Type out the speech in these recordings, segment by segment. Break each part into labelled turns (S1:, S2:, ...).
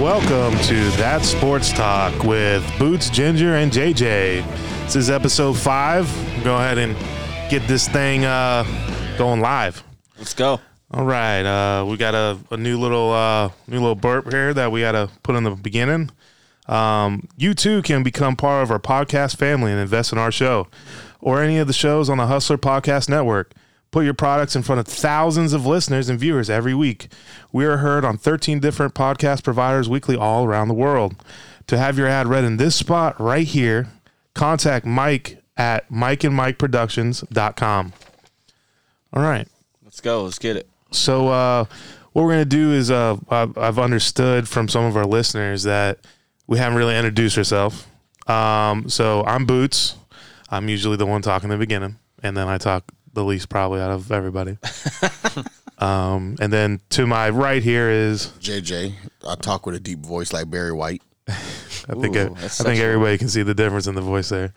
S1: Welcome to That Sports Talk with Boots, Ginger, and JJ. This is episode five. Go ahead and get this thing uh, going live.
S2: Let's go.
S1: All right, uh, we got a, a new little uh, new little burp here that we got to put in the beginning. Um, you too can become part of our podcast family and invest in our show or any of the shows on the Hustler Podcast Network. Put your products in front of thousands of listeners and viewers every week. We are heard on 13 different podcast providers weekly all around the world. To have your ad read in this spot right here, contact Mike at mikeandmikeproductions.com. All right.
S2: Let's go. Let's get it.
S1: So uh, what we're gonna do is uh, I've, I've understood from some of our listeners that we haven't really introduced ourselves. Um, so I'm Boots. I'm usually the one talking in the beginning, and then I talk the least probably out of everybody. um, and then to my right here is
S3: JJ. I talk with a deep voice like Barry White.
S1: I think
S2: Ooh,
S1: I, I
S2: that's
S1: think
S2: such a-
S1: everybody can see the difference in the voice there.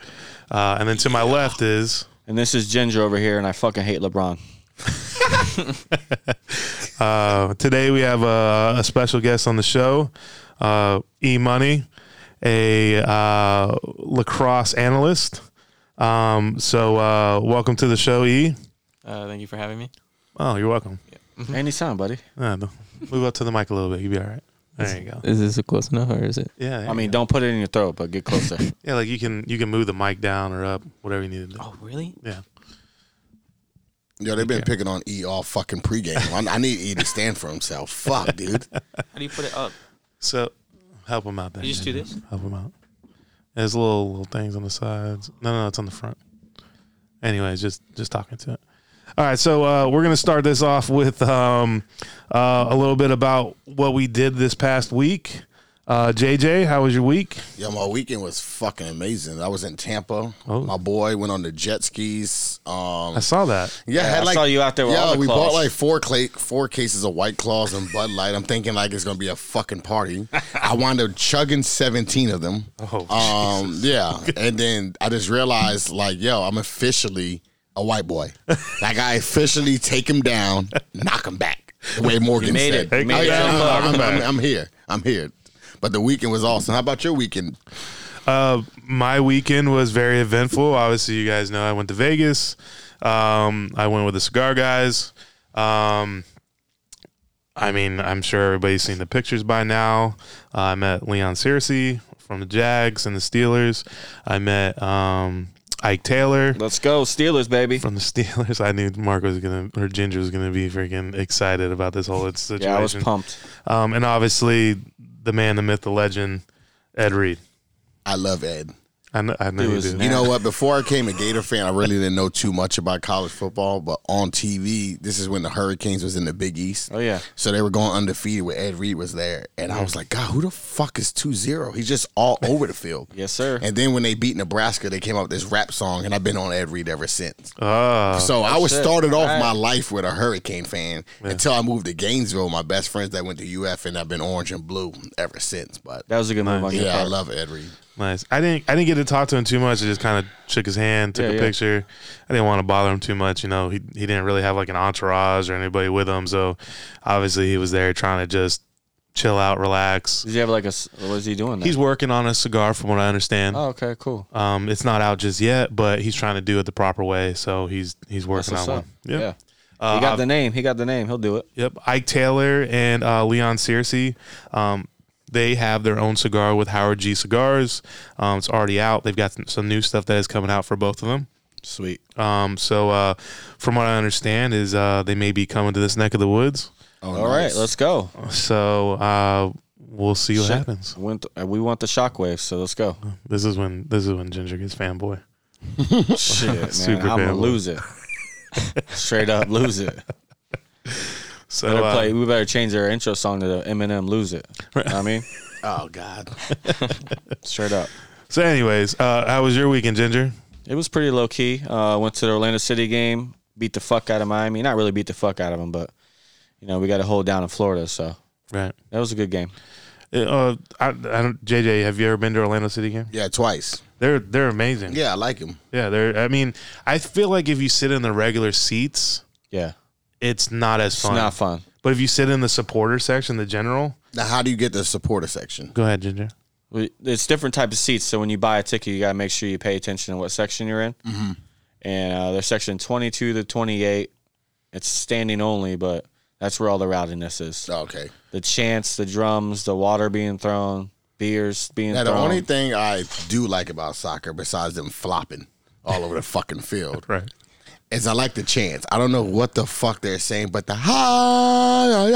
S1: Uh, and then to my left is
S2: And this is Ginger over here, and I fucking hate LeBron.
S1: Uh, today we have a, a special guest on the show, uh, E Money, a uh, lacrosse analyst. Um, so uh, welcome to the show, E.
S4: Uh, thank you for having me.
S1: Oh, you're welcome.
S2: Anytime, buddy.
S1: Uh, no. move up to the mic a little bit. You'll be all right. There you go.
S4: Is this close enough or is it?
S1: Yeah. there
S2: I
S1: you
S2: mean,
S1: go.
S2: don't put it in your throat, but get closer.
S1: yeah, like you can you can move the mic down or up, whatever you need to do.
S4: Oh, really?
S1: Yeah.
S3: Yo, they've been
S1: Yeah.
S3: picking on E all fucking pregame. I, I need E to stand for himself. Fuck, dude.
S4: How do you put it up?
S1: So help him out. Then,
S4: You just do this?
S1: Help him out. There's little little things on the sides. No, no, it's on the front. Anyways, just just talking to it. All right, so uh, we're gonna start this off with um, uh, a little bit about what we did this past week. Uh, JJ, how was your week?
S3: Yo, my weekend was fucking amazing. I was in Tampa.
S1: Oh.
S3: My boy went on the jet skis. Um,
S1: I saw that.
S3: yeah, had
S2: I
S3: like,
S2: saw you out there with
S3: yeah,
S2: all the
S3: we
S2: claws.
S3: bought like four cla- four cases of White Claws and Bud Light. I'm thinking like it's gonna be a fucking party. I wound up chugging 17 of them.
S1: Oh,
S3: Um, yeah, and then I just realized, like, yo, I'm officially a white boy. like, I officially take him down, knock him back. The way Morgan
S2: made
S3: said,
S2: it. You
S3: Oh,
S2: made
S3: yeah,
S2: it.
S3: I'm,
S2: Knock
S3: I'm- I'm- I'm here. I'm here. But the weekend was awesome. How about your weekend?
S1: Uh, my weekend was very eventful. Obviously, you guys know I went to Vegas. Um, I went with the cigar guys. Um, I mean, I'm sure everybody's seen the pictures by now. Uh, I met Leon Searcy from the Jags and the Steelers. I met um, Ike Taylor
S2: Let's go, Steelers, baby.
S1: from the Steelers. I knew Mark was gonna or Ginger was gonna be freaking excited about this whole situation.
S2: Yeah, I was pumped.
S1: Um, and obviously, the man, the myth, the legend, Ed Reed.
S3: I love Ed.
S1: I know, I know
S2: He
S1: you
S2: was
S1: do.
S2: nice.
S3: You know what? Before I came a Gator fan, I really didn't know too much about college football. But on TV, this is when the Hurricanes was in the Big East.
S2: Oh, yeah.
S3: So they were going undefeated when Ed Reed was there. And I was like, God, who the fuck is 2-0? He's just all over the field.
S2: Yes, sir.
S3: And then when they beat Nebraska, they came out with this rap song, and I've been on Ed Reed ever since.
S1: Ah.
S3: so I was
S2: Oh, shit.
S3: started off
S2: All right.
S3: my life with a Hurricane fan until I moved to Gainesville. My best friends that went to UF, and I've been orange and blue ever since. But
S2: That was a good move on your
S3: yeah, I
S2: part.
S3: love Ed Reed.
S1: Nice. I didn't. I didn't get to talk to him too much. I just kind of shook his hand, took
S2: Yeah,
S1: a
S2: yeah.
S1: picture. I didn't want to bother him too much. You know, he he didn't really have like an entourage or anybody with him. So obviously he was there trying to just chill out, relax.
S2: Did you have like a? s- What is he doing? There?
S1: He's working on a cigar, from what I understand.
S2: Oh, okay, cool.
S1: Um, it's not out just yet, but he's trying to do it the proper way. So he's he's
S2: That's
S1: working
S2: what's
S1: on
S2: up.
S1: one.
S2: Yeah.
S1: Yep.
S2: he got
S1: Uh,
S2: the name. He got the name. He'll do it.
S1: Yep, Ike Taylor and uh, Leon Searcy. Um, they have their own cigar with Howard G Cigars. Um, it's already out. They've got some new stuff that is coming out for both of them.
S2: Sweet.
S1: Um, so uh, from what I understand is uh, they may be coming to this neck of the woods.
S3: Oh,
S2: All right,
S3: nice.
S2: let's go.
S1: So uh, we'll see what
S2: Shit.
S1: happens.
S2: Went uh, we want the shockwaves, so let's go.
S1: This is when this is when Ginger gets fanboy.
S2: Shit, man,
S1: Super
S2: I'm gonna
S1: fanboy.
S2: lose it. Straight up, lose it.
S1: So
S2: Better
S1: uh,
S2: play. We better change our intro song to the Eminem "Lose It." You know what I mean,
S3: Oh God,
S2: straight up.
S1: so anyways, uh, how was your weekend, Ginger?
S2: It was pretty low key. Uh, went to the Orlando City game, beat the fuck out of Miami. Not really beat the fuck out of them, but you know we got to hold down in Florida, so
S1: Right.
S2: that was a good game.
S1: Uh, I, I don't, JJ, have you ever been to Orlando City game?
S3: yeah, twice.
S1: They're they're amazing.
S3: Yeah, I like him.
S1: Yeah, there. I mean, I feel like if you sit in the regular seats,
S2: Yeah,
S1: it's not as
S2: it's
S1: fun.
S2: not fun.
S1: But if you sit in the supporter section, the general,
S3: Now, how do you get the supporter section?
S1: go ahead, Ginger.
S2: We- It's different type of seats. So when you buy a ticket, you gotta make sure you pay attention to what section you're in. Mm-hmm. And uh, they're section 22 to 28. It's standing only, but that's where all the rowdiness is.
S3: Okay.
S2: The chants, the drums, the water being thrown, beers being
S3: Now, the
S2: thrown.
S3: only thing I do like about soccer, besides them flopping all over the fucking field,
S1: Right.
S3: is I like the chants. I don't know what the fuck they're saying, but the ha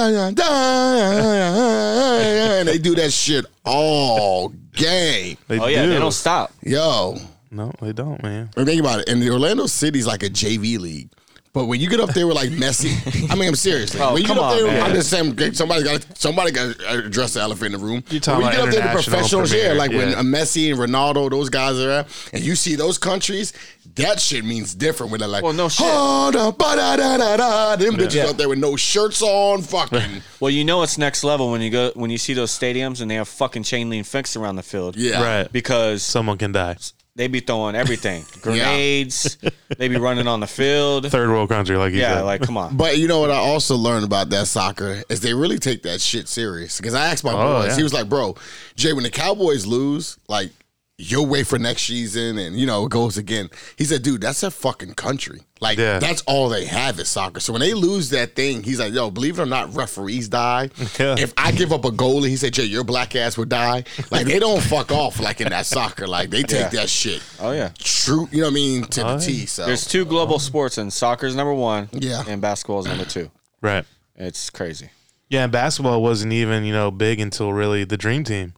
S3: and they do that shit all game.
S1: They
S2: oh yeah,
S1: do.
S2: they don't stop.
S3: Yo,
S1: No, they don't, man.
S3: And think about it. And the Orlando City's like a JV league. But when you get up there with like Messi, I mean, I'm seriously.
S2: Oh,
S3: when you
S2: come
S3: get up
S2: on,
S3: there,
S2: man.
S3: I'm just saying, okay, somebody got somebody got to address the elephant in the room.
S1: You're talking
S3: when you
S1: about
S3: get up there, the
S1: international
S3: professionals, yeah,
S1: premier,
S3: like when
S1: yeah.
S3: a Messi and Ronaldo, those guys are at, and you see those countries, that shit means different. When they're like,
S2: Well, no shit.
S3: "Oh, da, ba, da, da, da, da," them bitches
S2: Yeah.
S3: out there with no shirts on, fucking
S2: Well, you know it's next level when you go when you see those stadiums and they have fucking chain link fence around the field.
S3: yeah,
S1: Right.
S2: Because
S1: Someone can die.
S2: they be throwing everything. Grenades, they be running on the field.
S1: Third world country, like you
S2: Yeah,
S1: said.
S2: like come on.
S3: But you know what I also learned about that soccer is they really take that shit serious. Because I asked my
S1: Oh,
S3: boys,
S1: yeah.
S3: he was like, "Bro, Jay, when the Cowboys lose, like your way for next season, and you know it goes again." He said, "Dude, that's a fucking country. Like
S1: Yeah.
S3: that's all they have is soccer. So when they lose that thing, he's like, "Yo, believe it or not, referees die.
S1: Yeah.
S3: If I give up a goalie, he said, Jay, your black ass would die. Like they don't fuck off like in that soccer. Like they take that shit."
S2: Oh yeah.
S3: True, you know what I mean to the T. So
S2: There's two global sports and soccer's number one.
S3: Yeah.
S2: And basketball's number two.
S1: right.
S2: It's crazy.
S1: Yeah, and basketball wasn't even, you know, big until really the dream team.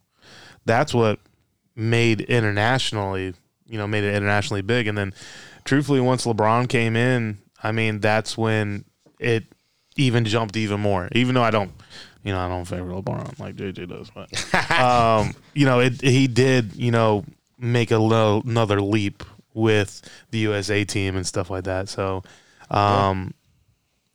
S1: That's what made internationally, you know, made it internationally big. And then truthfully, once LeBron came in, I mean, that's when it even jumped even more. Even though I don't you know, I don't favor LeBron like JJ does, but um, you know, it he did, you know, make a lo- another leap with the USA team and stuff like that. So um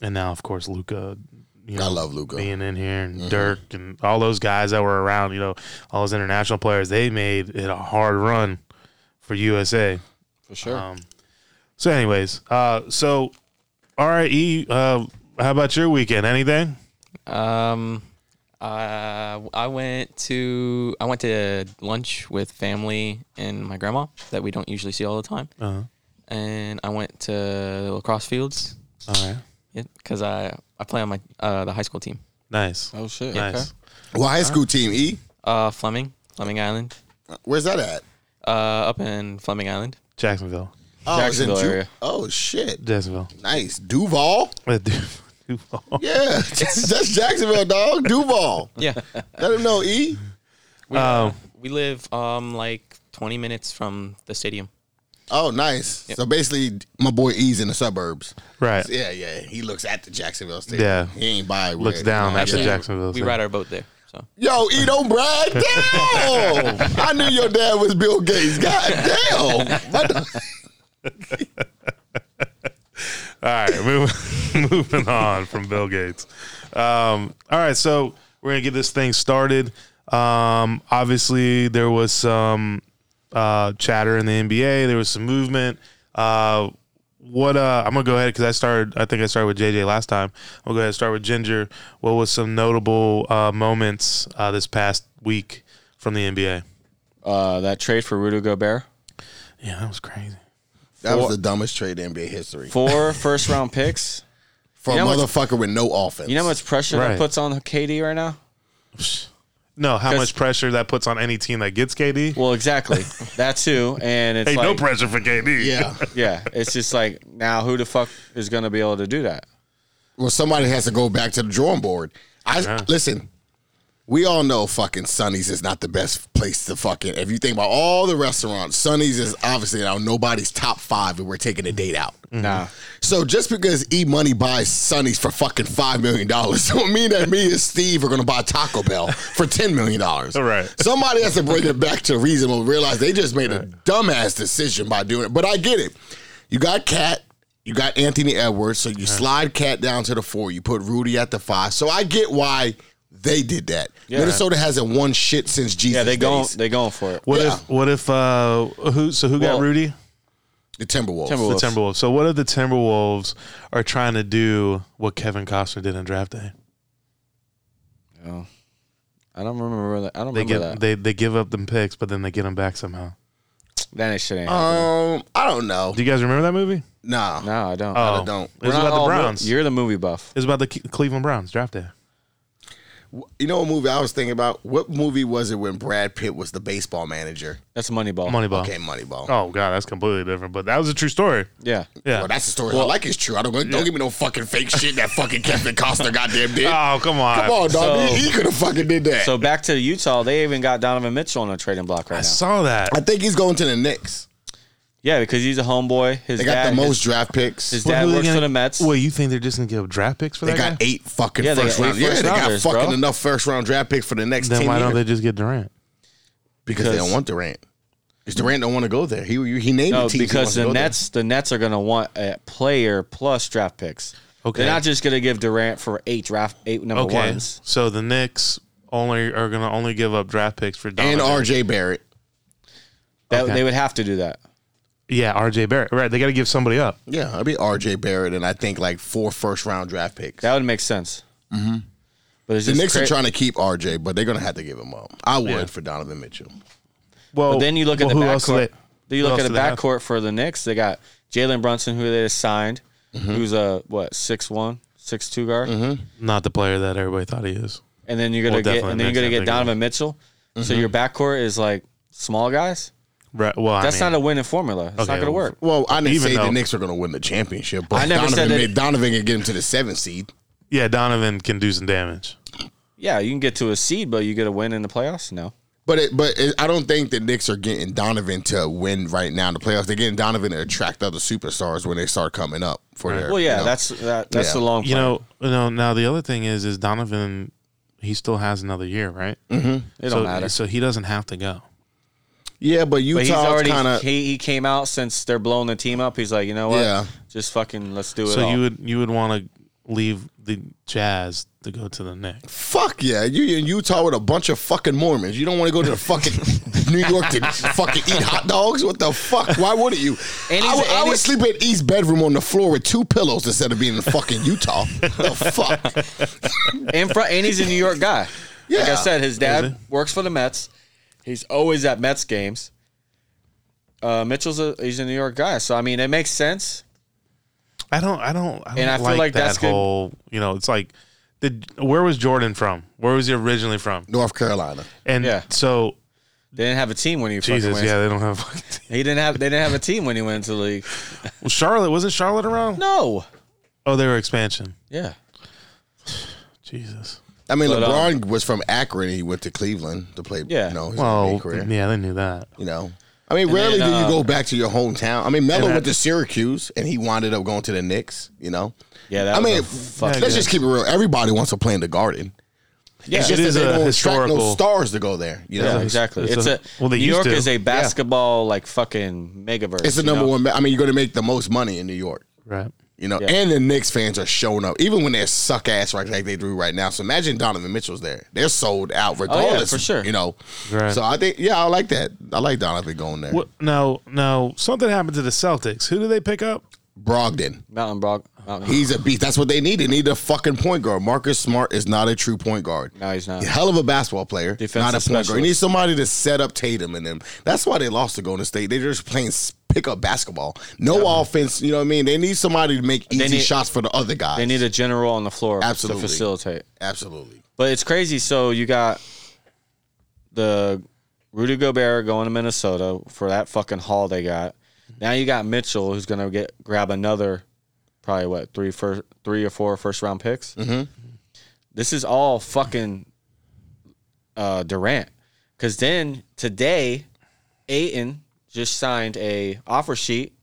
S1: and now of course Luca you know,
S3: I love Luca.
S1: being in here and Dirk and all those guys that were around, you know, all those international players, they made it a hard run for USA.
S2: For sure.
S1: Um, So, anyways, uh, so RIE, uh, how about your weekend? Anything?
S4: Um, uh, I went to I went to lunch with family and my grandma that we don't usually see all the time,
S1: Uh-huh.
S4: and I went to the lacrosse fields
S1: All right.
S4: because I I play on my uh, the high school team.
S1: Nice.
S2: oh shit.
S1: nice.
S3: well, high school team E,
S4: Uh, Fleming, Fleming Island,
S3: where's that at?
S4: uh, up in Fleming Island.
S1: Jacksonville.
S3: Oh, it's in
S2: Jacksonville
S3: Ju-
S2: area.
S3: Oh shit!
S1: Jacksonville.
S3: Nice Duval.
S1: Duval.
S3: Yeah, that's Jacksonville, dog. Duval.
S4: Yeah,
S3: Let him know. E.
S4: we, uh,
S1: Um,
S4: we live um like 20 minutes from the stadium.
S3: Oh, nice. So basically, my boy E's in the suburbs.
S1: Right.
S3: Yeah, yeah. He looks at the Jacksonville Stadium.
S1: Yeah.
S3: He ain't by.
S1: Looks down at the
S4: Actually,
S1: Jacksonville.
S4: we
S1: so-
S4: ride our boat there. So
S3: Yo, E, don't brag. Damn. I knew your dad was Bill Gates. God damn. What the-
S1: All right, moving, moving on from Bill Gates. Um, all right, so we're gonna get this thing started. Um, obviously, there was some uh, chatter in the NBA. There was some movement. Uh, what uh, I'm gonna go ahead because I started. I think I started with JJ last time. i will go ahead and start with Ginger. What was some notable uh, moments uh, this past week from the NBA?
S2: Uh, that trade for Rudy Gobert.
S1: Yeah, that was crazy.
S3: that was the dumbest trade in NBA history
S2: Four first round picks.
S3: for
S2: You know
S3: a
S2: what's-
S3: motherfucker with no offense.
S2: You know how much pressure
S1: Right.
S2: that puts on KD right now?
S1: No, how
S2: 'Cause-
S1: much pressure that puts on any team that gets KD?
S2: Well, exactly. that too. And it's
S1: hey,
S2: like
S1: no pressure for KD.
S3: Yeah.
S2: Yeah. It's just like now who the fuck is gonna be able to do that?
S3: Well, somebody has to go back to the drawing board. I listen. We all know fucking Sonny's is not the best place to fucking. If you think about all the restaurants, Sonny's is obviously now nobody's top five, and we're taking a date out.
S1: Mm-hmm.
S2: Nah.
S3: So just because E Money buys Sonny's for fucking five million dollars, don't mean that me and Steve are gonna buy Taco Bell for ten million dollars.
S1: Right.
S3: Somebody has to bring it back to reasonable. Realize they just made a dumbass decision by doing it. But I get it. You got Cat. You got Anthony Edwards. So you slide Cat down to the four. You put Rudy at the five. So I get why they did that. Minnesota hasn't won shit since Jesus.
S2: Yeah, they going
S3: days.
S2: they going for it.
S1: What
S3: Yeah.
S1: if what if uh who so who got
S2: Well,
S1: Rudy?
S3: the Timberwolves.
S1: The
S2: Timberwolves.
S1: Timberwolves. So what if the Timberwolves are trying to do what Kevin Costner did on draft day?
S2: I don't remember that. I don't
S1: They
S2: remember
S1: get
S2: that.
S1: they they give up them picks, but then they get them back somehow.
S2: that shit
S1: Oh.
S2: ain't.
S3: Um, I don't know.
S1: Do you guys remember that movie?
S3: Nah,
S2: no, I don't.
S1: Oh,
S3: don't.
S1: It was about the
S2: all mo-
S1: Browns. It
S2: You're the movie buff.
S1: was about the Cle- Cleveland Browns draft day.
S3: you know what movie I was thinking about? What movie was it when Brad Pitt was the baseball manager?
S2: That's Moneyball.
S1: Moneyball.
S3: Okay, Moneyball.
S1: Oh god, that's completely different. But that was a true story.
S2: Yeah.
S1: Yeah.
S3: Well, that's the story. I like it's true. I don't don't give me no fucking fake shit that fucking Kevin Costner goddamn did.
S1: oh come on.
S3: Come on, dog.
S2: Ah, So-
S3: he could have fucking did that.
S2: So back to Utah, they even got Donovan Mitchell on a trading block right
S1: I
S2: now.
S1: saw that.
S3: I think he's going to the Knicks.
S2: Yeah, because he's a homeboy. His
S3: They got
S2: dad,
S3: the most
S2: his-
S3: draft picks.
S2: his
S1: Well,
S2: dad
S1: who they
S2: works
S1: gonna-
S2: for the Mets.
S1: Well, you think they're just gonna give up draft picks for
S3: they
S1: that
S3: got
S1: guy?
S3: eight fucking
S2: Yeah, they
S3: first
S2: got eight
S3: round. Yeah,
S2: first
S3: they got
S2: rounders,
S3: fucking
S2: bro.
S3: enough first round draft picks for the next
S1: Then
S3: ten
S1: why
S3: years
S1: don't they just get Durant?
S3: because they don't want Durant. Because Durant don't want to go there. He he named
S2: No,
S3: the team
S2: because the Nets, the Nets are going to want a player plus draft picks.
S1: Okay.
S2: They're not just going to give Durant for eight draft eight number
S1: Okay,
S2: ones.
S1: so the Knicks only are gonna only give up draft picks for Donovan.
S3: and R.J. Barrett.
S2: That,
S1: Okay.
S2: They would have to do that.
S1: yeah, RJ Barrett. Right, they got to give somebody up.
S3: Yeah, I'd be R.J. Barrett and I think like four first round draft picks.
S2: That would make sense. Mm-hmm. But it's
S3: the
S2: just
S3: Knicks are
S2: cra-
S3: trying to keep R.J., but they're gonna have to give him up. I would
S1: Yeah.
S3: for Donovan Mitchell.
S1: Well,
S2: But then you look at
S1: well,
S2: the
S1: who else do
S2: backcourt.
S1: they-
S2: Then
S1: who
S2: you look
S1: else
S2: at
S1: do
S2: the
S1: they have?
S2: backcourt for the Knicks. They got Jalen Brunson, who they signed,
S1: Mm-hmm.
S2: who's a what six one, six two guard,
S1: Not the player that everybody thought he is.
S2: and then you're gonna
S1: Mm-hmm. Well,
S2: get
S1: definitely
S2: and then you're gonna
S1: Knicks, I
S2: get
S1: think.
S2: Donovan Mitchell.
S1: Mm-hmm.
S2: So your backcourt is like small guys.
S1: Right. Well,
S2: That's
S1: I mean,
S2: not a winning formula. It's
S1: Okay,
S2: not
S1: well,
S2: gonna work.
S3: Well, I didn't
S1: Even
S3: say
S1: though-
S3: the Knicks are gonna win the championship, but
S2: I never
S3: Donovan,
S2: said that-
S3: made- Donovan can get him to the seventh seed.
S1: yeah. Donovan can do some damage.
S2: Yeah, you can get to a seed, but you get a win in the playoffs. No,
S3: But it, but it, I don't think the Knicks are getting Donovan to win right now in the playoffs. They're getting Donovan to attract other superstars when they start coming up for their.
S2: well,
S3: you
S2: yeah,
S3: know.
S2: that's that, that's
S3: Yeah.
S2: the long.
S1: You know. You know. Now the other thing is, is Donovan. He still has another year, right?
S2: it
S1: so,
S2: don't matter.
S1: So he doesn't have to go.
S3: yeah, but
S2: But he's
S3: Utah's
S2: already
S3: kind of
S2: he, he came out since they're blowing the team up. He's like, you know what?
S3: Yeah.
S2: just fucking let's do it.
S1: So
S2: all.
S1: you would you would want to leave the Jazz to go to the Knicks?
S3: fuck yeah. You in Utah with a bunch of fucking Mormons. You don't want to go to the fucking New York to fucking eat hot dogs. What the fuck? Why wouldn't you?
S2: And
S3: I
S2: he's-
S3: would, I
S2: and
S3: would
S2: he's-
S3: sleep in East bedroom on the floor with two pillows instead of being in fucking Utah. the fuck.
S2: and fr- and he's a New York guy. Like
S3: Yeah.
S2: I said, his dad works for the Mets. He's always at Mets games. Uh, Mitchell's a he's a New York guy, so I mean it makes sense.
S1: I don't. I don't. I don't
S2: And I
S1: like
S2: feel like
S1: that
S2: that's good-
S1: whole. You know, it's like. The, where was Jordan from? Where was he originally from?
S3: North Carolina.
S1: And
S2: Yeah.
S1: so
S2: They didn't have a team when he fucking
S1: Jesus,
S2: went.
S1: yeah, they don't have. a fucking team.
S2: He didn't have they didn't have a team when he went into the league.
S1: Well, Charlotte wasn't Charlotte around?
S2: No.
S1: Oh, they were expansion.
S2: Yeah.
S1: Jesus.
S3: I mean,
S2: But, um,
S3: LeBron was from Akron and he went to Cleveland to play.
S2: Yeah.
S3: You know, his
S1: Well,
S3: NBA career.
S1: yeah, they knew that.
S3: You know, I mean, rarely
S2: then,
S3: do you
S2: uh,
S3: go back to your hometown. I mean, Melo
S1: and
S3: went
S1: I-
S3: to Syracuse and he winded up going to the Knicks. You know,
S2: Yeah, that
S3: I
S2: was
S3: mean,
S2: a fucking-
S3: let's just keep it real. Everybody wants to play in the Garden.
S2: Yeah.
S3: It's
S1: It
S3: just
S1: is
S3: that they
S1: a
S3: don't attract no
S1: historical-
S3: stars to go there. You know,
S2: Yeah, exactly.
S1: it's
S2: It's,
S1: a-
S2: a,
S1: well, they
S2: New
S1: used
S2: York
S1: to.
S2: is a basketball like fucking megaverse.
S3: it's the
S2: you know?
S3: number one. ma- I mean, you're going to make the most money in New York.
S1: Right.
S3: You know,
S2: Yeah.
S3: and the Knicks fans are showing up, even when they're suck ass right like they do right now. So imagine Donovan Mitchell's there; they're sold out regardless.
S2: Oh, for sure.
S3: You know,
S1: Right.
S3: so I think yeah, I like that. I like Donovan going there.
S1: What, no, no. Something happened to the Celtics. Who do they pick up?
S3: Brogdon,
S2: Mountain Brock. Mountain.
S3: He's a beast. That's what they need. They need a fucking point guard. Marcus Smart is not a true point guard.
S2: no, he's not.
S3: Hell of a basketball player.
S2: Defensive
S3: not a point guard. You
S2: specialist.
S3: need somebody to set up Tatum and them. That's why they lost to Golden State. They're just playing s- pick up basketball. No offense. You know what I mean? They need somebody to make easy
S2: need-
S3: shots for the other guys.
S2: They need a general on the floor
S3: Absolutely.
S2: to facilitate.
S3: Absolutely.
S2: But it's crazy. So you got the Rudy Gobert going to Minnesota for that fucking haul they got. Now you got Mitchell who's gonna get grab another probably what three first three or four first round picks. Mm-hmm. This is all fucking uh, Durant. Because then today, Aiton just signed a offer sheet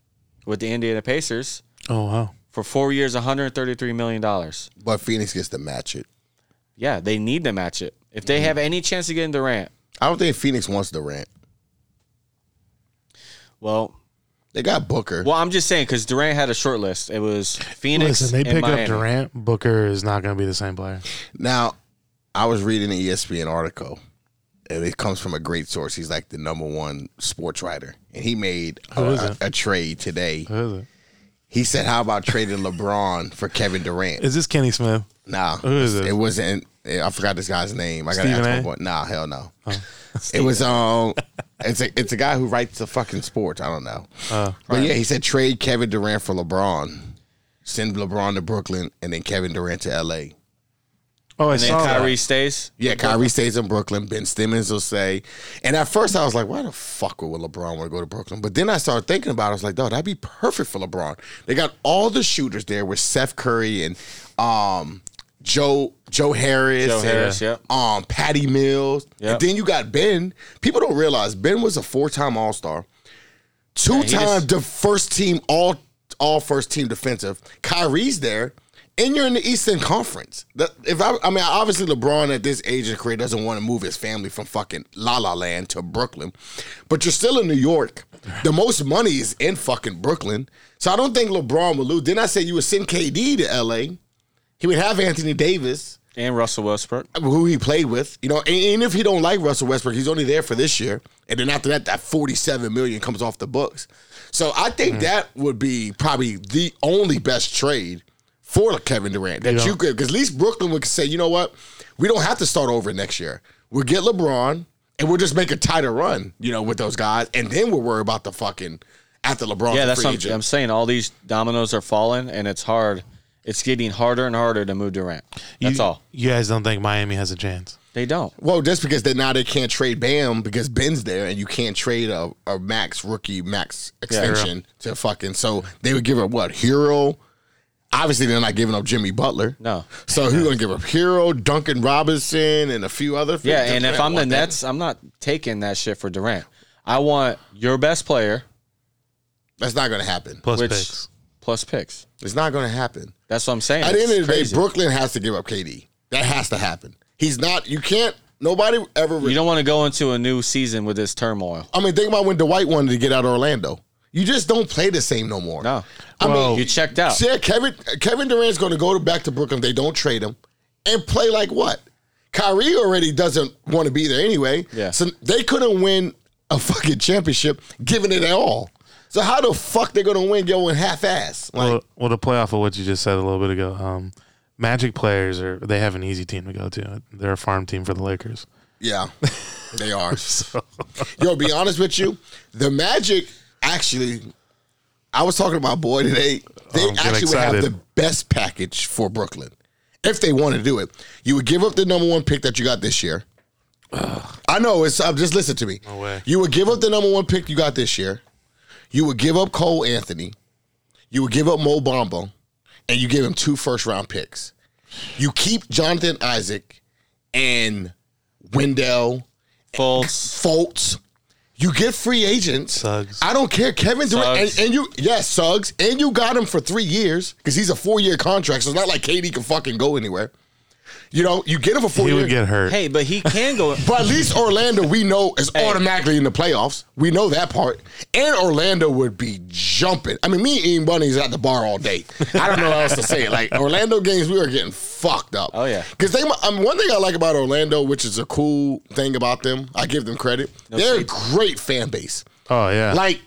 S2: with the Indiana Pacers
S1: Oh wow.
S2: for four years, one hundred thirty three million dollars.
S3: But Phoenix gets to match it.
S2: Yeah, they need to match it. If
S1: Mm-hmm.
S2: they have any chance of getting Durant,
S3: I don't think Phoenix wants Durant.
S2: well,
S3: They got Booker.
S2: well, I'm just saying because Durant had a short list. It was Phoenix.
S1: Listen, they
S2: and
S1: pick
S2: Miami.
S1: up Durant. Booker is not going to be the same player.
S3: Now, I was reading an E ESPN article, and it comes from a great source. He's like the number one sports writer, and he made a,
S1: is
S3: a,
S1: it?
S3: a trade today.
S1: Who is it?
S3: He said, "How about trading LeBron for Kevin Durant?"
S1: Is this Kenny Smith?
S3: Nah,
S1: Who is it?
S3: it wasn't. Yeah, I forgot this guy's name. I gotta
S1: Stephen
S3: ask
S1: A?
S3: my boy. Nah, hell no. it was um, it's a it's a guy who writes the fucking sports. I don't know,
S1: Uh,
S3: but yeah, he said trade Kevin Durant for LeBron, send LeBron to Brooklyn, and then Kevin Durant to L.A.
S1: Oh, I
S2: And then
S1: saw
S2: Kyrie
S1: that.
S2: stays.
S3: Yeah, Kyrie stays in Brooklyn. Ben Simmons will say, and at first I was like, why the fuck would LeBron want to go to Brooklyn? But then I started thinking about it. I was like, no, that'd be perfect for LeBron. They got all the shooters there with Seth Curry and um, Joe Joe Harris,
S2: Joe
S3: and,
S2: Harris, yep.
S3: um, Patty Mills.
S2: Yep.
S3: And then you got Ben. People don't realize Ben was a four time All Star, two time
S2: just-
S3: the first team all all first team defensive. Kyrie's there, and you're in the Eastern Conference. The- if I, I mean, obviously LeBron at this age of career doesn't want to move his family from fucking La La Land to Brooklyn, but you're still in New York. The most money is in fucking Brooklyn, so I don't think LeBron will lose. Then I said you would send KD to LA. He would have Anthony Davis
S2: And Russell Westbrook.
S3: who he played with. You know, and, and if he don't like Russell Westbrook, he's only there for this year. And then after that, that forty-seven million comes off the books. So I think
S2: Mm-hmm.
S3: that would be probably the only best trade for Kevin Durant that
S1: Yeah.
S3: you could, because at least Brooklyn would say, you know what, we don't have to start over next year. We'll get LeBron and we'll just make a tighter run, you know, with those guys, and then we'll worry about the fucking after LeBron.
S2: Yeah, that's
S3: free
S2: what I'm,
S3: agent.
S2: I'm saying. All these dominoes are falling, and it's hard. It's getting harder and harder to move Durant. That's
S1: you,
S2: all.
S1: You guys don't think Miami has a chance?
S2: They don't.
S3: Well, just because they now they can't trade Bam because Ben's there, and you can't trade a, a max rookie max extension to fucking. So they would give up what Hero. Obviously, they're not giving up Jimmy Butler.
S2: No.
S3: So who's gonna give up Hero, Duncan Robinson, and a few other?
S2: Yeah,
S3: things?
S2: and
S3: Durant
S2: if I'm the
S3: want that.
S2: Nets, I'm not taking that shit for Durant. I want your best player
S3: that's not gonna happen.
S1: Plus
S2: Which-
S1: picks.
S2: plus picks.
S3: It's not gonna happen.
S2: That's what I'm saying.
S3: At the end
S2: It's
S3: of the
S2: crazy.
S3: day, Brooklyn has to give up KD. That has to happen. He's not. You can't. Nobody ever.
S2: you don't want to go into a new season with this turmoil.
S3: I mean, think about when Dwight wanted to get out of Orlando. You just don't play the same no more.
S2: No,
S3: I mean,
S2: you checked out.
S3: Yeah, Kevin Kevin Durant's going to go to- back to Brooklyn. if They don't trade him and play like what? Kyrie already doesn't want to be there anyway.
S2: Yeah.
S3: So they couldn't win a fucking championship giving it at all. So how the fuck they going to win yo in half ass? Like
S1: well, well, to play off of what you just said a little bit ago, um, Magic players are they have an easy team to go to. They're a farm team for the Lakers.
S3: yeah. They are. Yo, be honest with you, the Magic actually I was talking to my boy today. They
S1: I'm getting
S3: actually would have
S1: excited.
S3: the best package for Brooklyn. If they want to do it, you would give up the number one pick that you got this year. I know it's. Uh, just listen to me.
S1: No way.
S3: You would give up the number one pick you got this year. You would give up Cole Anthony. You would give up Mo Bamba, and you give him two first round picks. You keep Jonathan Isaac and Wendell
S2: Fultz.
S3: Fultz. You get free agents.
S1: Suggs.
S3: I don't care. Kevin Durant
S2: Suggs.
S3: and, and you yes, Suggs. And you got him for three years because he's a four year contract. So it's not like KD can fucking go anywhere. You know, you get him for four
S1: He
S3: years.
S1: would get hurt.
S2: Hey, but he can go.
S3: But at least Orlando, we know, is
S2: Hey.
S3: automatically in the playoffs. We know that part. And Orlando would be jumping. I mean, me and Ian Bunny's at the bar all day. I don't know how else to say it. Like, Orlando games, we were getting fucked up.
S2: Oh, yeah.
S3: Because they, I mean, one thing I like about Orlando, which is a cool thing about them, I give them credit, they're a great fan base.
S1: Oh yeah.
S3: Like,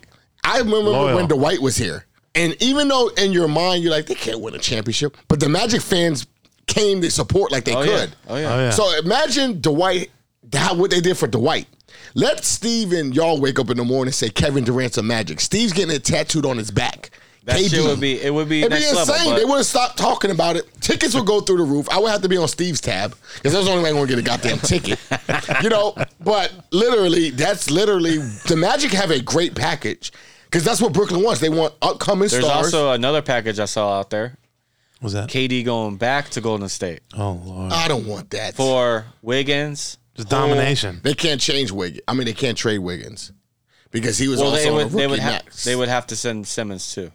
S3: I remember
S1: Loyal.
S3: when Dwight was here. And even though in your mind, you're like, they can't win a championship, but the Magic fans came to support like they
S2: Oh
S3: could.
S2: yeah. Oh yeah.
S1: oh yeah.
S3: So imagine Dwight, how, what they did for Dwight. Let Steve and y'all wake up in the morning and say Kevin Durant's a magic. Steve's getting it tattooed on his back.
S2: That
S3: KD.
S2: shit would be. It would be
S3: It'd be
S2: next
S3: insane.
S2: level. but-
S3: they wouldn't stop talking about it. Tickets would go through the roof. I would have to be on Steve's tab because that's the only way I'm going to get a goddamn ticket. You know, but literally, that's literally the Magic have a great package because that's what Brooklyn wants. They want upcoming
S2: There's
S3: stars.
S2: also another package I saw out there.
S1: was that?
S2: KD going back to Golden State
S1: Oh lord.
S3: I don't want that.
S2: for Wiggins.
S1: Just domination.
S3: they can't change Wiggins. I mean, they can't trade Wiggins because he was
S2: Well,
S3: also
S2: they
S3: on
S2: would.
S3: a
S2: They
S3: rookie
S2: would have.
S3: max.
S2: They would have to send Simmons too,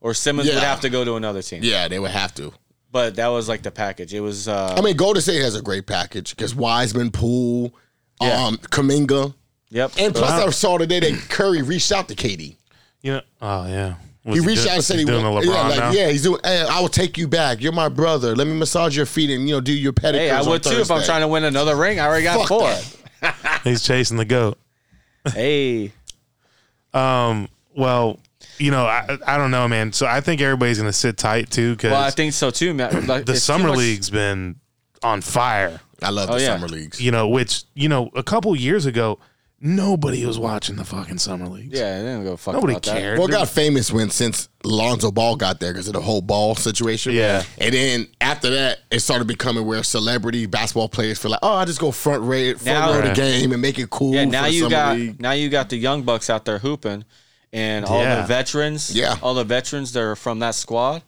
S2: or Simmons
S3: Yeah.
S2: would have to go to another team.
S3: Yeah, they would have to.
S2: But that was like the package. It was. Uh,
S3: I mean, Golden State has a great package because Wiseman, Poole,
S2: Yeah.
S3: um, Kaminga,
S2: yep.
S3: and plus
S1: Wow.
S3: I saw today that Curry reached out to KD.
S1: You know. Oh yeah. Was
S3: He reached
S1: doing-
S3: out and said he
S1: he's doing a
S3: want-
S1: LeBron
S3: yeah, like,
S1: now.
S3: yeah, he's doing. Hey, I will take you back. You're my brother. Let me massage your feet and you know do your pedicures.
S2: hey, I would too if I'm trying to win another ring. I already got
S3: Fuck
S2: four.
S3: that.
S1: He's chasing the goat.
S2: Hey,
S1: Um. Well, you know, I, I don't know, man. So I think everybody's gonna sit tight too because
S2: well, I think so too, Matt. Like,
S1: the
S2: it's too
S1: summer
S2: much-
S1: league's been on fire.
S3: I love the
S2: Oh, yeah.
S3: summer leagues.
S1: You know, which you know, a couple years ago, nobody was watching the fucking summer leagues.
S2: Yeah, I didn't go fuck
S1: nobody
S2: about that.
S1: cared.
S3: Well, it got famous when since Lonzo Ball got there because of the whole ball situation.
S1: Yeah.
S3: and then after that, it started becoming where celebrity basketball players feel like, oh, I just go front rate, front
S2: Now-
S3: row the
S1: Right.
S3: game and make it cool.
S2: Yeah, now
S3: for the
S2: you
S3: summer
S2: got
S3: league.
S2: now you got the young bucks out there hooping, and all
S1: Yeah.
S2: the veterans.
S3: Yeah.
S2: all the veterans that are from that squad,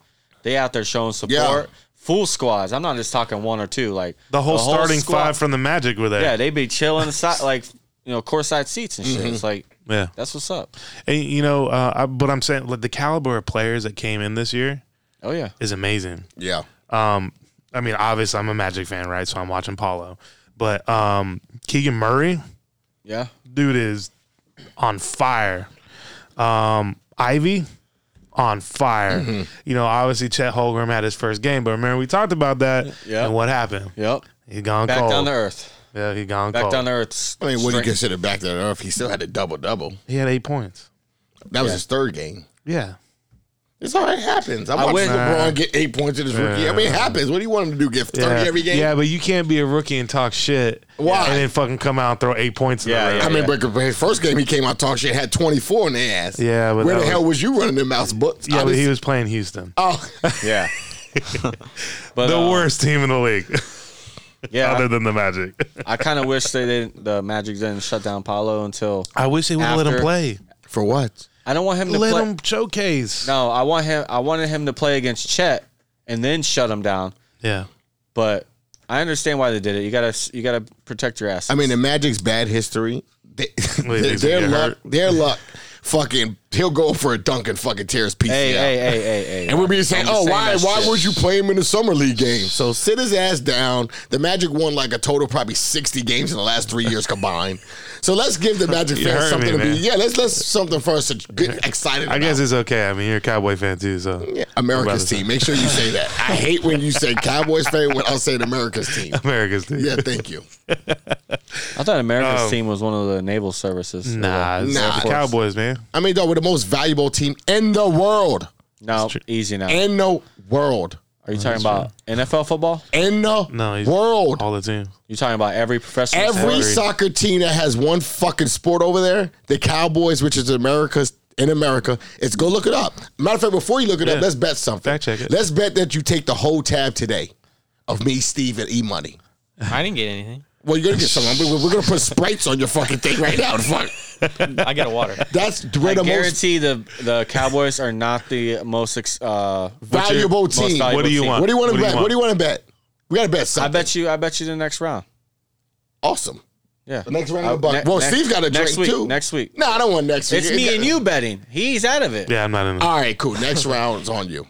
S2: they out there showing support.
S3: Yeah.
S2: Full squads. I'm not just talking one or two. Like
S1: the whole starting
S2: squad.
S1: five from the Magic were there.
S2: Yeah, they be chilling side, like you know courtside seats and shit. It's
S3: Mm-hmm.
S2: like
S1: yeah.
S2: that's what's up.
S1: And, you know, uh, I, but I'm saying like the caliber of players that came in this year
S2: Oh yeah,
S1: is amazing.
S3: yeah,
S1: Um, I mean, obviously I'm a Magic fan, right? So I'm watching Paulo, but um, Keegan Murray,
S2: yeah.
S1: dude is on fire. Um, Ivy on fire.
S2: Mm-hmm.
S1: You know, obviously Chet Holgram had his first game, but remember we talked about that
S2: Yeah.
S1: and what happened.
S2: Yep.
S1: He gone
S2: Back
S1: cold.
S2: down to earth.
S1: Yeah, he gone
S2: Back
S1: cold.
S2: down to earth.
S3: I mean, what do you
S2: Straight-
S3: consider back to the earth? He still had a double double.
S1: He had eight points.
S3: That was his third game.
S1: Yeah.
S3: It's all right. It happens. I,
S2: I
S3: watched
S2: wish-
S3: LeBron get eight points in his rookie. I mean, it happens. What do you want him to do? Get thirty
S1: Yeah.
S3: every game?
S1: Yeah, but you can't be a rookie and talk shit.
S3: Why?
S1: And then fucking come out and throw eight points in
S2: Yeah,
S1: the row.
S3: I mean, but his first game he came out talk shit had twenty four in the ass.
S1: Yeah, but
S3: where
S1: that
S3: the
S1: was-
S3: hell was you running them mouths? But
S1: Yeah, but he was playing Houston.
S3: oh,
S2: Yeah. but
S1: the
S2: uh,
S1: worst team in the league,
S2: Yeah.
S1: other than the Magic.
S2: I kind of wish they didn't. The Magic didn't shut down Paolo until
S1: I wish they would
S2: would've
S1: let
S2: let him
S1: him
S2: After-
S1: play.
S3: for what?
S2: I don't want him to
S1: Let
S2: play.
S1: him showcase.
S2: No, I want him. I wanted him to play against Chet and then shut him down.
S1: Yeah.
S2: But I understand why they did it. You gotta you gotta protect your ass.
S3: I mean, the Magic's bad history. They, their,
S1: he's gonna
S3: their
S1: get
S3: luck,
S1: hurt.
S3: their luck. Fucking, he'll go for a dunk and fucking tear his PCL.
S2: hey, hey, hey, hey, hey.
S3: And we'll be saying,
S2: I'm just
S3: "Oh, why?
S2: that
S3: Why
S2: shit.
S3: would you play him in the summer league game?" So sit his ass down. The Magic won like a total probably sixty games in the last three years combined. So let's give the Magic
S1: You
S3: fans
S1: heard
S3: something
S1: me,
S3: to be.
S1: man.
S3: Yeah, let's let's something for us to get excited.
S1: I guess it's okay. I mean, you're a Cowboy fan too, so
S3: Yeah,
S1: About
S3: America's
S1: to
S3: team. Make sure you say that. I hate when you say Cowboys fan when I'm saying America's team.
S1: America's team.
S3: Yeah, thank you.
S2: I thought America's
S1: Um,
S2: team was one of the naval services.
S1: Nah, it's
S3: Nah.
S1: the Cowboys, man.
S3: I mean, though, we're the most valuable team in the world.
S2: No, easy now.
S3: In the world.
S2: Are you talking about NFL football?
S3: In the
S1: No, he's-
S3: world.
S1: All the team.
S2: You talking about every professional?
S3: Every
S2: sport?
S3: soccer team that has one fucking sport over there, the Cowboys, which is America's in America, it's go look it up. Matter of fact, before you look it
S1: Yeah.
S3: up, let's bet something.
S1: Fact check it.
S3: Let's bet that you take the whole tab today of me, Steve, and E Money.
S4: I didn't get anything.
S3: Well, you're gonna get some. We're, we're gonna put sprites on your fucking thing right now. Fuck.
S4: I got a water.
S3: That's we're
S2: I
S3: the most
S2: guarantee the the Cowboys are not the most ex- uh,
S3: valuable
S2: most
S3: team.
S2: valuable
S1: What do you
S2: team.
S1: want?
S3: What do you want
S1: What do
S3: to
S1: you
S3: bet?
S1: want?
S3: What do you want to bet? We gotta bet
S2: I
S3: something.
S2: bet you. I bet you the next round.
S3: Awesome.
S2: Yeah.
S3: Next round of
S2: Uh,
S3: the buck. well,
S2: next-
S3: Steve got a
S2: next
S3: drink
S2: week,
S3: too.
S2: Next week.
S3: No, I don't want next week.
S2: It's me and you betting. He's out of it.
S1: Yeah, I'm not in.
S3: All right, cool. Next round's on you.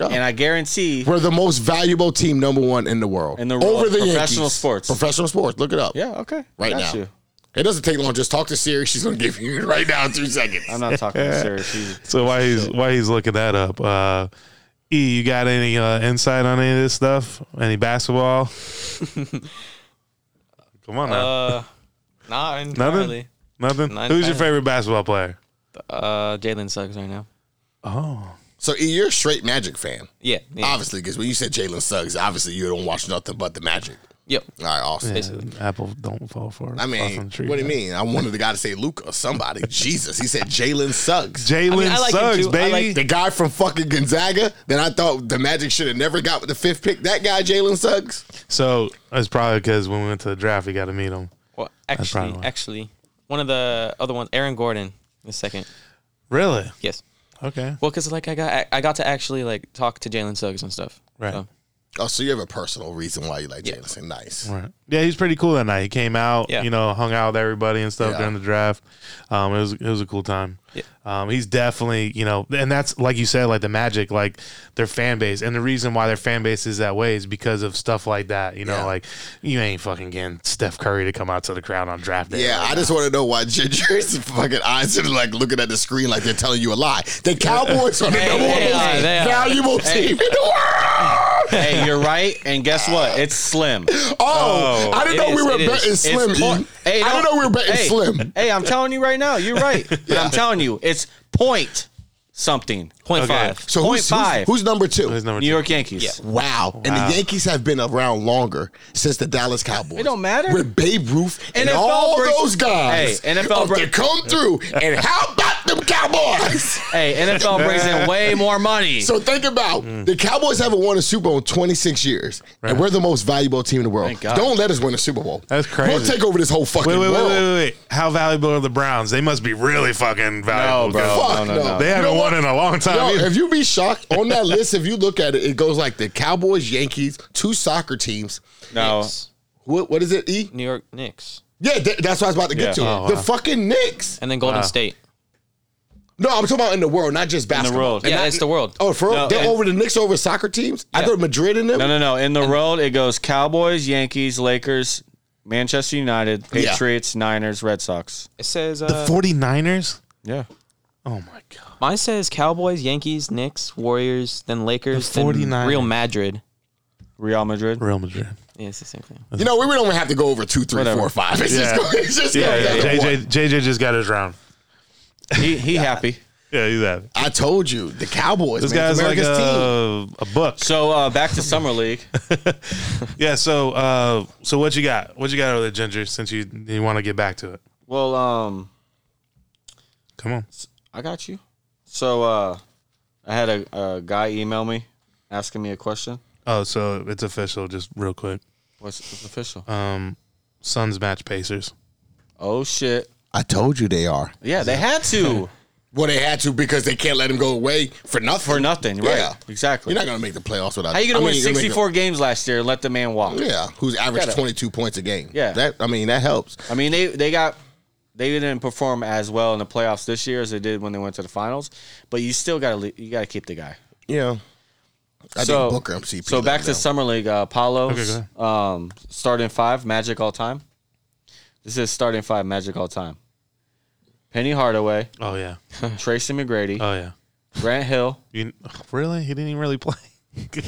S2: And I guarantee
S3: We're the most valuable team, number one in the world.
S2: In the world.
S3: Over the
S2: Professional
S3: Yankees.
S2: sports.
S3: Professional sports. Look it up.
S2: Yeah, okay.
S3: Right
S2: Got
S3: now.
S2: you.
S3: It doesn't take long. Just talk to Siri. She's gonna give you it right now in two seconds.
S2: I'm not talking serious. He's-
S1: so why he's why he's looking that up? Uh, e, you got any uh, insight on any of this stuff? Any basketball? Come on now.
S4: Uh, not
S1: Nothing.
S4: entirely.
S1: Nothing.
S4: nine
S1: Who's your
S4: five.
S1: favorite basketball player?
S4: Uh, Jalen sucks right now.
S1: Oh,
S3: So E, you're a straight Magic fan,
S4: Yeah. yeah.
S2: Ah.
S3: obviously, because when you said Jalen Suggs, obviously you don't watch nothing but the Magic.
S4: Yep.
S3: All right, awesome.
S1: yeah, Apple don't fall for.
S3: I mean, what do you mean? I wanted the guy to say Luca or somebody. Jesus, he said Jalen Suggs.
S1: Jalen
S4: I mean, I like him
S1: Suggs,
S4: too. I like
S1: baby.
S3: the guy from fucking Gonzaga that I thought the Magic should have never got with the fifth pick. That guy, Jalen Suggs.
S1: so it's probably because when we went to the draft, we got to meet him.
S4: Well,
S1: probably
S4: actually,
S1: why.
S4: actually, one of the other ones, Aaron Gordon, the second.
S1: Really?
S4: Yes.
S1: Okay.
S4: Well, because like I got, I got to actually like talk to Jalen Suggs and stuff.
S1: Right.
S4: So,
S3: Oh, so you have a personal reason why you like Jalen. Suggs. Nice.
S1: Right. Yeah, he was pretty cool that night. He came out,
S4: Yeah.
S1: you know, hung out with everybody and stuff
S3: Yeah.
S1: during the draft. Um, it was it was a cool time.
S4: Yeah.
S1: Um, he's definitely, you know, and that's like you said, like the magic, like their fan base, and the reason why their fan base is that way is because of stuff like that. You know,
S3: Yeah.
S1: like you ain't fucking getting Steph Curry to come out to the crowd on draft day.
S3: Yeah, I just want to know why Ginger's fucking eyes are like looking at the screen like they're telling you a lie. The Cowboys are the number one
S4: they
S3: most
S4: are, they are.
S3: valuable team in the world.
S2: hey, you're right. And guess what? It's slim.
S3: Oh, I didn't
S4: it
S3: know we
S4: is,
S3: were
S4: it is.
S3: betting
S4: It's
S3: slim.
S2: por-
S3: E.
S2: Hey,
S3: I
S2: don't-
S3: didn't know we were betting
S2: hey,
S3: slim.
S2: Hey, I'm telling you right now, you're right. But I'm telling you, it's point something.
S4: Point
S1: Okay.
S4: five.
S3: So who's,
S2: Point
S3: who's,
S2: five.
S3: who's number two?
S1: Who's number
S2: New
S1: two?
S2: York Yankees.
S4: Yeah.
S3: Wow. And
S1: Wow.
S3: the Yankees have been around longer since the Dallas Cowboys.
S2: It don't matter.
S3: With Babe Ruth and
S2: NFL
S3: all
S2: breaks-
S3: those guys.
S2: Hey, NFL
S3: of the
S2: break-
S3: come through. And how about them Cowboys?
S2: Hey, NFL brings in way more money.
S3: so think about
S1: Mm.
S3: the Cowboys haven't won a Super Bowl in 26 years. And we're the most valuable team in the world.
S2: Thank God.
S3: Don't let us win a Super Bowl.
S1: That's crazy.
S3: We'll take over this whole fucking
S1: Wait, wait, wait,
S3: world.
S1: wait, wait, wait. How valuable are the Browns? They must be really fucking valuable.
S2: bro.
S1: because
S3: Fuck
S2: No,
S3: no.
S2: no, no.
S1: They
S3: You
S1: haven't
S3: know
S1: won
S3: what?
S1: in a long time.
S3: Yo,
S1: either.
S3: if you be shocked on that list, if you look at it, it goes like the Cowboys, Yankees, two soccer teams.
S2: no.
S4: Knicks.
S3: What, what is it? E?
S4: New York Knicks.
S3: Yeah, th- that's what I was about to get
S2: Yeah.
S3: to.
S1: Oh,
S3: the
S1: wow.
S3: fucking Knicks.
S4: And then Golden State.
S3: No, I'm talking about in the world, not just basketball.
S2: world.
S4: Yeah,
S2: And
S4: it's the world.
S3: Oh, for real?
S2: No,
S3: They're
S2: and-
S3: over the Knicks over soccer teams? I
S4: Yeah.
S3: thought Madrid and them?
S2: No, no, no. In the road, it goes Cowboys, Yankees, Lakers, Manchester United,
S3: Yeah.
S2: Patriots, Niners, Red Sox.
S4: It says
S1: the
S4: uh,
S1: 49ers?
S2: Yeah.
S1: Oh my god.
S4: mine says Cowboys, Yankees, Knicks, Warriors, then Lakers,
S1: The
S4: then
S1: 49ers.
S4: Real Madrid.
S2: Real Madrid.
S1: Real Madrid.
S4: Yeah, it's the same thing.
S3: You know, we don't even have to go over two, three,
S2: Whatever.
S3: four, five. It's just
S1: Yeah.
S3: going, it's just going down to one.
S1: JJ JJ just got his round.
S2: He he happy.
S1: Yeah, he's happy.
S3: I told you, the Cowboys,
S1: This
S3: man, it's
S1: guy's like
S3: America's team.
S1: a, a book.
S2: So uh, back to summer league.
S1: Yeah, so uh so what you got? What you got over there, Ginger, since you you want to get back to it?
S2: Well, um,
S1: Come on.
S2: I got you. So uh, I had a, a guy email me asking me a question.
S1: Oh, so it's official, just real quick.
S2: What's, what's official?
S1: Um Suns match Pacers.
S2: oh shit!
S3: I told you they are.
S2: Yeah, they had to
S3: Well, they had to because they can't let him go away for nothing.
S2: for nothing, right?
S3: Yeah.
S2: Exactly.
S3: You're not going to make the playoffs without
S2: How you gonna
S3: I
S2: win
S3: mean, you're gonna
S2: sixty
S3: make
S2: four games last year and let the man walk?
S3: the- yeah, who's averaged
S2: Gotta-
S3: 22 points a game.
S2: Yeah.
S3: That, I mean, that helps.
S2: I mean, they they got they didn't perform as well in the playoffs this year as they did when they went to the finals. But you still got to you got to keep the guy.
S3: Yeah. I
S2: So-
S3: think Booker and CP.
S2: So
S3: let
S2: back to
S3: him down.
S2: summer league. Uh, Paulo,
S1: Okay, go
S2: um, starting five, Magic all time. This is starting five, Magic all time. Penny Hardaway,
S1: Oh yeah.
S2: Tracy McGrady,
S1: Oh yeah.
S2: Grant Hill,
S1: You really? He didn't even really play.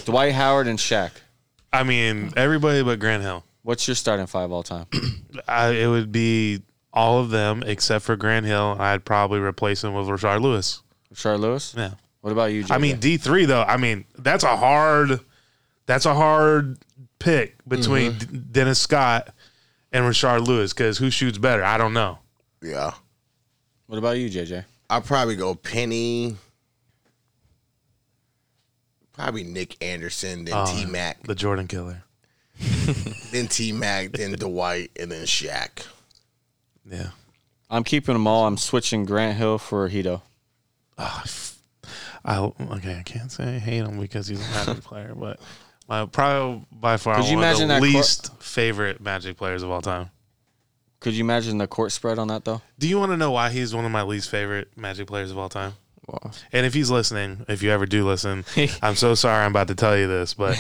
S2: Dwight Howard, and Shaq.
S1: I mean, everybody but Grant Hill.
S2: What's your starting five all time?
S1: I, it would be all of them except for Grant Hill. I'd probably replace him with Rashard Lewis.
S2: Richard Lewis.
S1: Yeah.
S2: What about you? JJ?
S1: I mean D three though. I mean that's a hard, that's a hard pick between D- Dennis Scott and Rashard Lewis because who shoots better? I don't know.
S3: Yeah.
S2: what about you, JJ?
S3: I'll probably go Penny. Probably Nick Anderson,
S1: Oh.
S3: then T Mac,
S1: The Jordan Killer.
S3: then T Mac, then Dwight, and then Shaq.
S1: Yeah.
S2: I'm keeping them all. I'm switching Grant Hill for Hito.
S1: Ah, I okay. I can't say I hate him because he's a Magic player, but my probably by far
S2: Could you
S1: one of
S2: imagine
S1: the
S2: that cor-
S1: least favorite Magic players of all time.
S2: Could you imagine the court spread on that though?
S1: Do you want to know why he's one of my least favorite Magic players of all time?
S4: Well,
S1: And if he's listening, if you ever do listen, I'm so sorry I'm about to tell you this, but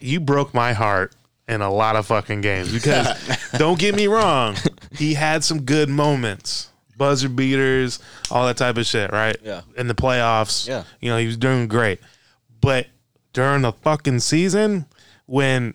S1: you broke my heart in a lot of fucking games because don't get me wrong, he had some good moments. Buzzer beaters, all that type of shit, right?
S2: Yeah.
S1: In the playoffs.
S2: Yeah.
S1: You know, he was doing great. But during the fucking season, when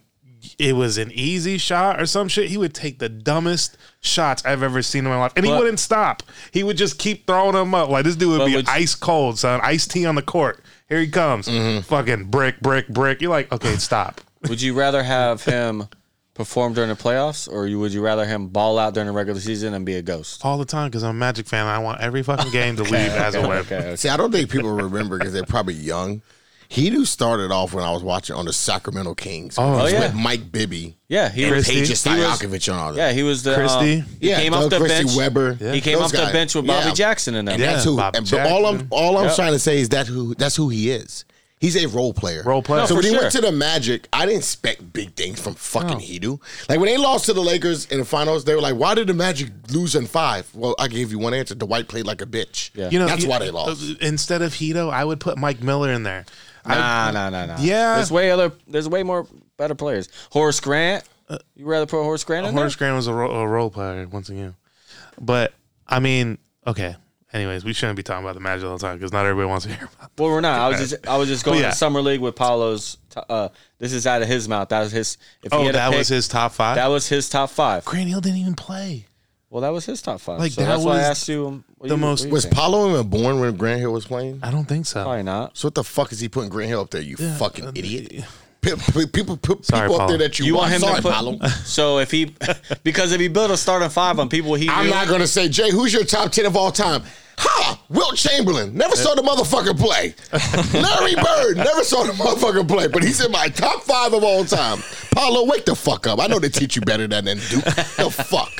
S1: it was an easy shot or some shit, he would take the dumbest shots I've ever seen in my life. And he
S2: But-
S1: wouldn't stop. He would just keep throwing them up. Like this dude would
S2: But
S1: be
S2: would-
S1: ice cold, son. Ice tea on the court. Here he comes.
S2: Mm-hmm.
S1: Fucking brick, brick, brick. You're like, okay, stop.
S2: Would you rather have him perform during the playoffs, or you, would you rather him ball out during the regular season and be a ghost?
S1: All the time because I'm a Magic fan. I want every fucking game to leave as a win.
S2: Okay,
S3: See, I don't think people remember because they're probably young. He do started off when I was watching on the Sacramento Kings. Oh,
S1: Oh,
S2: yeah.
S3: with Mike Bibby,
S2: yeah, he was.
S1: Christie.
S3: Paige
S2: He was-
S3: Stojakovic, and all that.
S2: Yeah, he was the
S1: Christie.
S2: Um, he came
S3: Doug
S2: off the
S3: Christie,
S2: bench.
S3: Weber.
S2: He came
S3: Those
S2: off
S3: guys.
S2: the bench with Bobby
S3: Yeah.
S2: Jackson in them.
S1: Yeah.
S3: That's who.
S1: Bob
S3: and, but all I'm
S1: Jackson.
S3: all I'm
S2: Yep.
S3: trying to say is that who that's who he is. He's a role player.
S1: Role player. No,
S3: so
S2: for
S3: when he
S2: sure.
S3: went to the Magic, I didn't expect big things from fucking Hedo. Like when they lost to the Lakers in the finals, they were like, "Why did the Magic lose in five? Well, I gave you one answer. Dwight played like a bitch.
S2: Yeah.
S1: You know,
S3: that's
S1: you-
S3: why they lost.
S1: uh, Instead of Hito, I would put Mike Miller in there.
S2: Nah, nah, nah, nah.
S1: Yeah.
S2: there's way other. There's way more better players. Horace Grant. You rather put Horace Grant in
S1: Uh, Horace Grant was a, ro- a role player once again, but I mean, okay. Anyways, we shouldn't be talking about the Magic all the time because not everybody wants to hear about. It.
S2: there? Well, we're not. I was just. I was just going
S1: Oh, yeah.
S2: to summer league with Paulo's. t- Uh, this is out of his mouth. That was his. If he
S1: Oh,
S2: had to
S1: that was
S2: pick,
S1: his top five.
S2: That was his top five.
S1: Grant Hill didn't even play.
S2: Well, that was his top five.
S1: Like,
S2: so
S1: that
S2: that's why I
S1: was
S2: asked you um, what
S1: the
S2: you- what
S1: most-
S2: you
S3: Was
S2: think.
S3: Paulo even born when Grant Hill was playing?
S1: I don't think so.
S2: Probably not.
S3: So what the fuck is he putting Grant Hill up there? You
S1: uh,
S3: fucking idiot! Pe- pe- people, pe-
S1: Sorry,
S3: people up
S1: Paulo.
S3: there that you,
S2: You want him
S3: Sorry,
S2: to put
S3: Paulo.
S2: so if he because if he built a starting five on people he
S3: I'm
S2: knew,
S3: not gonna say Jay. Who's your top ten of all time? Ha! Wilt Chamberlain never saw the motherfucker play. Larry Bird never saw the motherfucker play, but he's in my top five of all time. Paulo, wake the fuck up! I know they teach you better than that, Duke. The fuck!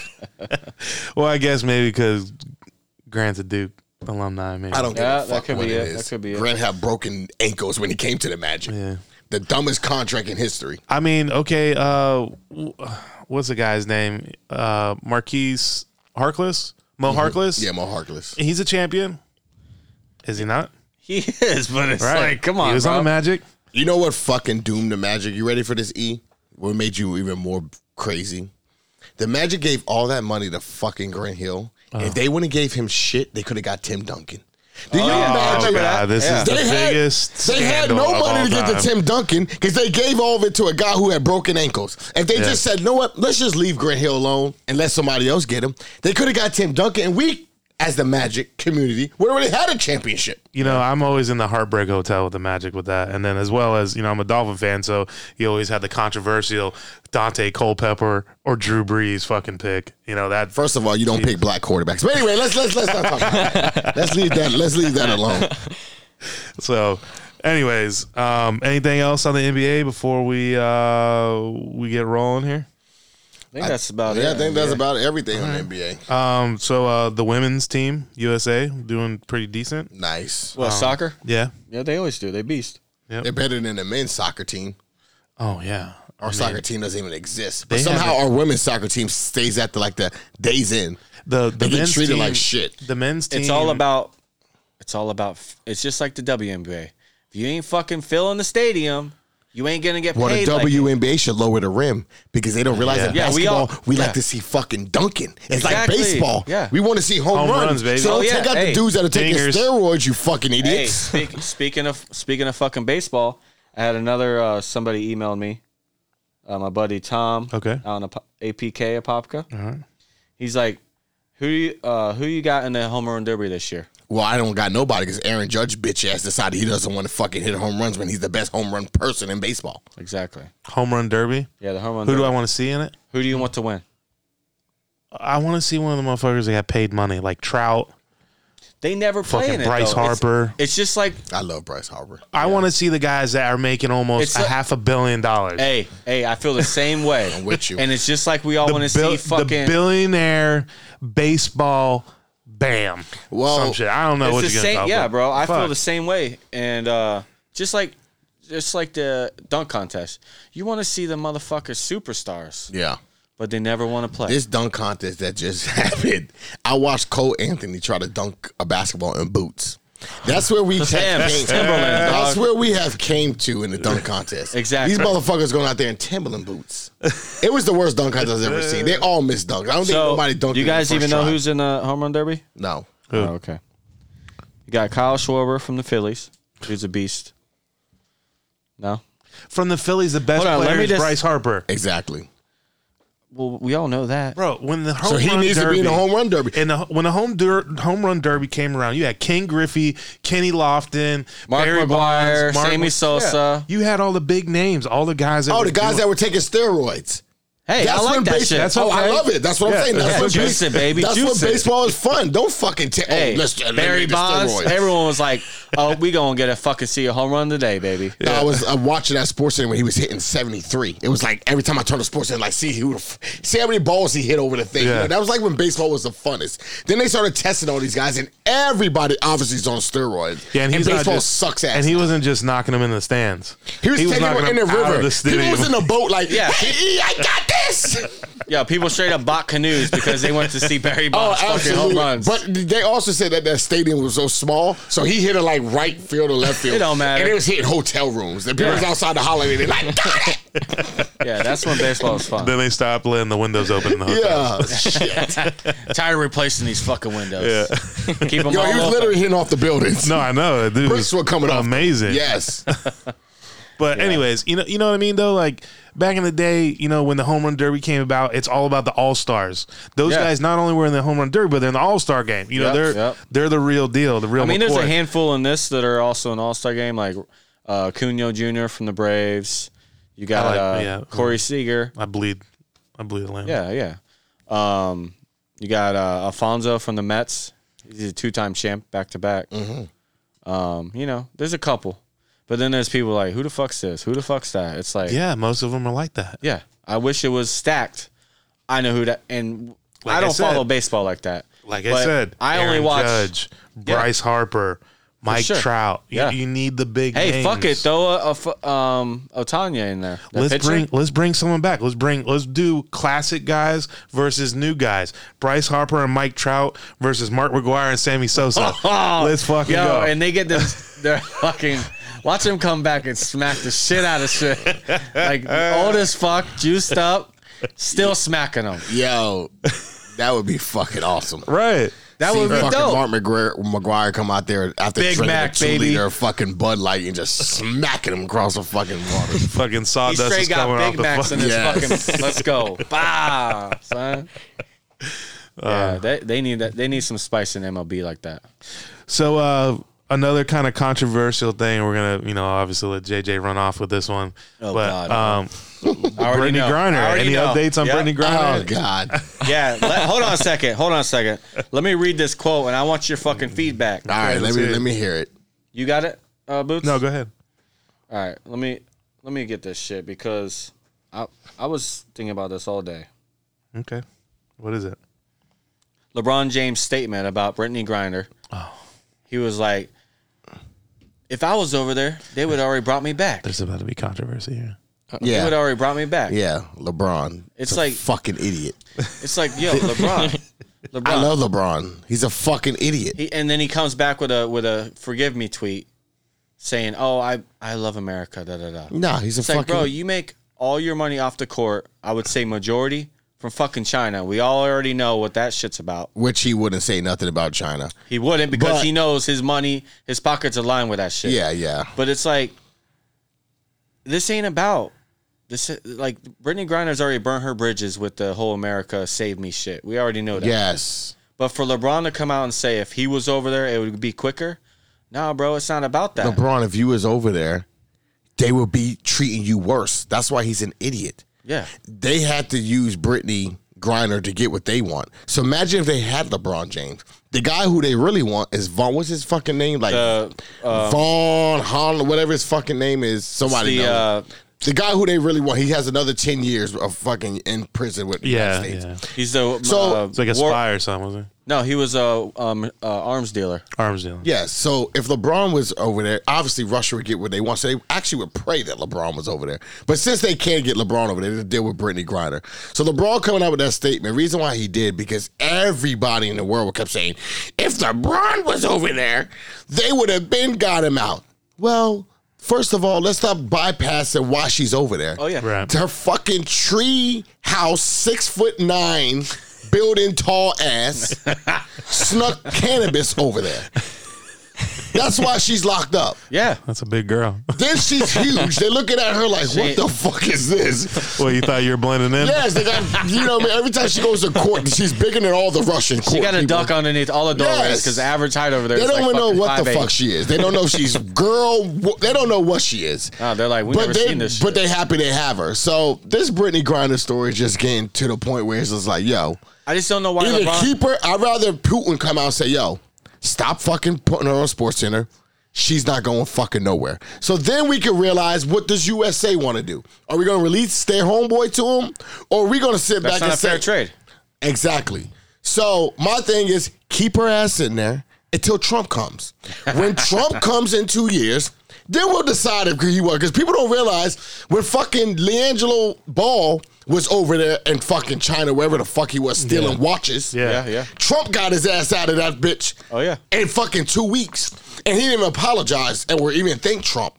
S1: Well, I guess maybe because Grant's a Duke alumni. Maybe.
S3: I don't give
S2: Yeah,
S3: a
S2: that
S3: fuck
S2: could
S3: what
S2: be
S3: it
S2: it.
S3: is.
S2: That could be it.
S3: Grant had broken ankles when he came to the Magic.
S1: Yeah.
S3: The dumbest contract in history.
S1: I mean, okay. Uh, w- what's the guy's name? Uh, Marquise Harkless, Mo
S3: Mm-hmm.
S1: Harkless.
S3: Yeah, Mo Harkless.
S1: he's a champion. Is he not?
S2: he is, but it's like come on,
S1: He was on
S2: bro.
S1: the Magic.
S3: You know what fucking doomed the Magic? You ready for this, E? What made you even more crazy? The Magic gave all that money to fucking Grant Hill. If they wouldn't gave him shit, they could have got Tim Duncan. Do you
S1: Uh-huh. Oh
S3: imagine
S1: god, this
S2: Yeah.
S1: is the
S3: They had-
S1: biggest.
S3: They had
S1: scandal
S3: no
S1: of all
S3: money to get
S1: time.
S3: to Tim Duncan because they gave all of it to a guy who had broken ankles. If they just said, you know what, let's just leave Grant Hill alone and let somebody else get him, they could have got Tim Duncan. And we, as the Magic community, would have already had a championship.
S1: You know, I'm always in the heartbreak hotel with the Magic with that, and then as well as you know, I'm a Dolphin fan, so you always had the controversial Dante Culpepper or Drew Brees fucking pick. You know that
S3: First of all, you don't pick black quarterbacks. But anyway, let's let's let's not talk about that. Let's leave that. Let's leave that alone.
S1: So, anyways, um, anything else on the NBA before we uh, we get rolling here?
S2: I think that's about it.
S3: Yeah, I think that's
S2: Yeah.
S3: about everything on the NBA.
S1: Um, so uh, the women's team USA doing pretty decent.
S3: Nice.
S1: Oh.
S2: Well, soccer.
S1: Yeah.
S2: Yeah, they always do. They beast.
S3: They're better than the men's soccer team.
S1: Oh yeah.
S3: Our soccer team doesn't even exist.
S1: They
S3: But somehow our women's soccer team stays at the like the days in.
S1: The the
S3: They get
S1: men's
S3: treated
S1: team,
S3: like shit.
S1: The men's team.
S2: It's all about. It's all about. f- It's just like the WNBA. If you ain't fucking filling the stadium, you ain't gonna get
S3: Well, the
S2: paid. like it.
S3: WNBA should lower the rim because they don't realize that
S2: Yeah, we
S3: basketball, we,
S2: all- yeah.
S3: like to see fucking dunking. It's
S2: Exactly.
S3: like baseball.
S2: Yeah.
S3: We want to see home,
S1: Home
S3: runs.
S1: runs, baby.
S3: So
S1: Oh,
S3: don't
S2: yeah.
S3: take out
S2: Hey.
S3: the dudes that are taking
S1: Dingers.
S3: steroids, you fucking
S2: Hey,
S3: idiots.
S2: speak, speaking of speaking of fucking baseball, I had another uh, somebody emailed me, uh, my buddy Tom.
S1: Okay.
S2: On a APK Apopka. He's like, who you uh, who you got in the home run derby this year?
S3: Well, I don't got nobody because Aaron Judge bitch ass decided he doesn't want to fucking hit home runs when he's the best home run person in baseball.
S2: Exactly.
S1: home run derby.
S2: Yeah, the home run.
S1: Who do
S2: derby.
S1: I want to see in it?
S2: Who do you want to win?
S1: I want to see one of the motherfuckers that got paid money, like Trout.
S2: They never play
S1: Fucking
S2: in it.
S1: Bryce
S2: though. It's-
S1: Harper.
S2: It's, just like
S3: I love Bryce Harper.
S1: I want to see the guys that are making almost
S2: It's
S1: a
S2: a-
S1: half a billion dollars.
S2: hey hey. I feel the same way.
S3: I'm with you.
S2: And it's just like we all
S1: the,
S2: want to
S1: bill-
S2: see fucking.
S1: the billionaire baseball bam.
S3: Well,
S1: some shit. I don't know what
S2: it's
S1: you're
S2: the
S1: gonna
S2: same,
S1: call
S2: yeah,
S1: it.
S2: bro. I feel
S1: Fuck.
S2: the same way, and uh, just like, just like the dunk contest, you want to see the motherfucker superstars,
S3: yeah.
S2: but they never want to play.
S3: This dunk contest that just happened, I watched Cole Anthony try to dunk a basketball in boots. That's where we
S2: Damn,
S3: came.
S2: Timberland,
S3: That's
S2: dog.
S3: where we have came to in the dunk contest.
S2: Exactly.
S3: These motherfuckers going out there in Timberland boots. It was the worst dunk contest I've ever seen. They all missed dunks. I don't think
S2: so,
S3: nobody dunked.
S2: you
S3: in the
S2: guys
S3: first
S2: even know
S3: try.
S2: who's in the home run derby?
S3: no.
S1: Who?
S2: Oh, okay. You got Kyle Schwarber from the Phillies, who's a beast. No,
S1: From the Phillies, the best
S2: Hold on, let
S1: player
S2: me
S1: is
S2: just-
S1: Bryce Harper.
S3: Exactly.
S2: well, we all know that.
S1: Bro, when the home
S3: So he
S1: run
S3: needs to
S1: derby,
S3: be in the home run derby.
S1: in the when the home der- home run derby came around, you had King Griffey, Kenny Lofton,
S2: Mark
S1: Barry
S2: McGuire,
S1: Bonds, Mark-
S2: Sammy Sosa.
S1: You had all the big names, all the guys. That
S3: Oh,
S1: were
S3: the
S1: doing-
S3: guys that were taking steroids.
S2: Hey, I like
S3: when
S2: that
S3: base-
S2: shit.
S1: That's
S3: oh, I
S1: okay.
S3: love it. That's what
S1: Yeah.
S3: I'm saying. That's
S1: Yeah.
S3: what
S2: Juice it, baby.
S3: That's
S2: Juice
S3: what
S2: it.
S3: baseball is fun. Don't fucking tell.
S2: Hey,
S3: oh, let's eliminate
S2: Barry
S3: the
S2: Bonds.
S3: steroids.
S2: Everyone was like, "Oh, we gonna get a fucking see a home run today, baby."
S3: No, I was uh, watching that sports center when he was hitting 73. It was like every time I turned the sports center, like, see, who the f- see how many balls he hit over the thing. You
S1: Yeah.
S3: know, that was like when baseball was the funnest. Then they started testing all these guys, and everybody obviously is on steroids.
S1: Yeah, and, he's not
S3: baseball
S1: just-
S3: sucks ass.
S1: And he wasn't just knocking them in the stands.
S3: He was, taking
S1: knocking
S3: them in the
S1: them out of
S3: river.
S1: the
S3: he
S1: stadium.
S3: was in the boat, like,
S2: Yeah.
S3: hey, I got this.
S2: Yeah, people straight up bought canoes because they went to see Barry
S3: Oh,
S2: Bonds fucking
S3: absolutely.
S2: home runs.
S3: But they also said that that stadium was so small, so he hit it like right field or left field.
S2: It don't matter.
S3: And it was hitting hotel rooms. The people
S2: Yeah.
S3: was outside the holiday, they like, got it.
S2: yeah, that's when baseball is fun.
S1: Then they stopped letting the windows open in the hotel.
S3: Yeah. Shit.
S2: Tired of replacing these fucking windows. Keep them
S3: Yo,
S2: all
S3: he was
S2: open.
S3: literally hitting off the buildings.
S1: No, I know. Dude,
S3: bricks were coming off.
S1: amazing.
S3: Yes.
S1: But anyways, you know, you know what I mean though. Like back in the day, you know, when the home run derby came about, it's all about the all stars. Those
S2: Yeah.
S1: guys not only were in the home run derby, but they're in the all star game. You know,
S2: Yep,
S1: they're
S2: yep.
S1: they're the real deal. The real.
S2: I mean, there's
S1: McCoy.
S2: a handful in this that are also an All Star game, like uh, Cuno Jr. from the Braves. You got
S1: I like-
S2: uh,
S1: yeah.
S2: Corey Seager.
S1: I bleed. I bleed Atlanta.
S2: Yeah, yeah. Um, you got uh, Alfonso from the Mets. He's a two-time champ, back to back.
S1: Mm-hmm.
S2: Um, you know, there's a couple, but then there's people like, who the fuck's this? Who the fuck's that? It's like, yeah,
S1: Yeah, most of them are like that.
S2: I wish it was stacked. I know who that, and
S1: Like I
S2: I don't
S1: said-
S2: follow baseball like that.
S1: Like I
S2: But
S1: said,
S2: I only
S1: Aaron
S2: watch.
S1: Judge, Bryce Harper, Mike
S2: sure.
S1: Trout. You,
S2: Yeah.
S1: you need the big.
S2: Hey,
S1: names.
S2: fuck it, throw a, a fu- um Otanya in there. The
S1: Let's
S2: pitcher.
S1: bring let's bring someone back. Let's bring let's do classic guys versus new guys. Bryce Harper and Mike Trout versus Mark McGuire and Sammy Sosa. let's fucking
S2: Oh, Yo,
S1: go.
S2: and they get them. They're fucking. Watch them come back and smack the shit out of shit. Like old as fuck, juiced up, still smacking them.
S3: Yo, that would be fucking awesome.
S1: right.
S2: That would be
S3: fucking
S2: dope.
S3: Mark McGuire, McGuire come out there after
S2: Big
S3: drinking
S2: Mac,
S3: a two
S2: baby.
S3: liter of fucking Bud Light and just smacking him across the fucking water.
S1: Fucking
S2: He
S1: sawdust is
S2: straight got
S1: coming off
S2: Big
S1: the
S2: Macs in
S1: fucking.
S2: his
S3: Yeah.
S2: fucking. Let's go, bah, son.
S1: Uh.
S2: yeah, they, they need that. They need some spice in MLB like that.
S1: So uh another kind of controversial thing. We're gonna, you know, obviously let JJ run off with this one.
S2: Oh,
S1: but
S2: God.
S1: um
S2: I already
S1: Brittany
S2: know. I
S1: Griner.
S2: already
S1: Any
S2: know.
S1: updates on
S2: Yep.
S1: Brittany
S3: oh
S1: Griner?
S3: God!
S2: Yeah. Let, hold on a second. Hold on a second. Let me read this quote, and I want your fucking feedback.
S3: All right, let
S1: let's
S3: me
S1: hear it.
S3: let me hear it.
S2: You got it, uh, Boots?
S1: No, go ahead.
S2: All right, let me let me get this shit because I I was thinking about this all day.
S1: Okay. What is it?
S2: LeBron James' statement about Brittany Grinder. Oh. He was like, "If I was over there, they would already brought me back.
S1: There's about to be controversy here.
S2: They would
S3: Yeah,
S2: already brought me back.
S3: yeah. LeBron.
S2: It's
S3: It's like
S2: like-
S3: fucking idiot.
S2: It's like, yo, LeBron, LeBron.
S3: I love LeBron. He's a fucking idiot.
S2: he, and then he comes back with a with a forgive me tweet, saying, "Oh, I I love America." Da da da.
S3: Nah, he's a
S2: It's
S3: fucking.
S2: like, bro, you make all your money off the court. I would say majority from fucking China. We all already know what that shit's about.
S3: which he wouldn't say nothing about China.
S2: He wouldn't because
S3: But-
S2: he knows his money, his pockets align with that shit.
S3: Yeah, yeah.
S2: But it's like this ain't about this like Brittany Griner's already burnt her bridges with the whole America save me shit. We already know that.
S3: Yes.
S2: But for LeBron to come out and say if he was over there it would be quicker. Nah, bro, it's not about that.
S3: LeBron, if you was over there, they would be treating you worse. That's why he's an idiot.
S2: Yeah.
S3: They had to use Brittany Griner to get what they want. So imagine if they had LeBron James. The guy who they really want is Vaughn. What's his fucking name? Like
S2: uh,
S3: Vaughn Holland, whatever his fucking name is. Somebody
S2: The,
S3: knows.
S2: uh,
S3: the guy who they really want. He has another ten years of fucking in prison with the
S1: Yeah.
S3: United States.
S1: yeah.
S2: He's the
S3: So-
S2: uh,
S1: It's like a
S2: war-
S1: spy or something, wasn't it?
S2: No, he was a um, uh, arms dealer.
S1: Arms dealing.
S3: Yeah, so if LeBron was over there, obviously Russia would get what they want. So they actually would pray that LeBron was over there. But since they can't get LeBron over there, they deal with Brittany Griner. So LeBron coming out with that statement, reason why he did, because everybody in the world kept saying, if LeBron was over there, they would have been got him out. Well, first of all, let's not bypass it why she's over there.
S2: Oh yeah.
S1: Right.
S3: Her fucking tree house, six foot nine, building tall ass, snuck cannabis over there. That's why she's locked up.
S2: Yeah.
S1: That's a big girl.
S3: Then she's huge. They're looking at her like, what the fuck is this?
S1: well, you thought you were blending in?
S3: Yes, they got, you know, what I mean? every time she goes to court, she's bigger than all the Russian court.
S2: She got a
S3: people.
S2: duck underneath all the doorways
S3: Yes.
S2: because the average height over there
S3: They
S2: is
S3: don't
S2: like
S3: even know
S2: fucking
S3: what the
S2: 5'8".
S3: fuck she is. They don't know if she's girl. wh- They don't know what she is.
S2: Oh, they're like, we
S3: but
S2: never
S3: they,
S2: seen this.
S3: But
S2: shit.
S3: they happy they have her. So this Brittany Grinder story just getting to the point where it's just like, yo,
S2: I just don't know why
S3: either
S2: LeBron.
S3: keep her. I'd rather Putin come out and say, yo, stop fucking putting her on Sports Center. She's not going fucking nowhere. So then we can realize what does USA want to do? Are we going to release their homeboy to him, or are we going to sit
S2: That's
S3: back
S2: not
S3: and
S2: a fair
S3: say
S2: trade.
S3: Exactly. So my thing is keep her ass in there until Trump comes. When Trump comes in two years, then we'll decide if he was because people don't realize when fucking Leangelo Ball was over there in fucking China, wherever the fuck he was stealing watches.
S1: Yeah.
S2: Yeah, yeah.
S3: Trump got his ass out of that bitch.
S2: Oh, yeah.
S3: In fucking two weeks. And he didn't even apologize and or even thank Trump.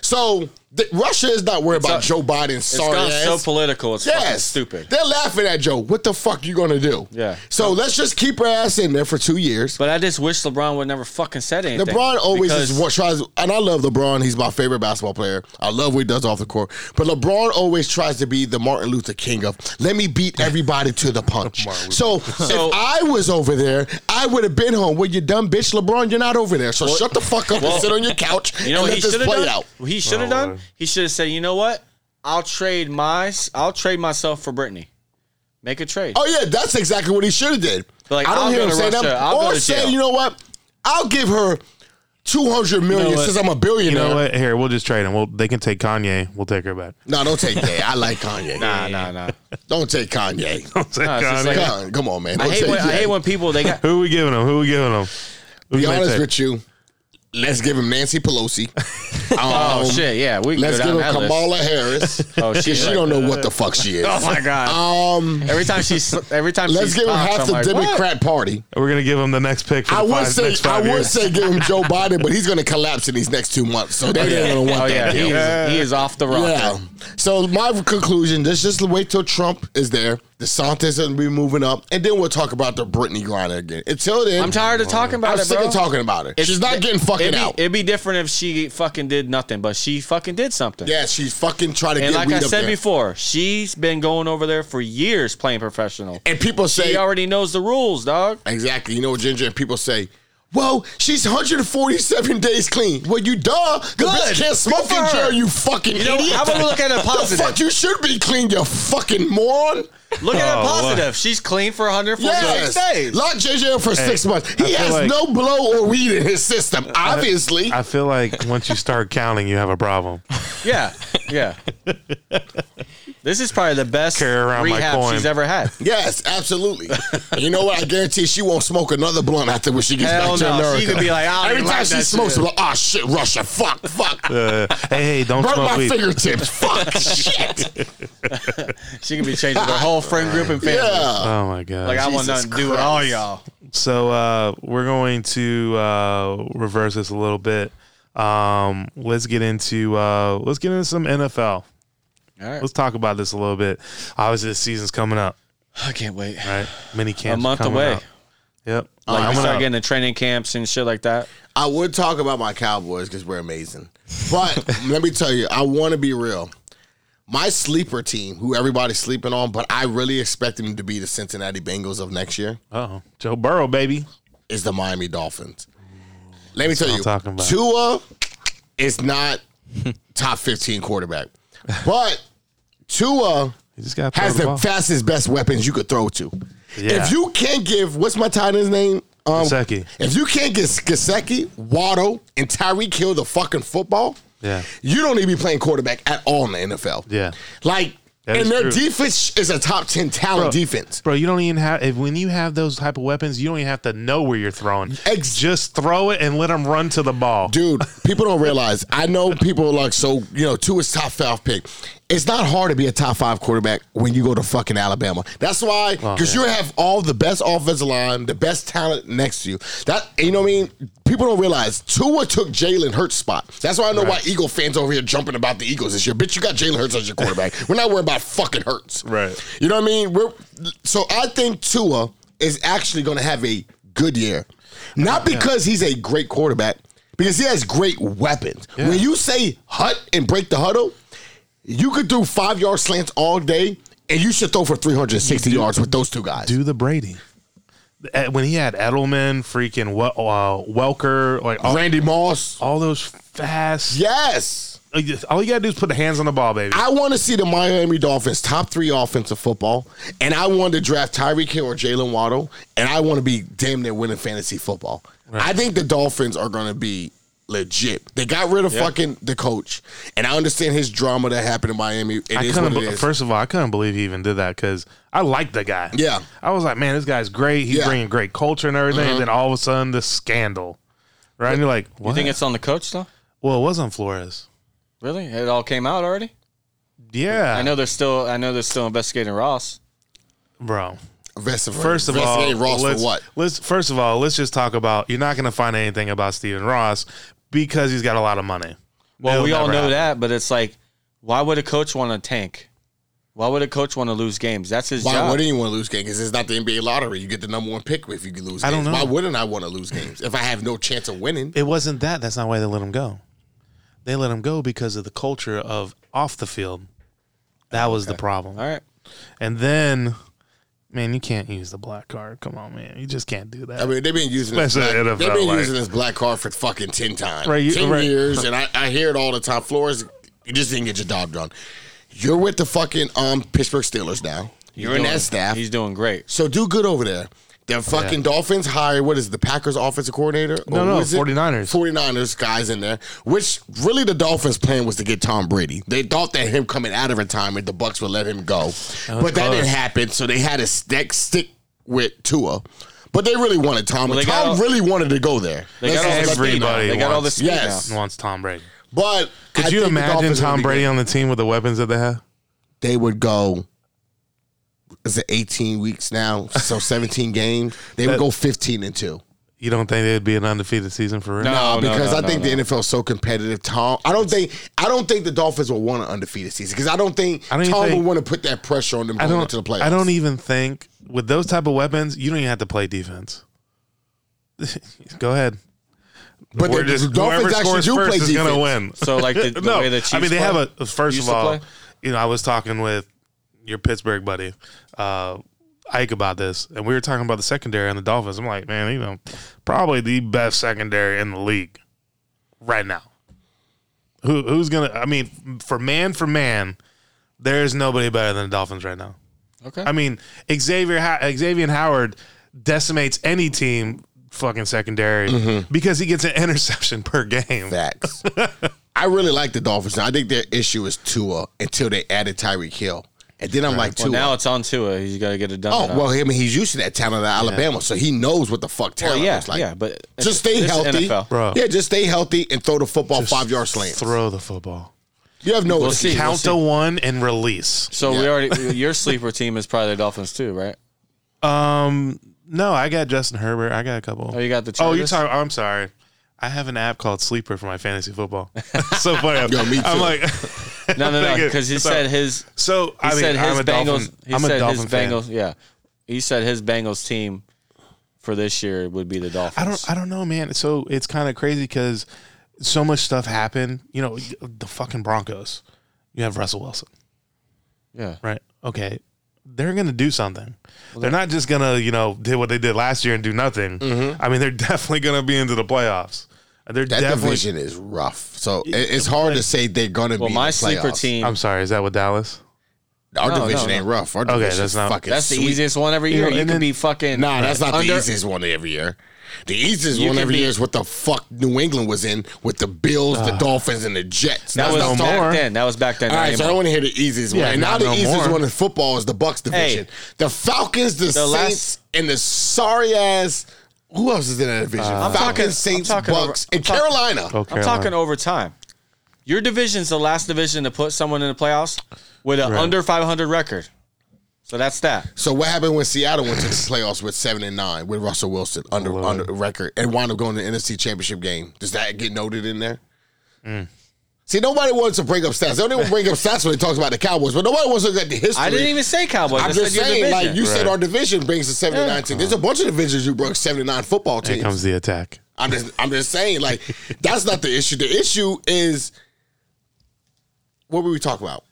S3: So Th- Russia is not worried about
S2: a-
S3: Joe Biden's
S2: It's
S3: sorry
S2: gone
S3: ass.
S2: so political. It's fucking
S3: yes,
S2: stupid.
S3: They're laughing at Joe. What the fuck you gonna do?
S2: Yeah.
S3: So let's just keep her ass in there for two years.
S2: But I just wish LeBron would never fucking said anything.
S3: LeBron always is
S2: because
S3: what tries, and I love LeBron. He's my favorite basketball player. I love what he does off the court. But LeBron always tries to be the Martin Luther King of let me beat everybody to the punch. so,
S2: So-
S3: if I was over there, I would have been home. Well, you dumb bitch, LeBron, you're not over there. So shut the fuck up and sit on your couch
S2: You know
S3: and
S2: what
S3: let
S2: he
S3: this
S2: should have
S3: play
S2: done?
S3: out.
S2: What He should have
S1: Oh,
S2: done.
S1: Lord.
S2: He should have said, "You know what? I'll trade my. I'll trade myself for Brittany. Make a trade."
S3: Oh yeah, that's exactly what he should have did.
S2: But, like,
S3: I don't
S2: I'll
S3: hear
S2: go
S3: him
S2: to
S3: say that.
S2: Russia. I'll go
S3: Or
S2: to
S3: say,
S2: jail.
S3: you know what? I'll give her two hundred million
S2: what?
S3: since I'm a
S1: You
S3: billionaire.
S1: know what? Here, we'll just trade him. We'll, they can take Kanye. We'll take her back.
S3: No, don't take that. I like Kanye.
S2: Nah, nah, nah.
S3: Don't take Kanye.
S1: We'll take
S2: it's just
S1: Kanye.
S2: like-
S3: Come, come on, man.
S2: I
S3: Don't
S2: hate
S3: take
S2: when I
S3: Ye.
S2: hate when people they got.
S1: Who we giving him? Who we giving him? Who
S3: be
S1: can they
S3: honest
S1: take?
S3: with you, let's give him Nancy Pelosi.
S2: Oh
S3: Um,
S2: shit! Yeah, we can
S3: Let's
S2: go
S3: give
S2: down that list.
S3: him Kamala Harris.
S2: Oh, she's
S3: she
S2: like
S3: don't know what the fuck she is.
S2: Oh my god!
S3: Um,
S2: Every time she's every time
S3: let's
S2: she
S3: give him
S2: talks,
S3: half
S2: I'm
S3: the
S2: like, what?
S3: Democrat Party.
S1: We're gonna give him the next pick. For
S3: I
S1: the
S3: would
S1: five,
S3: say
S1: next
S3: I
S1: five
S3: would
S1: years.
S3: say give him Joe Biden, but he's going to collapse in these next two months, so they're going to want
S2: Oh
S3: that
S2: yeah,
S3: deal.
S2: he is, he is off the rock.
S3: Yeah. So my conclusion: let's just wait till Trump is there. DeSantis will be moving up, and then we'll talk about the Brittany grinder again. Until then,
S2: I'm tired of talking about
S3: I'm
S2: it,
S3: sick
S2: bro.
S3: of talking about it. She's not getting fucking
S2: it'd be,
S3: out.
S2: It'd be different if she fucking did nothing, but she fucking did something.
S3: yeah, she's fucking trying to
S2: And
S3: get
S2: like
S3: weed
S2: I
S3: up
S2: said
S3: there.
S2: before, she's been going over there for years playing professional.
S3: and people say
S2: She already knows the rules, dog.
S3: exactly. You know what, Ginger? And people say. Well, she's 147 days clean. Well, you duh. The
S2: Good.
S3: bitch can't smoke
S2: Good for
S3: in jail,
S2: her.
S3: you fucking
S2: You know,
S3: idiot.
S2: I'm gonna look at it
S3: the fuck?
S2: positive.
S3: You should be clean, you fucking moron.
S2: Look at
S1: Oh, wow.
S2: it positive. She's clean for 146
S3: Yes.
S2: days.
S3: Lock JJ up for six months. He
S1: feel
S3: has
S1: like-
S3: no blow or weed in his system, obviously.
S1: I feel like once you start counting, you have a problem.
S2: Yeah, yeah. this is probably the best
S1: Carry around my
S2: rehab
S1: coin.
S2: she's ever had.
S3: yes, absolutely. you know what? I guarantee she won't smoke another blunt after when she gets
S2: Hell
S3: back to
S2: no.
S3: America.
S2: She could be like, I don't
S3: Every
S2: even
S3: time
S2: like
S3: she
S2: that
S3: smokes,
S2: shit.
S3: she's like, oh shit, Russia, fuck, fuck.
S1: Uh, hey, hey, don't
S3: Burn
S1: smoke
S3: my
S1: weed.
S3: fingertips, fuck, shit.
S2: She could be changing her whole friend group and family.
S3: Yeah.
S1: Oh my god!
S2: Like I want
S3: Jesus
S2: nothing to do with all
S3: Christ.
S2: y'all.
S1: So uh, we're going to uh, reverse this a little bit. Um, let's get into uh, let's get into some NFL.
S2: All right.
S1: Let's talk about this a little bit. Obviously, the season's coming up,
S2: I can't wait.
S1: right? Mini
S2: A
S1: camps
S2: month
S1: coming
S2: away.
S1: up. Yep.
S2: Like we
S1: Coming
S2: start
S1: up.
S2: getting the training camps and shit like that.
S3: I would talk about my Cowboys because we're amazing. But let me tell you, I want to be real. My sleeper team, who everybody's sleeping on, but I really expect them to be the Cincinnati Bengals of next year.
S1: Uh-oh. Joe Burrow, baby.
S3: is the Miami Dolphins. Let me tell
S1: what
S3: you,
S1: I'm talking about.
S3: Tua is not top 15 quarterback, but Tua
S1: You just got
S3: has
S1: the,
S3: the
S1: ball.
S3: fastest, best weapons you could throw to.
S1: Yeah.
S3: If you can't give, what's my tight end's name? Um,
S1: Gesicki.
S3: If you can't get Gasecki, Waddle, and Tyreek Hill the fucking football,
S1: Yeah.
S3: you don't need to be playing quarterback at all in the NFL.
S1: Yeah.
S3: Like,
S1: That
S3: and
S1: is
S3: their
S1: true.
S3: defense is a top 10 talent defense.
S1: Bro, you don't even have if when you have those type of weapons, you don't even have to know where you're throwing.
S3: Ex-
S1: Just throw it and let them run to the ball.
S3: Dude, people don't realize. I know people are like so. You know, two is top five pick. It's not hard to be a top five quarterback when you go to fucking Alabama. That's why because you have all the best offensive line, the best talent next to you. That you know what I mean. People don't realize Tua took Jalen Hurts' spot. That's why I know why Eagle fans over here jumping about the Eagles this year. Bitch, you got Jalen Hurts as your quarterback. We're not worried about fucking Hurts.
S1: Right.
S3: You know what I mean? We're so I think Tua is actually going to have a good year, not because he's a great quarterback, because he has great weapons. When you say hut and break the huddle, you could do five yard slants all day, and you should throw for three hundred and sixty yards with those two guys.
S1: Do the Brady. Eh, When he had Edelman, freaking Wel- uh, Welker, like all,
S3: Randy Moss,
S1: all those fast.
S3: yes.
S1: Like, just- All you gotta do is put the hands on the ball, baby.
S3: I want to see the Miami Dolphins top three offensive football, and I want to draft Tyreek Hill or Jalen Waddle, and I want to be damn near winning fantasy football. I think the Dolphins are going to be legit. They got rid of fucking the coach, and I understand his drama that happened in Miami. It is
S1: I couldn't.
S3: what
S1: be-
S3: it is.
S1: First of all, I couldn't believe he even did that because I liked the guy.
S3: Yeah.
S1: I was like, man, this guy's great. He's
S3: Yeah. Mm-hmm.
S1: bringing great culture and everything. And then all of a sudden, this scandal, right? And you're like, what?
S2: You think it's on the coach though?
S1: well, it was on Flores.
S2: Really? It all came out already?
S1: Yeah,
S2: I know they're still I know they're still investigating Ross.
S1: bro.
S3: Investi-
S1: First of all,
S3: investigate Ross
S1: let's,
S3: for what?
S1: Let's first of all, let's just talk about. You're not going to find anything about Steven Ross because he's got a lot of money.
S2: Well,
S1: It'll
S2: we all
S1: never
S2: know
S1: happen.
S2: that, but it's like, why would a coach want to tank? Why would a coach want to lose games? That's his
S3: Why
S2: job.
S3: wouldn't you want to lose games? 'Cause It's not the NBA lottery. You get the number one pick if you can lose.
S1: I don't
S3: games.
S1: know.
S3: Why wouldn't I want to lose games if I have no chance of winning?
S1: It wasn't that. That's not why they let him go. They let him go because of the culture of off the field. That was the problem.
S2: all right.
S1: And then, man, you can't use the black card. Come on, man. You just can't do that.
S3: I mean, they've been using this
S1: Especially
S3: black,
S1: NFL,
S3: they've been
S1: like-
S3: using this black card for fucking ten times,
S1: Right, you-
S3: ten
S1: right.
S3: years, and I, I hear it all the time. Flores, you just didn't get your job done. You're with the fucking um Pittsburgh Steelers now. You're in
S2: Doing-
S3: that staff,
S2: He's doing great.
S3: so do good over there.
S1: Oh,
S3: The fucking Dolphins hired what is it, the Packers offensive coordinator?
S1: No,
S3: Or
S1: no,
S3: who is it?
S1: 49ers.
S3: 49ers guys in there, which really the Dolphins' plan was to get Tom Brady. They thought that him coming out of retirement, the Bucks would let him go,
S1: close.
S3: but that didn't happen. So they had to stick stick with Tua, but they really wanted Tom.
S2: Well,
S3: and
S2: they got
S3: Tom
S2: all-
S3: really wanted to go there.
S2: They got
S3: That's-
S2: all
S3: that's the thing.
S1: everybody.
S2: They got all this.
S1: wants-
S2: speed
S3: Yes.
S2: now.
S1: wants Tom Brady.
S3: But
S1: Could
S3: I
S1: you
S3: think the
S1: imagine
S3: Dolphins would
S1: Tom
S3: be
S1: Brady
S3: good.
S1: on the team with the weapons that they have?
S3: They would go. Is it 18 weeks now? So 17 games. They would go 15 and two.
S1: You don't think it'd be an undefeated season for real?
S2: No, no,
S3: Uh, because
S2: no,
S3: I
S2: no,
S3: think
S2: no.
S3: the NFL is so competitive. Tom, I don't think I don't think the Dolphins will want an undefeated season because I don't think
S1: I don't even
S3: Tom
S1: think-
S3: will want to put that pressure on them
S1: I
S3: going
S1: don't.
S3: into the playoffs.
S1: I don't e- even think with those type of weapons, you don't even have to play defense. Go ahead.
S3: But
S1: We're
S3: the
S1: just-
S3: Dolphins
S1: whoever
S3: actually
S1: scores
S3: do
S1: first
S3: play
S1: is going
S3: defense.
S1: to win.
S2: So, like, the- the
S1: no,
S2: way the
S1: I mean
S2: Chiefs
S1: they have
S2: play-
S1: a. First
S2: used
S1: of
S2: to
S1: all,
S2: play?
S1: you know, I was talking with your Pittsburgh buddy, uh, Ike, about this, and we were talking about the secondary and the Dolphins. I'm like, man, you know, probably the best secondary in the league right now. Who who's gonna? I mean, for man for man, there is nobody better than the Dolphins right now.
S2: Okay.
S1: I mean, Xavier Ho- Xavier Howard decimates any team fucking secondary
S2: Mm-hmm.
S1: because he gets an interception per game.
S3: Facts. I really like the Dolphins. I think their issue is Tua until they added Tyreek Hill, and then I'm like Tua.
S2: Well, now it's on Tua. He's got to get it done.
S3: oh
S2: now.
S3: well, I mean he's used to that talent at Alabama, so he knows what the fuck
S2: Well,
S3: talent
S2: yeah,
S3: is like.
S2: yeah, but it's-
S3: just stay
S2: it's
S3: healthy,
S2: NFL.
S1: Bro.
S3: Yeah, just stay healthy and throw the football five yard slants.
S1: Throw the football.
S3: you have no.
S2: We'll see. We'll
S1: Count
S2: see.
S1: to one and release.
S2: So we
S3: Yeah.
S2: already your sleeper team is probably the Dolphins too, right?
S1: Um, no, I got Justin Herbert. I got a couple.
S2: Oh, you got the.
S1: Oh, you're
S2: Chargers?
S1: talking. I'm sorry. I have an app called Sleeper for my fantasy football. so funny.
S3: Yo, me
S1: I'm
S3: too.
S1: like,
S2: No, no, no.
S1: Thinking-
S2: Because he
S1: so-
S2: said his.
S1: so
S2: He
S1: I mean,
S2: said his
S1: I'm a
S2: Bengals.
S1: Dolphin.
S2: He
S1: I'm a
S2: said his
S1: Dolphin fan.
S2: Bengals. Yeah, he said his Bengals team for this year would be the Dolphins.
S1: I don't I don't know, man. So it's kind of crazy because so much stuff happened. You know, the fucking Broncos. You have Russell Wilson,
S2: Yeah.
S1: right? Okay, they're gonna do something. they're not just gonna you know did what they did last year and do nothing.
S2: Mm-hmm.
S1: I mean, they're definitely gonna be into the playoffs. They're
S3: That
S1: definitely.
S3: division is rough, so it, it's hard to say they're gonna
S2: Well,
S3: be.
S2: my
S3: in the
S2: sleeper
S3: playoffs.
S2: team.
S1: I'm sorry, is that with Dallas?
S3: Our
S2: No,
S3: division
S2: no,
S3: ain't rough. Our
S1: Okay,
S3: division
S1: that's
S3: is
S1: not-
S3: fucking.
S2: that's the
S3: sweet.
S2: easiest one every
S1: know,
S2: year. You,
S1: and
S2: can
S1: then-
S2: be fucking.
S3: Nah, that's not
S2: under-
S3: the easiest one every year. The easiest
S2: You
S3: one
S2: can
S3: every
S2: be-
S3: year is what the fuck New England was in with the Bills,
S1: Ah.
S3: the Dolphins, and the Jets.
S2: That
S3: That's
S2: was
S3: not
S1: no
S2: back
S1: more.
S2: then. That was back then.
S3: All
S2: not
S3: right, so I
S2: anymore.
S3: don't want to hear the easiest
S1: Yeah,
S3: one. And now
S1: not
S3: the
S1: no
S3: easiest
S1: more.
S3: one in football is the Bucks division.
S2: Hey.
S3: the Falcons, the,
S2: The last-
S3: Saints, and the sorry ass. Who else is in that division?
S1: Uh,
S3: Falcons,
S2: talking- I'm
S3: Saints,
S2: talking over-
S3: Bucks,
S2: I'm
S3: and
S2: talking-
S3: Carolina.
S1: Okay,
S2: I'm talking over time. Your division's the last division to put someone in the playoffs with an under 500 record. So that's that.
S3: So what happened when Seattle went to the playoffs with seven and nine with Russell Wilson under under record and wound up going to the NFC Championship game? Does that get noted in there?
S2: Mm.
S3: See, nobody wants to bring up stats. They don't even bring up stats when they talk about the Cowboys, but nobody wants to look at the history.
S2: I didn't even say Cowboys. i
S3: I'm just
S2: said your
S3: saying,
S2: division.
S3: like you said,
S1: Right.
S3: our division brings the 79 team. There's a bunch of divisions you brought 79 football
S1: Here
S3: teams.
S1: comes the attack.
S3: I'm just I'm just saying, like, that's not the issue. The issue is what were we talking about?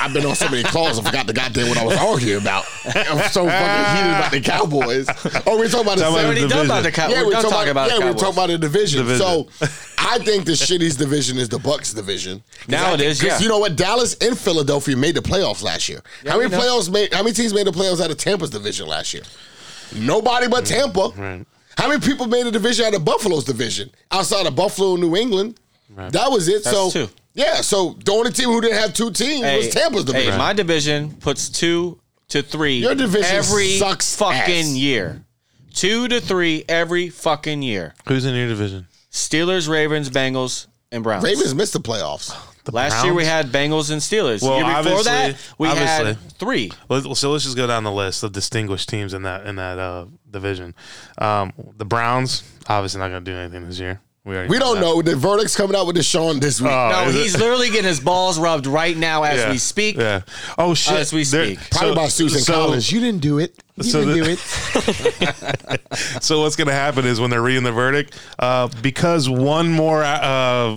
S3: I've been on so many calls, I forgot the goddamn what I was arguing about. I'm so fucking heated about the Cowboys. Oh, we're talking about the
S1: Talking about
S2: already
S1: the
S3: 70
S2: done about the
S1: division.
S2: Cowboys.
S3: yeah,
S2: we're,
S3: we're
S2: done
S3: talking
S2: talking about,
S3: yeah,
S2: the
S3: we're
S2: Cowboys.
S3: talking about the division.
S1: Division.
S3: So I think the shittiest division is the Bucks division. 'Cause
S2: Now
S3: I
S2: it
S3: think-
S2: is,
S3: 'cause
S2: yeah.
S3: You know what? Dallas and Philadelphia made the playoffs last year. how many
S2: we know.
S3: playoffs made? How many teams made the playoffs out of Tampa's division last year? Nobody but
S2: Mm,
S3: Tampa.
S1: right.
S3: How many people made a division out of Buffalo's division outside of Buffalo, and New England? That was it. so
S2: two.
S3: yeah, so the only team who didn't have two teams was Tampa's division.
S2: Hey, my division puts two to three.
S3: Your division
S2: every
S3: sucks
S2: fucking
S3: ass.
S2: year. Two to three every fucking year.
S1: Who's in your division?
S2: Steelers, Ravens, Bengals, and Browns.
S3: Ravens missed the playoffs.
S1: The
S2: Last year we
S1: Browns?
S2: had Bengals and Steelers.
S1: Well,
S2: the year before that
S1: obviously-
S2: we
S1: obviously.
S2: had three.
S1: Let- So let's just go down the list of distinguished teams in that in that uh, division. Um, the Browns obviously not going to do anything this year. We, already
S2: Oh,
S3: We don't
S1: that.
S3: know. The verdict's coming out with Deshaun this week.
S1: Oh,
S2: No,
S1: is it-
S2: he's literally getting his balls rubbed right now as
S1: yeah.
S2: we speak.
S1: Yeah. Oh shit.
S2: As we
S1: There-
S2: speak.
S3: Probably
S1: so-
S3: by Susan
S1: so-
S3: Collins. You didn't do it. You
S1: so
S3: didn't
S1: the-
S3: do it.
S1: So what's going to happen is when they're reading the verdict, uh, because one more uh,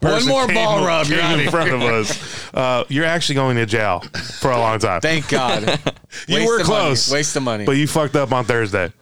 S1: person
S2: more
S1: came-
S2: ball rub,
S1: came
S2: you're out
S1: in
S2: of
S1: front of us, uh, you're actually going to jail for a long time.
S2: Thank God.
S1: you
S2: Waste
S1: were
S2: of money.
S1: close.
S2: Waste of money.
S1: but you fucked up on Thursday.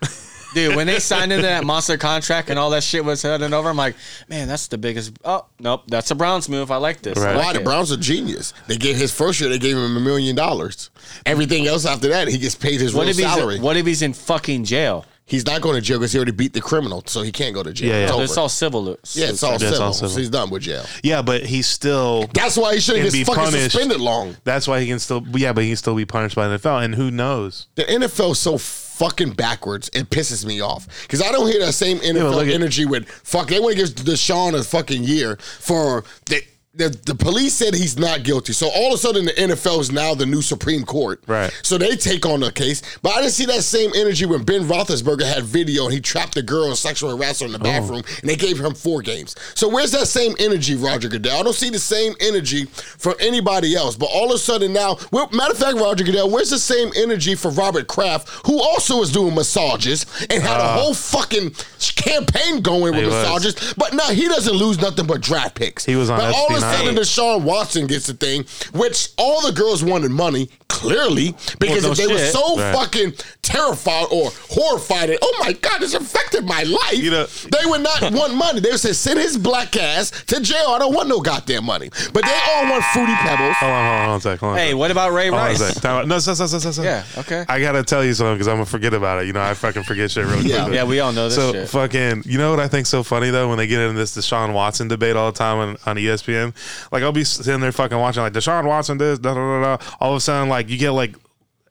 S2: Dude, when they signed into that monster contract and all that shit was heading over, I'm like, man, that's the biggest. Oh, nope, that's a Browns move. I like this. I
S1: Right.
S2: like
S3: Why the
S2: it.
S3: Browns are genius? They gave his first year. They gave him a million dollars. Everything else after that, he gets paid his
S2: What
S3: real
S2: if
S3: salary.
S2: he's what if he's in fucking jail?
S3: He's not going to jail because he already beat the criminal, so he can't go to jail.
S1: Yeah, yeah.
S3: It's
S1: So
S3: over.
S2: It's all civil. lo-
S3: yeah, it's all,
S1: it's
S3: civil,
S1: all civil.
S3: So he's done with jail.
S1: yeah, but he's still.
S3: That's why he shouldn't
S1: And
S3: get
S1: be
S3: fucking
S1: punished.
S3: suspended long.
S1: That's why he can still. Yeah, but he can still be punished by the NFL, and who knows?
S3: The NFL is so fucking backwards. It pisses me off because I don't hear that same NFL
S1: look at-
S3: energy with fuck. They want to give Deshaun a fucking year for the, the the police said he's not guilty. So all of a sudden the NFL is now the new Supreme Court.
S1: Right.
S3: So they take on the case. But I didn't see that same energy when Ben Roethlisberger had video and he trapped a girl and sexual harassed her in the
S1: Oh.
S3: bathroom and they gave him four games. So where's that same energy, Roger Goodell? I don't see the same energy from anybody else. But all of a sudden now, well, matter of fact, Roger Goodell, where's the same energy for Robert Kraft, who also was doing massages and had a whole fucking campaign going with
S1: Ah. He was.
S3: massages? But now he doesn't lose nothing but draft picks.
S1: He was on
S3: But all of a
S1: SB9.
S3: sudden, Deshaun Watson gets the thing, which all the girls wanted money, clearly, because
S2: Well, no
S3: if they were
S2: shit.
S3: so
S1: Right.
S3: fucking terrified or horrified at, oh my God, this affected my life,
S1: You know-
S3: they would not want money. They would say, send his black ass to jail. I don't want no goddamn money. But they all want Fruity Pebbles.
S1: Hold on, hold on, hold on a sec. Hold on a
S2: Hey,
S1: sec.
S2: what about Ray
S1: Hold on a
S2: Rice?
S1: sec. Time out. No, so, so, so, so, so.
S2: Yeah, okay.
S1: I gotta tell you something because I'm gonna forget about it. You know, I fucking forget shit really
S3: Yeah.
S1: quickly.
S2: Yeah, we all know this
S1: so
S2: shit.
S1: fucking. You know what I think's so funny though when they get into this Deshaun Watson debate all the time on, on E ESPN. Like I'll be sitting there fucking watching like Deshaun Watson this da da da da. All of a sudden, like you get like.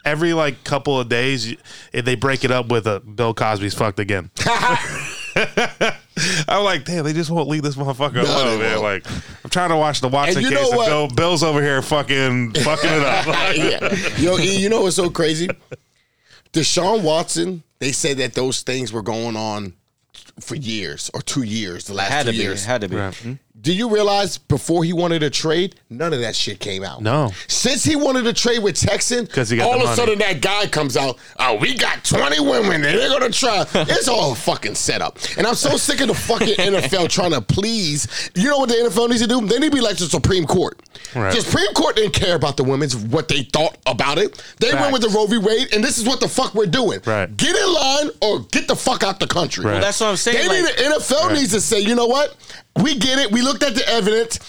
S1: Every like couple of days, you- they break it up with a Bill Cosby's fucked again. I'm like, damn, they just won't leave this motherfucker
S3: No,
S1: alone,
S3: they
S1: man.
S3: won't.
S1: Like, I'm trying to watch the Watson
S3: you know
S1: case, and
S3: what?
S1: Bill, Bill's over here fucking fucking it up.
S3: yeah. Yo, E, you know what's so crazy? Deshaun Watson, they said that those things were going on for years or two years, the last
S2: Had
S3: two
S2: to be.
S3: years.
S2: Had to be.
S3: Do you realize before he wanted a trade, none of that shit came out?
S1: No.
S3: Since he wanted to trade with Texan,
S1: 'Cause he got
S3: all
S1: the
S3: of a
S1: money.
S3: sudden that guy comes out. Oh, we got twenty women, and they're gonna try. it's all a fucking setup, and I'm so sick of the fucking NFL trying to please. You know what the NFL needs to do? They need to be like the Supreme Court.
S1: Right.
S3: The Supreme Court didn't care about the women's what they thought about it. They went with the Roe v. Wade, and this is what the fuck we're doing.
S1: Right.
S3: Get in line or get the fuck out the country.
S1: Right. Well,
S2: That's what I'm saying.
S3: They
S2: like-
S3: need the NFL needs to say, you know what? We get it. We looked at the evidence.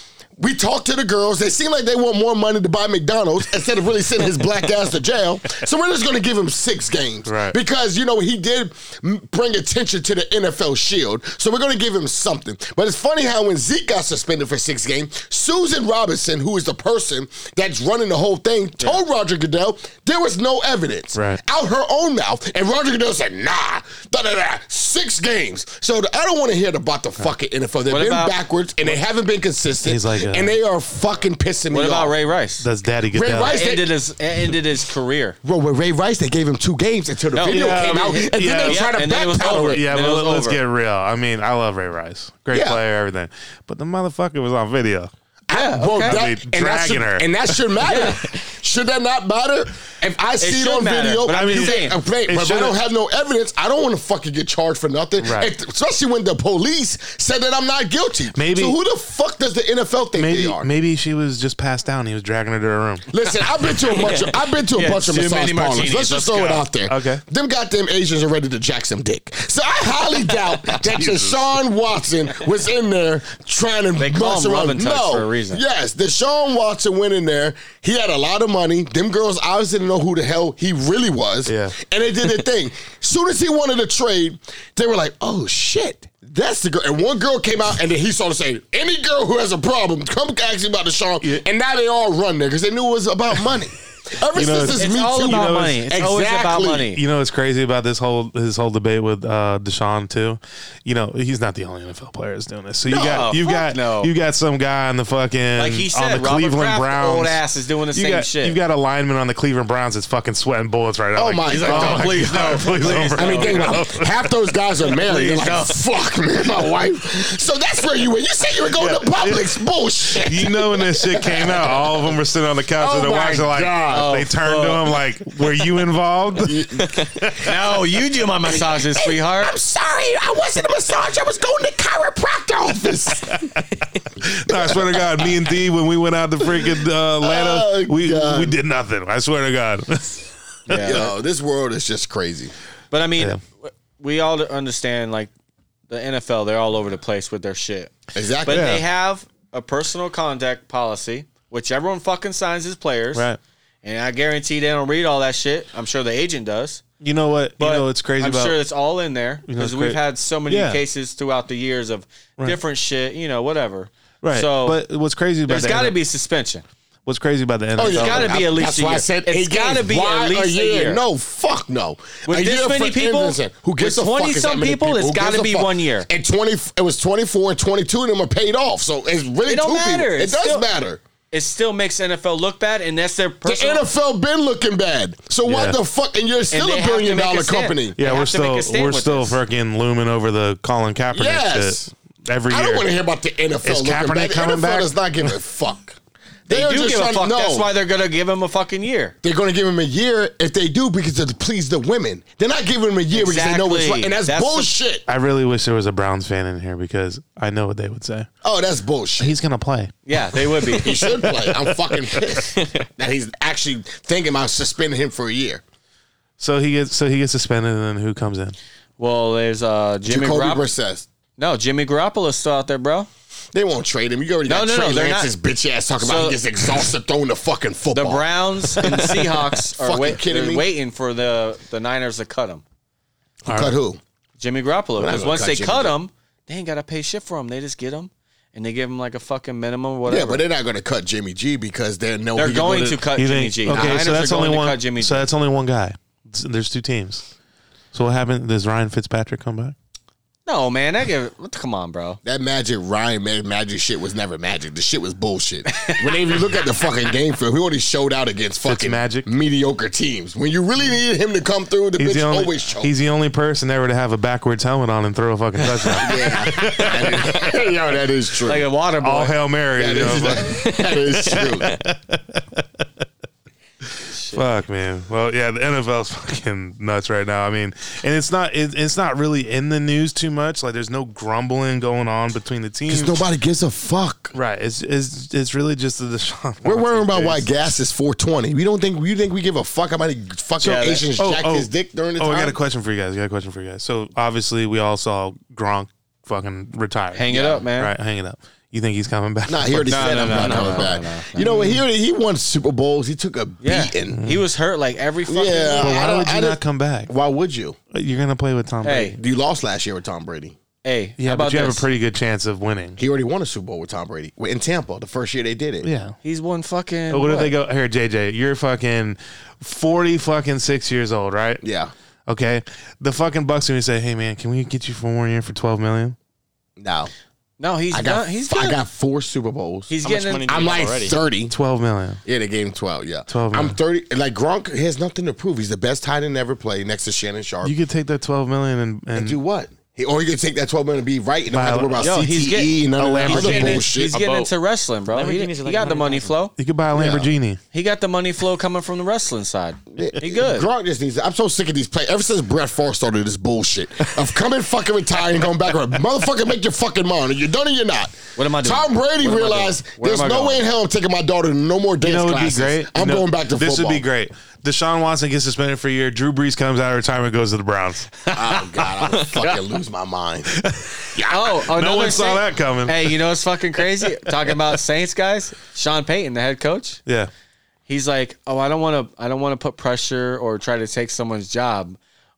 S3: We talked to the girls. They seem like they want more money to buy McDonald's instead of really sending his black ass to jail. So we're just going to give him six games
S1: Right.
S3: because you know he did m- bring attention to the NFL Shield. So we're going to give him something. But it's funny how when Zeke got suspended for six games, Susan Robinson, who is the person that's running the whole thing, told Roger Goodell there was no evidence
S1: Right.
S3: out her own mouth. And Roger Goodell said, nah, da da da, six games. So the, I don't want to hear about the fucking NFL. They've
S2: What
S3: been
S2: about-
S3: backwards and they haven't been consistent.
S1: He's like, uh,
S3: and they are fucking pissing
S2: What
S3: me
S2: about
S3: off.
S2: Ray Rice?
S1: Does Daddy get
S3: Ray
S1: down?
S3: Rice-
S2: ended his ended his career.
S3: Bro, with Ray Rice, they gave him two games until the
S2: No.
S3: video
S1: Yeah,
S3: came
S1: I
S3: out,
S1: mean,
S3: and then
S1: yeah.
S3: they tried to
S2: And then it was
S3: backpedal
S2: over.
S3: it.
S1: Yeah,
S2: Then it
S1: but
S2: was
S1: let- let's
S2: over.
S1: get real. I mean, I love Ray Rice, great
S3: Yeah.
S1: player, everything. But the motherfucker was on video.
S3: I- bro,
S2: okay.
S3: that-
S1: I mean,
S3: and, that
S1: dragging
S3: should,
S1: her.
S3: and that should matter. Should that not matter? If I see it
S2: should
S3: on
S2: matter,
S3: video,
S2: but I'm
S3: you
S2: just
S3: can-
S2: saying,
S3: okay,
S1: it
S3: but if I
S1: should've-
S3: don't have no evidence, I don't want to fucking get charged for nothing.
S1: Right.
S3: If- especially when the police said that I'm not guilty.
S1: Maybe-
S3: So who the fuck does the NFL think
S1: Maybe
S3: they are?
S1: maybe she was just passed down. He was dragging her to her room.
S3: Listen, I've been to a bunch. Of, I've been to a
S2: Yeah,
S3: bunch of
S2: too
S3: massage
S2: many
S3: parlors.
S2: martinis.
S3: Let's just
S2: Let's
S3: throw it
S2: go.
S3: out there.
S1: Okay.
S3: them goddamn Asians are ready to jack some dick. So I highly doubt that Deshaun Watson was in there trying to
S2: They call
S3: mess
S2: them
S3: around.
S2: rubbing tugs for a reason.
S3: Yes, Deshaun Watson went in there. He had a lot of money. Them girls obviously didn't know who the hell he really was.
S1: Yeah.
S3: and they did their thing. Soon as he wanted to trade, they were like, "Oh shit." That's the girl. And one girl came out, and then he started saying, Any girl who has a problem, come ask me about Deshaun.
S1: Yeah.
S3: And now they all run there because they knew it was about money. Ever
S1: You know,
S3: since this
S2: It's
S3: Me
S2: all
S3: Too,
S2: about
S1: know,
S2: money. It's always about
S3: Exactly.
S2: money.
S1: You know what's crazy about this whole his whole debate with uh, Deshaun too? You know he's not the only NFL player that's doing this. So you
S2: No,
S1: got you've
S2: fuck
S1: got
S2: no.
S1: you got some guy on the fucking
S2: Like he said,
S1: on the
S2: Robert
S1: Cleveland
S2: Kraft,
S1: Browns.
S2: old ass, is doing the
S1: you
S2: same
S1: got
S2: shit.
S1: you've got a lineman on the Cleveland Browns that's fucking sweating bullets right now.
S3: Oh my- He's like,
S1: oh
S3: "No,
S1: my
S2: please,
S1: God,
S2: no,
S1: please, don't
S2: please, no."
S3: I mean,
S1: bring
S3: think
S1: it
S3: about
S1: up.
S3: it. half those guys are married. You're
S2: Please
S3: like,
S2: don't.
S3: fuck, man, my wife. So that's where you were. You said you were going to Publix. Bullshit.
S1: You know when that shit came out, all of them were sitting on the couch
S3: Oh
S1: and they're
S3: my
S1: watching like
S3: God.
S2: Oh,
S1: they turned to him like, "Were you involved?"
S2: No, you do my massages, sweetheart.
S3: I'm sorry, I wasn't a massage. I was going to chiropractor office.
S1: No, I swear to God, me and D when we went out to freaking uh, Atlanta,
S3: Oh,
S1: we
S3: God.
S1: we did nothing. I swear to God.
S2: Yeah.
S3: Yo, this world is just crazy.
S2: But I mean,
S1: Yeah.
S2: w- we all understand like the NFL, they're all over the place with their shit.
S3: Exactly.
S2: But
S1: Yeah.
S2: they have a personal contact policy, which everyone fucking signs as players.
S1: Right.
S2: And I guarantee they don't read all that shit. I'm sure the agent does.
S1: you know what? you
S2: But
S1: know it's crazy
S2: I'm
S1: about
S2: sure it's all in there
S1: know
S2: because
S1: it's
S2: we've
S1: cra-
S2: had so many
S1: Yeah.
S2: cases throughout the years of different shit. You know, whatever.
S1: right.
S2: So
S1: but what's crazy about
S2: there's
S1: the
S2: got to
S1: NFL
S2: be Oh, suspension.
S1: what's crazy about the NFL?
S3: yeah.
S2: It's got to be at least
S3: That's
S2: a
S3: why
S2: year.
S3: I said
S2: it's
S3: eight
S2: got to
S3: games.
S2: be
S3: Why
S2: at least a year.
S3: No, fuck no.
S2: With
S3: a
S2: this
S3: year
S2: many
S3: for
S2: people?
S3: innocent. who gives
S2: With
S3: a fuck?
S2: 20
S3: is that
S2: some
S3: many
S2: people? It's
S3: Who gives
S2: gotta
S3: a
S2: be
S3: fuck?
S2: one year.
S3: And twenty, it was twenty four and twenty two, and them are paid off. So it's really
S2: It don't
S3: two
S2: matter.
S3: people. It
S2: It's
S3: does
S2: still-
S3: matter.
S2: It still makes NFL look bad, and that's their
S3: The
S2: personal.
S3: NFL been looking bad. So
S1: Yeah.
S3: what the fuck? And you're
S2: And
S3: still
S2: they
S3: a
S2: have to
S3: billion
S2: make a
S3: dollar
S2: stand.
S3: company.
S1: yeah,
S2: They
S1: we're
S2: have to make
S1: still
S2: a stand
S1: we're
S2: with
S1: still
S2: this.
S1: freaking looming over the Colin Kaepernick
S3: Yes.
S1: shit every
S3: I
S1: year.
S3: don't want to hear about the NFL.
S1: Is
S3: looking
S1: Kaepernick
S3: back. The
S1: coming
S3: NFL
S1: back?
S3: does not give a fuck.
S2: They
S3: are
S2: do
S3: just
S2: give a
S3: trying to-
S2: fuck.
S3: no.
S2: That's why they're gonna give him a fucking year.
S3: They're going to give him a year if they do because to please the women. They're not giving him a year because they know it's
S2: Exactly.
S3: right. And that's,
S2: That's the-
S3: bullshit.
S1: I really wish there was a Browns fan in here because I know what they would say.
S3: oh, that's bullshit.
S1: He's gonna play.
S2: Yeah, they would be.
S3: He should play. I'm fucking pissed that he's actually thinking about suspending him for a year.
S1: So he gets so he gets suspended, and then who comes in?
S2: well, there's uh, Jimmy
S3: Jacoby
S2: Garoppolo.
S3: Brissett.
S2: No, Jimmy Garoppolo's still out there, bro.
S3: They won't trade him. You already
S2: No,
S3: got
S2: no, no,
S3: Trey
S2: they're
S3: Lance's bitch ass talking
S2: So-
S3: about he gets exhausted throwing the fucking
S2: The
S3: football.
S2: Browns and the Seahawks are
S3: Fucking
S2: wait,
S3: kidding
S2: they're
S3: me?
S2: waiting for the the Niners to cut him.
S3: Cut who?
S2: Jimmy Garoppolo,
S3: not
S2: because
S3: gonna
S2: once
S3: cut
S2: they
S3: Jimmy
S2: cut him, they ain't gotta pay shit for him. They just get him and they give him like a fucking minimum or
S3: Yeah,
S2: whatever.
S3: but they're not going to cut Jimmy G because they know
S2: they're
S3: he can
S2: going
S3: go
S2: to cut
S1: You
S2: Jimmy
S1: think-
S2: G. The
S1: Okay,
S2: Niners
S1: so that's
S2: are
S1: only
S2: going to
S1: one.
S2: cut Jimmy
S1: so
S2: G.
S1: that's only one guy. S- There's two teams. So what happened? Does Ryan Fitzpatrick come back?
S2: No, man, that give, come on, bro.
S3: That magic Ryan Ma- magic shit was never magic. The shit was bullshit. when they even look at the fucking game film, he only showed out against fucking
S1: Fitzmagic.
S3: mediocre teams. When you really needed him to come through, the
S1: He's
S3: bitch
S1: the only.
S3: always choked.
S1: He's the only person ever to have a backwards helmet on and throw a fucking touchdown.
S3: yeah, that is, yo, that is true.
S2: Like a water boy.
S1: All hail Mary.
S3: that,
S1: you know,
S3: is,
S1: fuck,
S3: that is true.
S1: fuck, man. Well, yeah, the NFL's fucking nuts right now. I mean, and it's not. It, it's not really in the news too much. Like, there's no grumbling going on between the teams.
S3: Because nobody gives a fuck.
S1: right. It's it's it's really just the Deshaun.
S3: We're
S1: Watson
S3: worrying about
S1: case.
S3: why gas is 420. We don't think you think we give a fuck about it. fucking
S2: Yeah, that-
S3: Asians jacked his dick during the
S1: oh,
S3: time.
S1: I got a question for you guys. I got a question for you guys. So obviously, we all saw Gronk fucking retire.
S2: Hang it up, man.
S1: Right, hang it up. You think he's coming back?
S3: Nah, he already said
S2: no,
S3: I'm
S2: no,
S3: not
S2: no,
S3: coming
S2: no,
S3: back.
S2: no, no,
S3: You know what? He already, he won Super Bowls. He took a
S2: Yeah.
S3: beating.
S2: He was hurt like every fucking
S3: Yeah.
S1: But
S3: I
S1: why
S3: don't-
S1: would
S3: I
S1: you
S3: don't-
S1: not come back?
S3: Why would you?
S1: You're gonna play with Tom Brady.
S2: Hey,
S3: You lost last year with Tom Brady.
S2: hey,
S1: Yeah,
S2: how about
S1: but you have
S2: this?
S1: a pretty good chance of winning.
S3: He already won a Super Bowl with Tom Brady Well, in Tampa the first year they did it.
S1: Yeah.
S2: He's one fucking.
S1: But what, if they go here, JJ? You're fucking forty fucking six years old, right?
S3: Yeah.
S1: Okay. The fucking Bucks are gonna say, "Hey man, can we get you for one more year for twelve million?
S3: No,
S2: No, he's
S3: I got
S2: done. He's
S3: I
S2: done.
S3: got four Super Bowls.
S2: he's
S4: How much
S2: getting.
S4: money do
S3: I'm
S4: you
S3: like
S4: have already?
S3: thirty.
S1: Twelve million.
S3: Yeah, they gave him twelve. Yeah,
S1: 12,
S3: I'm
S1: man.
S3: thirty. Like Gronk has nothing to prove. He's the best tight end ever played next to Shannon Sharp.
S1: You could take that twelve million and, and,
S3: do what? He, or you could take that twelve million and be right and don't have to worry about
S2: Yo,
S3: CTE
S2: he's getting-
S3: and none of that
S2: He's
S3: other
S2: getting, in-
S3: bullshit.
S2: he's getting
S4: boat.
S2: into wrestling, bro. He,
S4: Lamborghinis are
S2: he
S4: like
S2: got the money
S4: 100,000.
S2: flow.
S1: you could buy a Lamborghini.
S2: He got the money flow coming from the wrestling side. He good.
S3: Gronk just needs. I'm so sick of these play. Ever since Brett Favre started this bullshit of coming fucking retiring and going back around, motherfucker, make your fucking mind. Are you done or you're not?
S2: What am I doing?
S3: Tom
S2: What
S3: Brady
S2: am I
S3: realized
S2: doing? Where
S3: there's
S2: am I
S3: no way
S2: going?
S3: in hell I'm taking my daughter to no more dance
S1: You know, it'd be
S3: classes.
S1: great.
S3: I'm
S1: You know,
S3: going back to
S1: this
S3: football.
S1: would be great. Deshaun Watson gets suspended for a year. Drew Brees comes out of retirement, goes to the Browns.
S3: Oh God, I would fucking lose my mind.
S2: Oh, another
S1: one saw
S2: Saint-
S1: that coming.
S2: Hey, you know what's fucking crazy? Talking about Saints guys, Sean Payton, the head coach,
S1: Yeah.
S2: he's like, "Oh, I don't want to, I don't want to put pressure or try to take someone's job,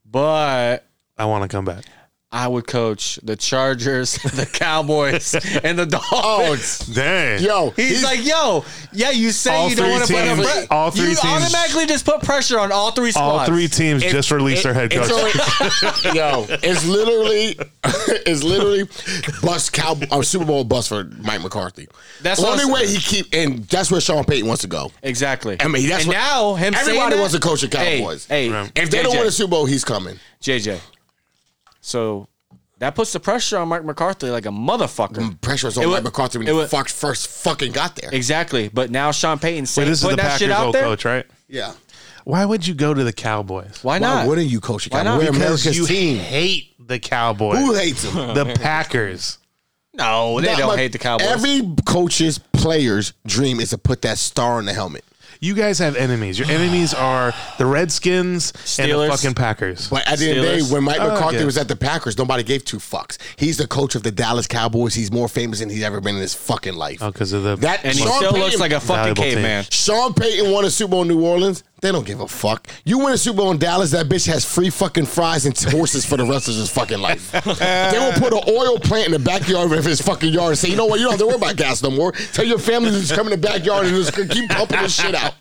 S2: but
S1: I want to come back.
S2: I would coach the Chargers, the Cowboys, and the Dolphins.
S3: Oh,
S1: Dang.
S3: Yo,
S2: He's, like, yo, yeah, you say
S1: All
S2: you don't
S1: three
S2: want to put
S1: teams-
S2: up,
S1: all three
S2: you
S1: teams-
S2: automatically just put pressure on all three
S1: all
S2: squads.
S1: three teams
S3: It-
S1: just released
S3: it-
S1: their head coach.
S3: It's already- yo, it's literally, it's literally bus cow or Super Bowl bus for Mike McCarthy.
S2: That's
S3: the
S2: what
S3: only
S2: I'm
S3: way
S2: saying.
S3: he keep, and that's where Sean Payton wants to go.
S2: Exactly.
S3: I mean, that's
S2: and
S3: what-
S2: now him saying
S3: everybody
S2: that-
S3: wants to coach the
S2: Hey,
S3: Cowboys.
S2: Hey,
S1: Right.
S3: If they don't
S2: JJ,
S3: win a Super Bowl, he's coming.
S2: JJ. So that puts the pressure on Mike McCarthy like a
S1: Mm.
S2: motherfucker.
S3: Pressure is on
S2: It wa-
S3: Mike McCarthy when
S2: it
S3: he
S2: wa-
S3: fuck- first fucking got there.
S2: Exactly. But now Sean Payton
S1: Wait,
S2: saying
S1: this is the
S2: putting that shit
S1: Packers
S2: out
S1: old
S2: there.
S1: coach, right?
S3: Yeah.
S1: Why would you go to the Cowboys?
S2: Why
S3: Why
S2: not?
S3: wouldn't you coach the
S2: Why not?
S3: Cowboys? We're
S1: Because
S3: America's
S1: you
S3: team.
S1: hate the Cowboys.
S3: Who hates him?
S1: the Packers.
S2: no, they
S3: Not
S2: don't
S3: my-
S2: hate the Cowboys.
S3: Every coach's player's dream is to put that star on the helmet.
S1: You guys have enemies. Your enemies are the Redskins and the
S2: Steelers.
S1: fucking Packers.
S3: But at the end of the
S2: Steelers.
S3: day, when Mike
S1: Oh,
S3: McCarthy
S1: yeah.
S3: was at the Packers, nobody gave two fucks. He's the coach of the Dallas Cowboys. He's more famous than he's ever been in his fucking life.
S1: Oh, because of the
S3: That
S2: and he
S3: Sean
S2: still
S3: Payton-
S2: looks like a fucking
S1: Valuable team.
S2: caveman.
S3: Sean Payton won a Super Bowl in New Orleans. They don't give a fuck. You win a Super Bowl in Dallas, that bitch has free fucking fries and horses for the rest of his fucking life. they will put an oil plant in the backyard of his fucking yard and say, you know what, you don't have to worry about gas no more. Tell your family to just come in the backyard and just keep pumping this shit out.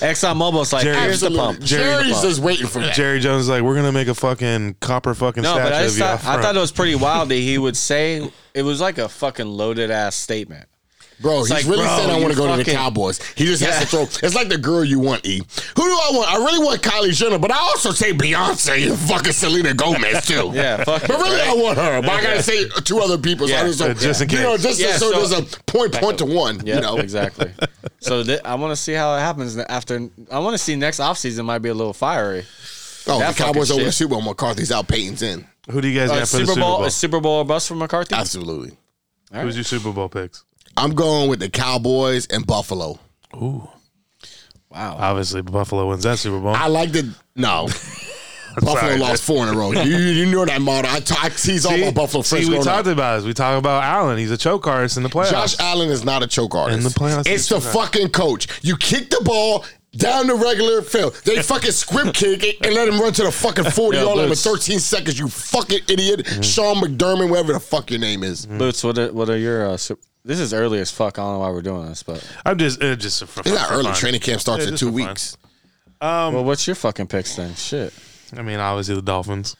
S2: Exxon Mobil's like,
S1: Jerry-
S2: here's the
S3: Absolutely.
S2: pump.
S1: Jerry the
S3: Jerry's
S1: pump.
S3: just waiting for that.
S1: Jerry Jones is like, we're gonna make a fucking copper fucking
S2: No,
S1: statue
S2: but I,
S1: of
S2: just
S1: you.
S2: thought,
S1: out
S2: I
S1: front.
S2: thought it was pretty wild that he would say it was like a fucking loaded ass statement.
S3: Bro, he's
S2: like,
S3: really
S2: bro,
S3: said I want
S2: you
S3: to go to the
S2: fucking-
S3: Cowboys. He just has
S2: Yeah.
S3: to throw. It's like the girl you want, E. Who do I want? I really want Kylie Jenner, but I also say Beyonce and fucking Selena Gomez too.
S2: Yeah, fuck
S3: But
S2: it,
S3: really, I want her. But I gotta say two other people. So
S2: Yeah,
S3: I just,
S1: uh,
S3: don't
S1: just in
S3: You
S1: case.
S3: know, just
S2: Yeah, so-
S3: so, there's a point, point to one.
S2: Yeah,
S3: You know,
S2: exactly. So th- I want to see how it happens after. I want to see next offseason might be a little fiery.
S3: Oh,
S2: That
S3: the Cowboys
S2: fucking
S3: over
S2: shit.
S3: the Super Bowl. McCarthy's out. Payton's in.
S1: Who do you guys
S2: Uh,
S1: got for
S2: Super,
S1: the Super
S2: Bowl,
S1: Bowl?
S2: a Super Bowl or bust for McCarthy?
S3: Absolutely.
S1: Who's your Super Bowl picks?
S3: I'm going with the Cowboys and Buffalo.
S2: Wow.
S1: Obviously, Buffalo wins that Super Bowl.
S3: I like the no. Buffalo
S1: Sorry.
S3: lost four in a row. You, you know that motto. I, t- I tease all my Buffalo
S1: see,
S3: friends.
S1: we
S3: growing up.
S1: talked about this. We talk about Allen. He's a choke artist in the playoffs.
S3: Josh Allen is not a choke artist.
S1: In the playoffs,
S3: it's
S1: he's
S3: the
S1: not.
S3: fucking coach. You kick the ball down the regular field. They fucking script kick it and let him run to the fucking 40
S2: Yeah,
S3: all over
S2: Boots.
S3: 13 seconds, you fucking idiot. Sean McDermott, whatever the fuck your name is.
S1: Mm-hmm.
S2: Boots, what are, what are your. Uh, su- this is early as fuck. I don't know why we're doing this, but.
S1: I'm just uh, just for
S3: It's not
S1: for
S3: early.
S1: fun.
S3: Training camp starts
S1: Yeah,
S3: in
S1: just
S3: two
S1: for fun.
S3: weeks.
S1: Um,
S2: well, what's your fucking picks then? Shit.
S1: I mean, obviously the Dolphins.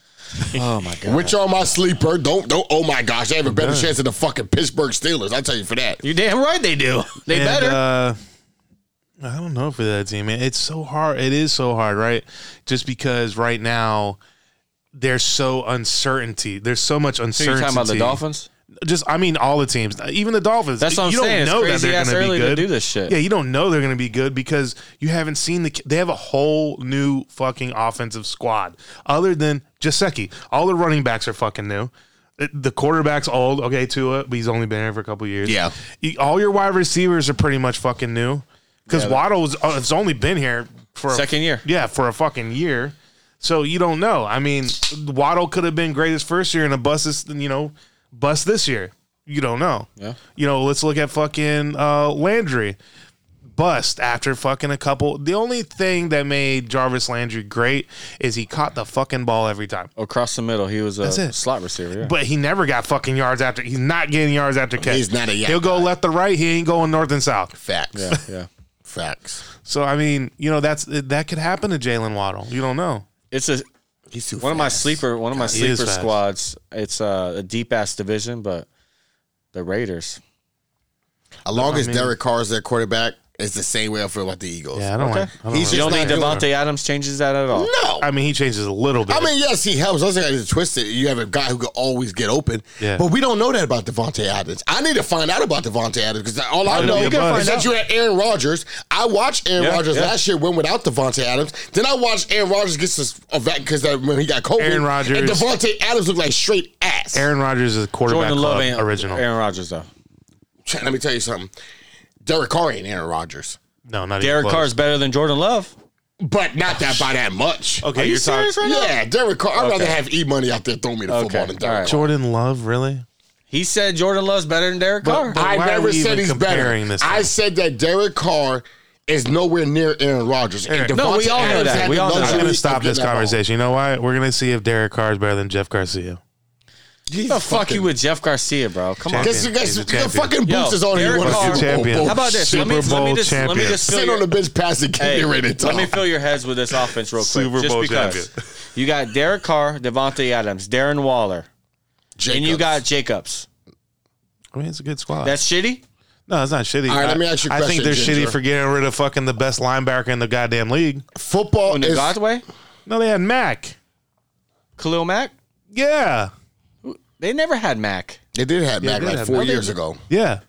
S2: Oh, my God.
S3: Which are my sleeper? Don't don't. Oh my gosh, they have a better chance than the fucking Pittsburgh Steelers. I'll tell you for that.
S2: you damn right they do. They
S1: And,
S2: better.
S1: Uh, I don't know for that team, man. It's so hard. It is so hard, right? Just because right now there's so uncertainty. There's so much
S2: So
S1: uncertainty.
S2: you're talking about the Dolphins?
S1: Just, I mean, all the teams, even the Dolphins.
S2: That's what I'm
S1: you
S2: saying. It's
S1: Don't know that
S2: crazy
S1: they're
S2: ass
S1: gonna
S2: early
S1: be
S2: to
S1: good.
S2: do this shit.
S1: Yeah, you don't know they're going to be good because you haven't seen the. They have a whole new fucking offensive squad other than Jaceki. All the running backs are fucking new. It- The quarterback's old. Okay, Tua, but he's only been here for a couple years.
S3: Yeah.
S1: You- all your wide receivers are pretty much fucking new because Waddle's uh, has only been here for
S2: Second
S1: a,
S2: year.
S1: Yeah, for a fucking year. So you don't know. I mean, Waddle could have been great his first year and a bust this, you know, bust this year. You don't know.
S2: Yeah.
S1: You know, let's look at fucking uh, Landry. Bust after fucking a couple. The only thing that made Jarvis Landry great is he caught the fucking ball every time.
S2: Across the middle, he was a
S1: it.
S2: slot receiver. Yeah.
S1: But he never got fucking yards after. He's not getting yards after catch.
S3: He's not a yak
S1: He'll go
S3: guy.
S1: left to right. He ain't going north and south.
S3: Facts.
S2: yeah, yeah.
S3: Facts.
S1: So I mean, you know, that's that could happen to Jalen Waddle. You don't know.
S2: It's a
S3: He's too.
S2: one of my
S3: fast.
S2: sleeper one of my
S1: He is
S2: sleeper
S1: fast.
S2: squads. It's uh, a deep ass division, but the Raiders.
S3: As long as
S1: mean-
S3: Derek Carr is their quarterback, it's the same way I feel about the Eagles.
S1: Yeah, I don't
S2: Okay.
S1: like. I don't
S3: He's
S1: really-
S2: You don't
S3: It's
S2: think
S3: not
S2: Devontae Adams changes that at all?
S3: No.
S1: I mean, he changes a little bit.
S3: I mean, yes, he helps. Those guys are twisted. You have a guy who can always get open.
S1: Yeah.
S3: But we don't know that about Devontae Adams. I need to find out about Devontae Adams because all I
S1: Why
S3: know
S1: don't you find
S3: is that
S1: out?
S3: you had Aaron Rodgers. I watched Aaron
S2: Yeah,
S3: Rodgers
S2: yeah.
S3: last year win without Devontae Adams. Then I watched Aaron Rodgers get uh, this because when he got COVID.
S1: Aaron Rodgers.
S3: And Devontae Adams looked like straight ass.
S1: Aaron Rodgers is a quarterback
S2: Jordan Love
S1: club
S2: ain't
S1: original.
S2: Aaron Rodgers though.
S3: Let me tell you something. Derek Carr ain't Aaron Rodgers.
S1: no, not even
S2: Derek
S1: close.
S2: Carr is better than Jordan Love.
S3: But not that by that much.
S1: Okay,
S2: Are you
S1: you're talking.
S2: serious right now?
S3: Yeah, Derek Carr. I'd rather
S2: Okay.
S3: have E Money out there throw me the
S2: Okay,
S3: football than
S2: all
S3: Derek
S2: right.
S3: Carr.
S1: Jordan Love, really?
S2: He said Jordan Love's better than Derek Carr.
S1: but-
S3: I
S1: why are
S3: never
S1: we
S3: said
S1: even
S3: he's better.
S1: comparing this
S3: I
S1: now?
S3: said that Derek Carr is nowhere near Aaron Rodgers. And
S1: Aaron-
S2: No,
S3: Devontae
S2: we all know
S3: Adams
S2: that.
S3: had
S2: We
S3: the
S2: all know
S1: I'm
S2: that.
S3: luxury
S1: going to
S3: of
S1: stop
S3: getting
S1: this
S3: that ball.
S1: conversation. You know why? We're going to see if Derek Carr is better than Jeff Garcia.
S3: He's
S2: the fuck you with Jeff Garcia, bro? Come
S1: Champion.
S2: on.
S3: Because you
S1: He's
S3: guys,
S1: a
S3: your
S1: champion.
S3: fucking
S2: Yo,
S3: boots is on. and You
S2: Derek
S3: want a
S2: Carr-
S3: Super Bowl.
S1: Champion.
S3: Bowl.
S2: How about this? let
S1: Super
S2: me, let me
S1: Bowl
S2: just, let me
S1: champion.
S2: just fill
S3: Sit
S2: your-
S3: on the bench, pass the
S2: Hey,
S3: kicker in and
S2: let me
S3: talk.
S2: fill your heads with this offense real quick.
S1: Super
S2: just
S1: Bowl
S2: because
S1: champion.
S2: you got Derek Carr, Devontae Adams, Darren Waller, and you
S3: Jacobs.
S2: got Jacobs.
S1: I mean, it's a good squad.
S2: That's shitty.
S1: no, it's not shitty.
S3: All right,
S1: I,
S3: let me ask you a
S1: I think
S3: question,
S1: they're
S3: Ginger.
S1: shitty for getting rid of fucking the best linebacker in the goddamn league.
S3: football. Is,
S2: Nagatoe,
S1: No, they had Mac.
S2: Khalil Mack.
S1: Yeah,
S2: They never had Mack.
S3: they did have
S1: Yeah,
S3: Mac
S1: they
S3: like
S1: had
S3: four
S1: Mac.
S3: years ago.
S1: yeah.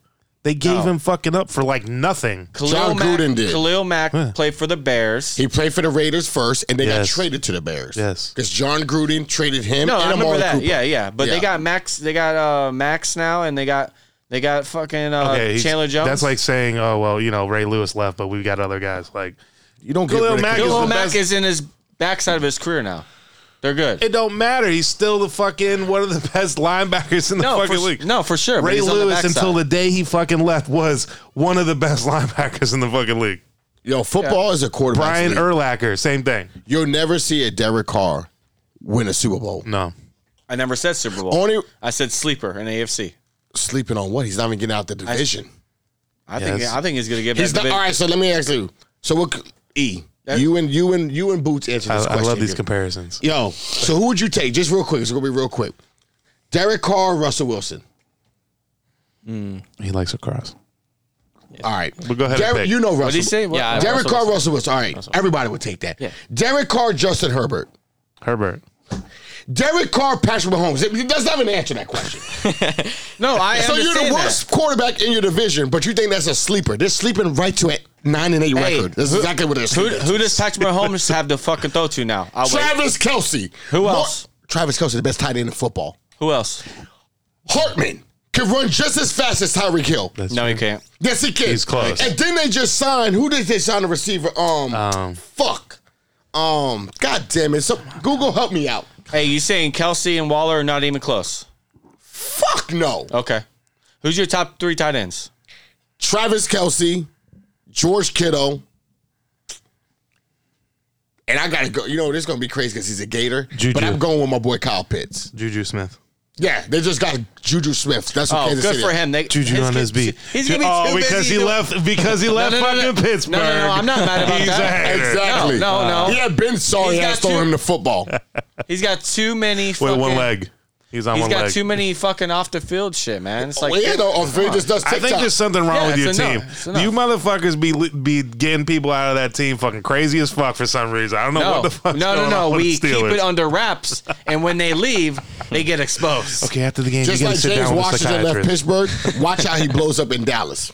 S1: They gave him fucking up for like nothing.
S2: Khalil
S3: John
S2: Mack,
S3: Gruden did.
S2: Khalil Mack played for the Bears.
S3: He played for the Raiders first, and they
S1: Yes.
S3: got traded to the Bears.
S1: Yes.
S3: because John Gruden traded him.
S2: no,
S3: and
S2: I remember
S3: Amari
S2: that.
S3: Cooper.
S2: Yeah, yeah. But
S3: Yeah.
S2: they got Max. They got uh, Max now, and they got they got fucking uh,
S1: he's-
S2: Chandler Jones.
S1: That's like saying, oh well, you know, Ray Lewis left, but we've got other guys. Like
S3: you don't get
S1: Khalil
S3: rid of
S1: Mack
S3: Cooper.
S1: is
S2: Khalil
S1: the
S2: Mack
S1: best-
S2: is in his backside of his career now. They're good.
S1: it don't matter. He's still the fucking one of the best linebackers in the
S2: no,
S1: fucking
S2: for,
S1: league.
S2: no, for sure. but
S1: Ray
S2: he's on
S1: Lewis,
S2: backside.
S1: until the day he fucking left, was one of the best linebackers in the fucking league.
S3: Yo, football is a quarterback.
S1: Brian Erlacher, same thing.
S3: You'll never see a Derek Carr win a Super Bowl.
S1: No.
S2: I never said Super Bowl.
S3: Only
S2: I said sleeper in AFC.
S3: sleeping on what? He's not even getting out the division.
S2: I think
S1: Yes.
S2: I think he's gonna get
S3: He's
S2: back.
S3: not. All right, so let me ask you. So what? c- E. You and you and you and Boots answer
S1: I,
S3: this
S1: I
S3: question.
S1: love these
S3: here.
S1: comparisons.
S3: Yo, so who would you take? Just real quick. It's gonna be real quick. Derek Carr, or Russell Wilson.
S1: He likes across.
S3: All right,
S1: But go ahead and
S3: Derek,
S1: pick.
S3: you know Russell.
S2: What did he say? What?
S4: Yeah, I-
S3: Derek
S4: Russell
S3: Carr,
S4: Wilson.
S3: Russell Wilson. All right, everybody would take that.
S4: Yeah.
S3: Derek Carr, Justin Herbert.
S1: Herbert.
S3: Derek Carr, Patrick Mahomes. It- That's not even answer that question.
S2: no, I
S3: so you're the
S2: understand that.
S3: worst quarterback in your division, but you think that's a sleeper? They're sleeping right to a nine and eight record. That's exactly what they're
S2: Who,
S3: sleeping.
S2: who does Patrick Mahomes have to fucking throw to now? I'll wait.
S3: Travis Kelsey.
S2: Who
S3: Mar-
S2: else?
S3: Travis Kelsey, the best tight end in football.
S2: Who else?
S3: Hartman can run just as fast as Tyreek Hill.
S2: No, he can't.
S3: Yes, he can.
S1: He's close.
S3: And then they just signed. Who did they sign the receiver? Um,
S1: Um.
S3: fuck. Um, god damn it. So Google, help me out.
S2: Hey, you saying Kelsey and Waller are not even close?
S3: Fuck no.
S2: Okay. Who's your top three tight ends?
S3: Travis Kelsey, George Kittle, and I gotta go. You know, this is gonna be crazy because he's a Gator.
S1: Juju.
S3: But I'm going with my boy Kyle Pitts.
S1: Juju Smith.
S3: Yeah, they just got Juju Smith. That's what
S2: Oh,
S3: Kansas
S2: good
S3: City.
S2: for him. They,
S1: Juju
S2: his
S1: on his
S2: kids-
S1: beat.
S2: He's gonna be
S1: oh,
S2: too
S1: because
S2: busy
S1: he
S2: doing-
S1: left because he left
S2: no, no, no.
S1: fucking Pittsburgh.
S2: No, no, no, I'm not mad about
S1: He's
S2: that.
S1: a hater.
S3: Exactly.
S2: No, no, no.
S3: He had been sorry
S2: He's
S3: ass
S2: got
S3: throwing
S2: two-
S3: him the football.
S2: He's got too many.
S1: With
S2: fucking-
S1: one leg. He's on
S2: He's
S1: one
S2: got
S1: leg.
S2: too many fucking off the field shit, man.
S1: Oh,
S2: It's like
S3: well, yeah, no, on
S2: Come on.
S3: just does
S1: I
S3: TikTok.
S1: think there's something wrong
S2: Yeah,
S1: with your
S2: it's
S1: team.
S2: enough. It's enough.
S1: You motherfuckers be li- be getting people out of that team fucking crazy as fuck for some reason. I don't know
S2: No,
S1: what the fuck.
S2: no,
S1: going
S2: no, no.
S1: On with
S2: We
S1: the
S2: keep it
S1: Steelers.
S2: under wraps, and when they leave, they get exposed.
S1: Okay, after the game,
S3: just
S1: you gotta
S3: like
S1: sit
S3: James
S1: down with a
S3: Washington left
S1: psychiatrist.
S3: Pittsburgh, watch how he blows up in Dallas.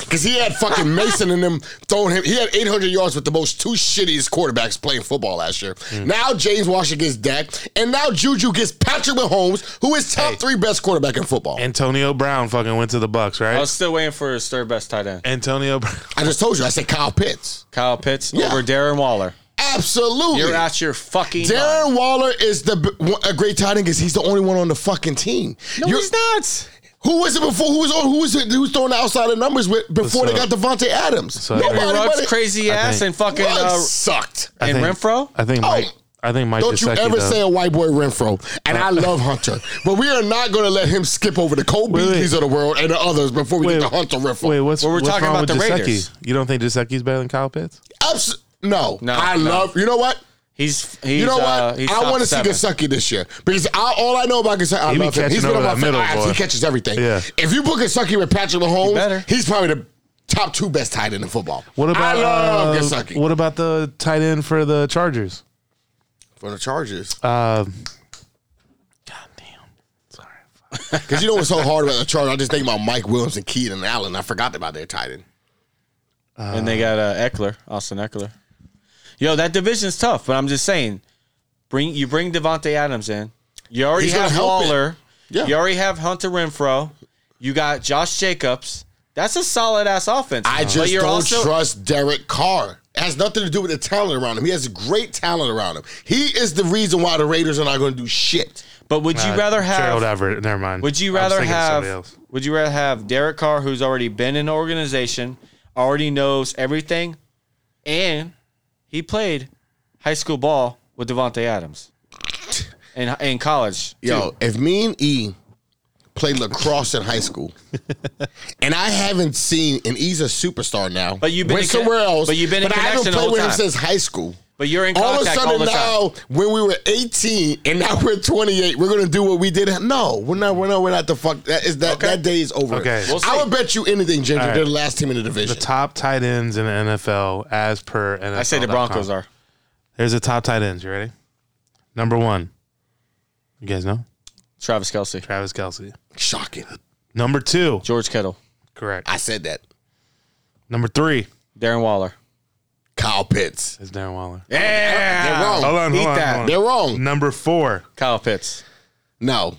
S3: Because he had fucking Mason in him throwing him. He had 800 yards with the most two shittiest quarterbacks playing football last year.
S2: Mm.
S3: Now James Washington gets Dak, and now Juju gets Patrick Mahomes, who is top three best quarterback in football.
S1: Antonio Brown fucking went to the Bucks, right?
S2: I was still waiting for his third best tight end,
S1: Antonio Brown.
S3: I just told you, I said Kyle Pitts.
S2: Kyle Pitts,
S3: Yeah.
S2: over Darren Waller.
S3: Absolutely.
S2: You're out your fucking. mind.
S3: Darren Waller is the b- one- a great tight end because he's the only one on the fucking team.
S2: No,
S3: You're-
S2: he's not.
S3: Who was it before? Who was on? Who was it, who was throwing the outside of numbers with before they
S1: So-
S3: got Devontae Adams?
S1: so-
S3: Nobody.
S1: Everybody
S2: Rugs
S3: but-
S2: crazy ass
S1: think-
S2: and fucking
S3: Rugs
S2: uh,
S3: sucked.
S1: I
S2: and
S1: think-
S2: Renfro.
S1: I think Mike.
S3: Oh.
S1: I think Mike.
S3: Don't you
S1: Gesicki
S3: ever
S1: does.
S3: say a white boy Renfro. And I love Hunter, but we are not going to let him skip over the Cole
S1: Wait, wait.
S3: Beasleys of the world and the others before we
S1: Wait,
S3: get to Hunter Renfro.
S1: Wait, what's
S2: Well, we're
S1: what's
S2: talking
S1: wrong
S2: about
S1: with
S2: the
S1: Gesicki?
S2: Raiders.
S1: You don't think Gesicki's better than Kyle Pitts?
S3: Abs- no,
S2: No,
S3: I
S2: no.
S3: love. You know what?
S2: He's, he's
S3: You know
S2: uh,
S3: what?
S2: he's
S3: I
S2: top
S3: want to see
S2: seven.
S3: Gasecki this year because I, all I know about Gasecki, I
S1: He be
S3: love him. He's
S1: catching
S3: been
S1: over
S3: on my
S1: that middle,
S3: fa- eyes.
S1: boy.
S3: He catches everything.
S1: Yeah.
S3: If you put Gasecki with Patrick
S2: better.
S3: Mahomes, he's probably the top two best tight end in football.
S1: What about
S3: I love
S1: uh,
S3: Gesicki.
S1: what about the tight end for the Chargers?
S3: for the Chargers?
S1: Um, God damn! Sorry.
S3: Because you know what's so hard about the Chargers? I just think about Mike Williams and Keaton Allen. I forgot about their tight end.
S2: and they got uh, Eckler, Austin Eckler. Yo, that division's tough, but I'm just saying, bring you bring Devonte Adams in. You already
S3: He's gonna
S2: have
S3: help it.
S2: Waller.
S3: Yeah.
S2: You already have Hunter Renfro. You got Josh Jacobs. That's a solid ass offense.
S3: I
S2: Uh-huh. But
S3: just
S2: you're
S3: don't
S2: also-
S3: trust Derek Carr. It has nothing to do with the talent around him. He has great talent around him. He is the reason why the Raiders are not going to do shit.
S2: But would you
S1: Uh,
S2: rather
S1: Gerald
S2: have?
S1: Everett? Never mind.
S2: Would you
S1: I was
S2: rather
S1: thinking of somebody
S2: have?
S1: else.
S2: Would you rather have Derek Carr, who's already been in the organization, already knows everything, and he played high school ball with Devonte Adams? in in college.
S3: Yo, if me and E played lacrosse in high school, and I haven't seen, and E's a superstar now.
S2: But you've been
S3: went
S2: in con-
S3: somewhere else.
S2: but you've been in
S3: I haven't
S2: connection the
S3: played
S2: whole
S3: with him
S2: time.
S3: since high school.
S2: But you're in
S3: All of a
S2: contact all
S3: sudden
S2: the time.
S3: now, when we were 18 and now we're 28, we're gonna do what we did. No, we're not. We're not. We're not the fuck. That is that.
S2: Okay.
S3: That day is over.
S1: Okay. We'll
S3: I
S2: see.
S3: would bet you anything, Ginger.
S1: right.
S3: They're the last team in the division.
S1: The top tight ends in the NFL, as per NFL.
S2: I say the Broncos are.
S1: There's the top tight ends. You ready? Number one. You guys know
S2: Travis Kelsey,
S1: Travis Kelsey.
S3: Shocking.
S1: Number two.
S2: George Kittle,
S1: Correct.
S3: I said that.
S1: Number three
S2: Darren Waller.
S3: Kyle Pitts.
S1: is Darren Waller.
S3: They're
S2: Yeah.
S3: wrong.
S1: Hold on,
S2: Eat
S1: hold on,
S2: that.
S1: hold on.
S3: They're wrong.
S1: Number four,
S2: Kyle Pitts.
S3: No,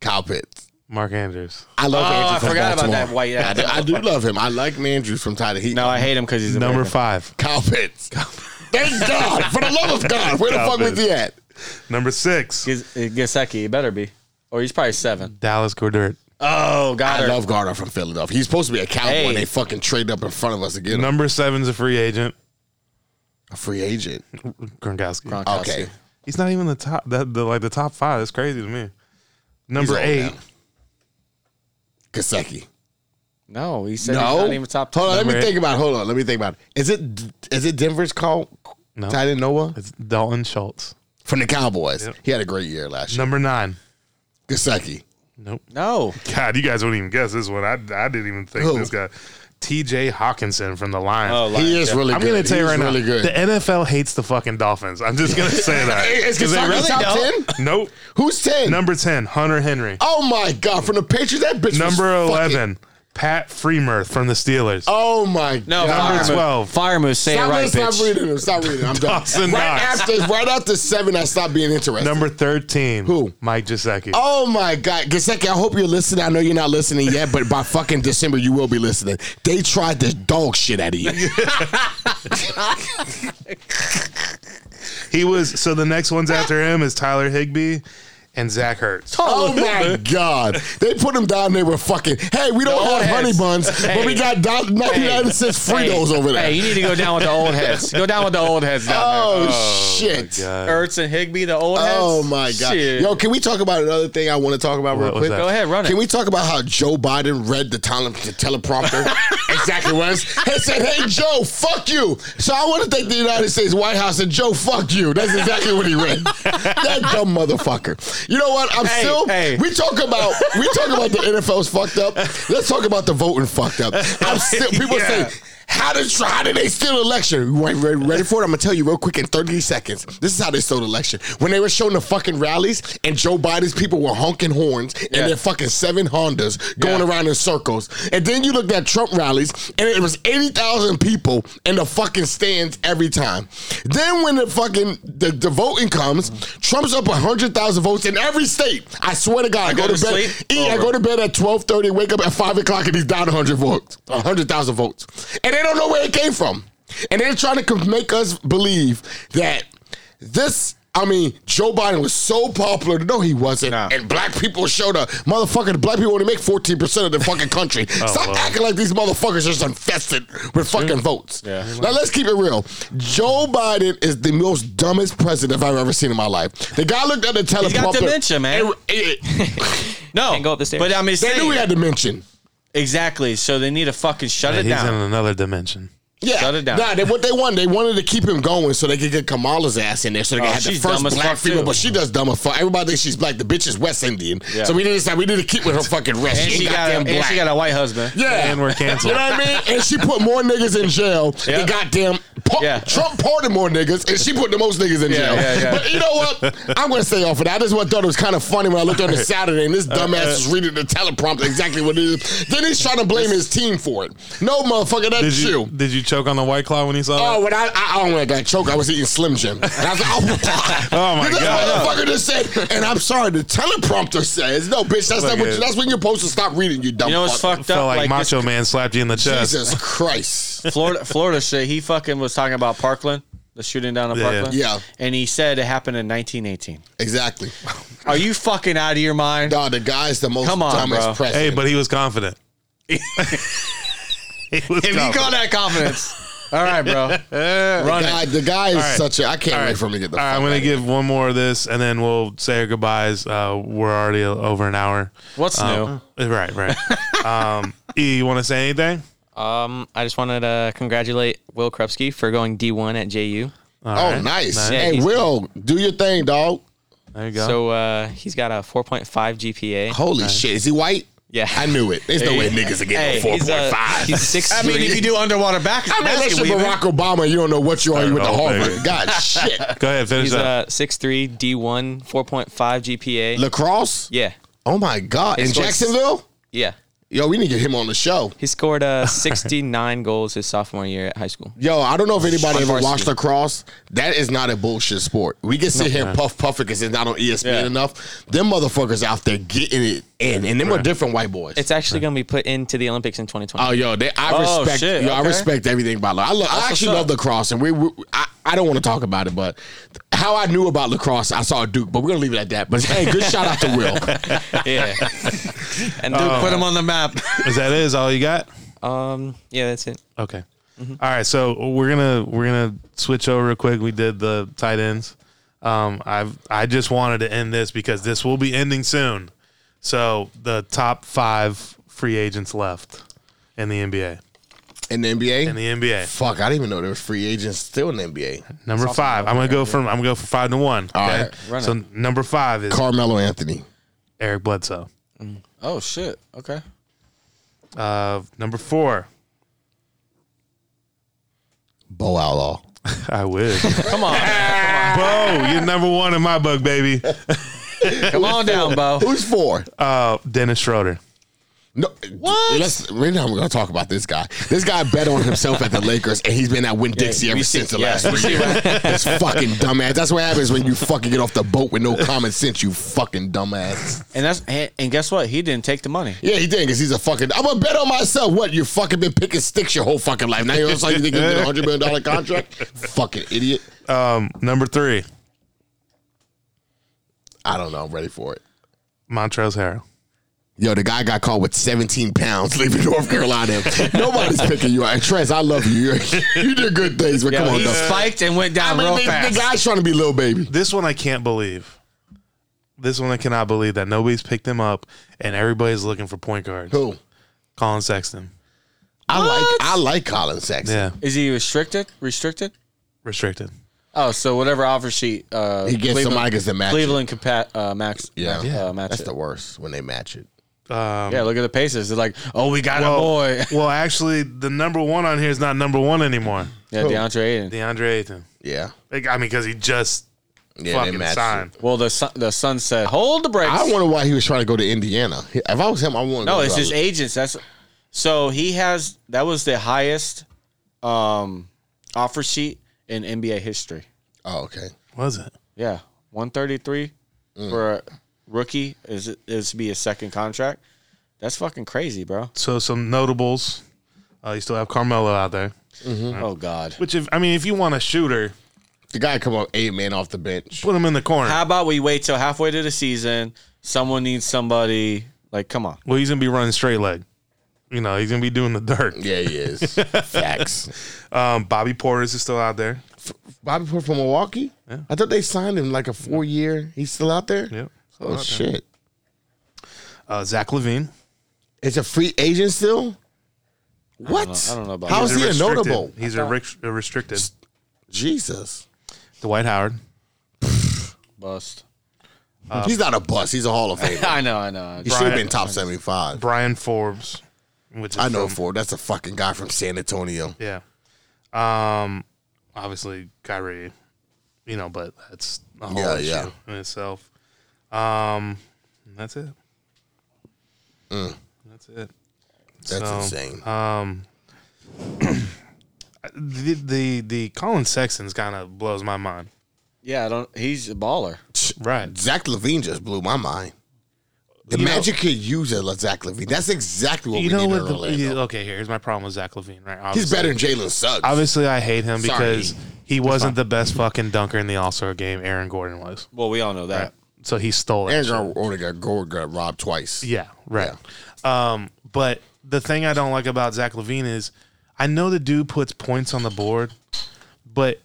S3: Kyle Pitts.
S1: Mark Andrews.
S3: I love
S2: Oh,
S3: Andrew
S2: I
S3: from
S2: forgot about
S3: Baltimore.
S2: that white-
S3: I do, I do love him. I like Andrews from Title Heat.
S2: No, I hate him because he's
S1: Number
S2: American.
S1: five,
S3: Kyle Pitts. Thank God. For the love of God. Where the
S1: Kyle
S3: fuck was
S1: Pitts.
S3: he at?
S1: number six,
S2: Giz- uh, Gesicki. He better be, or he's probably seven.
S1: Dallas Goddard.
S2: Oh,
S3: I
S2: Goddard.
S3: love Gardner from Philadelphia. He's supposed to be a cowboy.
S2: Hey.
S3: and They fucking trade up in front of us again. get him.
S1: Number seven's a free agent,
S3: A free agent.
S1: Gronkowski.
S2: Gronkowski.
S3: Okay.
S1: He's not even the top. That the like the top five. That's crazy to me. Number
S3: old
S1: eight,
S3: now. Kaseki.
S2: No, he said he's
S3: No.
S2: not even top.
S3: Hold on. Let me
S1: Number eight.
S3: think about it. Hold on. Let me think about it. Is it is it Denver's call?
S1: No.
S3: Tight end Noah?
S1: it's Dalton Schultz.
S3: From the Cowboys. He had a great year last year.
S1: Number nine,
S3: Gasecki.
S1: nope.
S2: No,
S1: God, you guys wouldn't even guess this one. I I didn't even think
S3: Who?
S1: this guy. T.J. Hawkinson from the Lions.
S2: oh, Lions,
S3: He is
S2: yeah.
S3: really
S1: I'm
S3: good.
S1: gonna tell you
S3: He's
S1: right
S3: really
S1: now,
S3: good.
S1: the NFL hates the fucking Dolphins. I'm just gonna say that.
S3: Is
S1: 'Cause they
S3: Gasecki
S1: really
S3: top
S1: don't.
S3: 10?
S1: Nope.
S3: Who's 10?
S1: Number ten, Hunter Henry.
S3: oh my God. From the Patriots? That bitch was
S1: Number
S3: fucking-
S1: eleven, Pat Freemuth from the Steelers.
S3: Oh my
S2: No,
S3: God.
S1: Number
S2: Fire Moose.
S1: 12.
S2: Fire Moose, say
S3: Stop,
S2: it right,
S3: stop
S2: bitch.
S3: reading them. Stop reading them. I'm done.
S1: Dawson
S3: right
S1: Knox.
S3: after right after seven, I stopped being interested.
S1: Number thirteen,
S3: Who?
S1: Mike Gesicki.
S3: Oh my God, Gasecki! I hope you're listening. I know you're not listening yet, but by fucking December, you will be listening. They tried the dog shit out of you.
S1: He was so the next ones after him is Tyler Higbee and Zach Ertz.
S3: Oh my God! They put him down there with fucking. Hey, we don't
S2: The old
S3: have honey
S2: heads.
S3: buns, but
S2: Hey.
S3: we got do- 99 cents Fritos
S2: hey,
S3: over there.
S2: Hey, you need to go down with the old heads. Go down with the old heads down
S3: oh,
S1: my
S3: shit!
S1: God.
S2: there. Ertz and Higby, the old heads.
S3: Oh my God!
S2: Shit.
S3: Yo, can we talk about another thing I want to talk about
S1: What
S3: real
S1: was
S3: quick?
S1: that?
S2: go ahead, run it.
S3: Can we talk about how Joe Biden read the, tele- the teleprompter? exactly was. He said, "Hey Joe, fuck you." So I want to thank the United States White House and Joe, fuck you. That's exactly what he read. that dumb motherfucker. You know what? I'm
S2: Hey,
S3: still.
S2: hey.
S3: We talk about we talk about the NFL's fucked up. Let's talk about the voting fucked up. I'm still. People
S1: Yeah.
S3: say. How did how did they steal the election? You ain't ready, ready for it? I'm gonna tell you real quick in 30 seconds. This is how they stole the election. When they were showing the fucking rallies and Joe Biden's people were honking horns and
S2: Yeah.
S3: their fucking seven Hondas going
S2: Yeah.
S3: around in circles, and then you looked at Trump rallies and it was 80,000 people in the fucking stands every time. Then when the fucking the, the voting comes, Trump's up 100,000 votes in every state. I swear to God, I go,
S2: go
S3: to,
S2: to
S3: bed.
S2: sleep? Oh,
S3: E, I
S2: Over.
S3: go to bed at 12:30, wake up at 5 o'clock, and he's down 100 votes, 100,000 votes, and they don't know where it came from, and they're trying to com- make us believe that this. I mean, Joe Biden was so popular. No, he wasn't.
S2: Nah.
S3: And black people showed up. Motherfucker, the black people only make 14% of the fucking country.
S2: Oh,
S3: Stop
S1: Lord.
S3: acting like these motherfuckers just infested with fucking votes.
S2: Yeah.
S3: Now, let's keep it real. Joe Biden is the most dumbest president I've ever seen in my life. The guy looked at the teleprompter.
S2: got dementia, man.
S3: and- and-
S2: no,
S4: Can't go up the stairs.
S2: But I'm just
S3: they knew
S2: saying-
S3: he had dementia.
S2: exactly. So they need to fucking shut
S1: He's
S2: it down.
S1: in another dimension.
S3: Yeah,
S2: Shut it down.
S3: Nah, they, what they wanted, they wanted to keep him going so they could get Kamala's ass in there, so they could
S2: Oh,
S3: have the
S2: she's
S3: first
S2: dumb as
S3: black
S2: fuck,
S3: female.
S2: too.
S3: But she does dumb as fuck. Everybody thinks she's black. The bitch is West Indian,
S2: Yeah.
S3: so we didn't decide we need to keep with her fucking rest.
S2: and
S3: she,
S2: she
S3: ain't
S2: got a,
S3: goddamn
S2: and
S3: black.
S2: she got a white husband.
S3: yeah,
S1: And we're canceled.
S3: You know what I mean? And she put more niggas in jail.
S2: Yeah.
S3: than goddamn pa-
S2: Yeah.
S3: Trump pardoned more niggas, and she put the most niggas in
S2: Yeah,
S3: jail.
S2: yeah, yeah.
S3: But you know what? I'm gonna stay off of that. I just thought it was kind of funny when I looked on the Saturday and this dumbass is reading the teleprompter exactly what it is. Then he's trying to blame his team for it. No, motherfucker,
S1: Did
S3: that's
S1: you
S3: you.
S1: did you choke on the white claw when he saw
S3: Oh,
S1: that?
S3: when I, I, oh, when I got choked, I was eating Slim Jim. And I was like, oh,
S1: Oh, my
S3: this
S1: God.
S3: motherfucker just said, and I'm sorry, the teleprompter says, no, bitch, that's not
S1: Look
S3: what
S1: at-
S3: you, that's when you're supposed to stop reading, you dumb
S2: You know what's
S3: fuck.
S2: fucked
S1: Felt
S2: up?
S1: like,
S2: this
S1: Macho Man slapped you in the chest.
S3: Jesus Christ.
S2: Florida, Florida shit. He fucking was talking about Parkland, the shooting down in
S1: Yeah.
S2: Parkland.
S3: Yeah.
S2: and he said it happened in 1918.
S3: Exactly.
S2: Are you fucking out of your mind?
S3: Dog, the guy's the most
S2: Come on,
S3: dumbest
S2: bro.
S1: Hey,
S3: president.
S1: but he was confident. he was
S2: If you
S1: confident.
S2: call that confidence, All right, bro. Run it.
S3: God, the guy is
S1: right.
S3: such a. I can't
S1: All
S3: wait
S1: right.
S3: for him to get the.
S1: All right,
S3: fuck
S1: I'm going
S3: out
S1: to
S3: of
S1: give one more of this, and then we'll say our goodbyes. Uh, we're already over an hour.
S2: What's
S4: Oh.
S1: Um, Right, right. um, e, you want to say anything?
S4: Um, I just wanted to congratulate Will Krupski for going D1 at JU.
S1: All
S3: Oh,
S1: right.
S3: nice.
S4: Yeah,
S3: hey,
S4: he's-
S3: Will, do your thing, dog.
S1: There you go.
S4: So uh, he's got a 4.5 GPA.
S3: Holy shit, is he white?
S4: Yeah.
S3: I knew it. There's no way niggas are getting
S2: Hey,
S3: four
S4: He's,
S3: point
S4: uh,
S3: five.
S4: he's six.
S2: new? I mean, if you do underwater back,
S3: I mean, unless you're Barack Obama, you don't know what you are. You went to
S1: Start it all,
S3: Harvard. God, shit.
S1: go ahead, finish
S4: He's uh,
S1: up.
S4: a six three D1 4.5 GPA.
S3: Lacrosse.
S4: Yeah,
S3: Oh my God. In
S4: It's like-
S3: Jacksonville.
S4: yeah.
S3: Yo, we need to get him on the show.
S4: He scored uh, 69 goals his sophomore year at high school.
S3: Yo, I don't know if anybody ever
S4: varsity.
S3: watched lacrosse. That is not a bullshit sport. We can sit here and puff puff it because it's not on E ESPN
S2: Yeah.
S3: enough. Them motherfuckers out there getting it in, and them are different white boys.
S4: It's actually going to be put into the Olympics in 2020.
S3: Oh, yo, they, I
S2: Oh,
S3: respect.
S2: shit,
S3: yo, I
S2: okay.
S3: respect everything about. I love. I
S2: what's
S3: actually
S2: up.
S3: love lacrosse, and we. we I, I don't want to talk about it, but how I knew about lacrosse, I saw Duke, but we're gonna leave it at that. But hey, good shout out to Will.
S4: yeah. and
S2: Put him on the map.
S1: Is that is all you got?
S4: um, yeah, that's it.
S1: Okay. All right, so we're gonna we're gonna switch over real quick. We did the tight ends. Um, I've I just wanted to end this because this will be ending soon. So the top five free agents left in the NBA.
S3: In the NBA,
S1: In the NBA,
S3: fuck, I didn't even know there was free agents still in the NBA.
S1: number five. I'm gonna go from I'm gonna go from five to one.
S3: All
S1: okay?
S3: right.
S2: Run
S1: So number five is
S3: Carmelo Anthony,
S1: Eric Bledsoe.
S2: Oh shit. Okay.
S1: Uh, number four.
S3: Bo Outlaw.
S1: I wish.
S2: Come on.
S1: Bo, you're number one in my book, baby.
S2: Come on down, Bo.
S3: Who's four?
S1: Uh, Dennis Schroeder.
S3: No,
S2: What?
S3: Let's, we're not going to talk about this guy. This guy bet on himself at the Lakers, and he's been at Win Dixie
S2: we
S3: ever
S2: see-
S3: since the
S2: yeah,
S3: last
S2: we
S3: three years. This fucking dumbass. That's what happens when you fucking get off the boat with no common sense. You fucking dumbass.
S2: And that's and, and guess what? He didn't take the money.
S3: Yeah, he did because he's a fucking. I'm gonna bet on myself. What you fucking been picking sticks your whole fucking life? Now you're like you think you get a hundred million dollar contract? fucking idiot.
S1: Um, number three,
S3: I don't know. I'm ready for it.
S1: Montrose Harrell.
S3: Yo, the guy got caught with 17 pounds leaving North Carolina. Nobody's picking you out. Trez, I love you. You're, you did good things, but come on,
S2: he
S3: though.
S2: spiked and went
S3: I
S2: down
S3: mean,
S2: real
S3: the, the
S2: fast.
S3: guy's trying to be little baby.
S1: This one I can't believe. This one I cannot believe that nobody's picked him up and everybody's looking for point guards.
S3: Who?
S1: Colin Sexton.
S3: I like I like Colin Sexton.
S1: Yeah,
S2: Is he restricted? Restricted?
S1: restricted.
S2: Oh, so whatever offer sheet. Uh,
S3: He gets
S2: Cleveland-
S3: somebody gets to match
S2: Cleveland compa- uh, max.
S3: Yeah.
S2: uh, match
S3: That's
S2: it.
S3: the worst when they match it.
S1: Um,
S2: yeah, look at the Pacers. They're like, oh, we got
S1: well,
S2: a boy.
S1: well, actually, the number one on here is not number one anymore.
S2: Yeah, DeAndre Ayton.
S1: DeAndre Ayton.
S3: Yeah.
S1: Like, I mean, because he just
S3: Yeah,
S1: fucking signed.
S2: Well, the sun, the sun said, hold the brakes.
S3: I wonder why he was trying to go to Indiana. If I was him, I want to
S2: no,
S3: go
S2: it's
S3: to
S2: his agents. That's so he has. That was the highest um, offer sheet in NBA history.
S3: Oh, okay.
S1: Was it?
S2: Yeah, one thirty three for a rookie is is to be his second contract. That's fucking crazy, bro.
S1: So some notables. Uh, you still have Carmelo out there,
S2: Oh God.
S1: which if I mean, if you want a shooter,
S3: The guy come up eight man off the bench.
S1: put him in the corner.
S2: How about we wait till halfway to the season? Someone needs somebody. Like, come on.
S1: Well, he's gonna be running straight leg. You know, he's gonna be doing the dirt.
S3: Yeah, he is. Facts.
S1: Um, Bobby Porter's is still out there.
S3: Bobby Porter from Milwaukee? I thought they signed him like a four year. He's still out there?
S1: Yep.
S3: Oh shit.
S1: Uh, Zach Levine.
S3: It's a free agent still? What?
S2: I don't know about
S3: How is
S1: He's
S3: he a
S1: restricted-
S3: notable?
S1: He's a, ric- a restricted.
S3: Jesus.
S1: Dwight Howard.
S2: Bust.
S3: he's not a bust. He's a Hall of Famer.
S2: I know, I know.
S3: He should have
S1: Uh, Brian-
S3: been top seventy five.
S1: Brian Forbes. Which is
S3: I know
S1: from-
S3: Ford. That's a fucking guy from San Antonio.
S1: Yeah. Um, obviously Kyrie. You know, but that's a whole
S3: Yeah,
S1: issue
S3: yeah.
S1: in itself. Um, and that's it.
S3: Mm.
S1: That's it.
S3: That's
S1: So, uh,
S3: insane.
S1: The the, the Colin Sexton's kind of blows my mind.
S2: Yeah, I don't. He's a baller.
S1: Right.
S3: Zach Levine just blew my mind. The
S1: You know-
S3: Magic could use a Zach Levine. That's exactly what
S1: You
S3: we
S1: know
S3: need
S1: what?
S3: in
S1: The,
S3: Orlando.
S1: okay, here's my problem with Zach Levine. Right.
S3: he's
S1: Obviously.
S3: better than Jalen Suggs.
S1: Obviously, I hate him
S3: Sorry.
S1: because he wasn't the best fucking dunker in the All Star game. Aaron Gordon was,
S2: Well, we all know that.
S1: so he stole it.
S3: Andrew only got Gord got robbed twice.
S1: Yeah, right. Um, but the thing I don't like about Zach Levine is I know the dude puts points on the board, but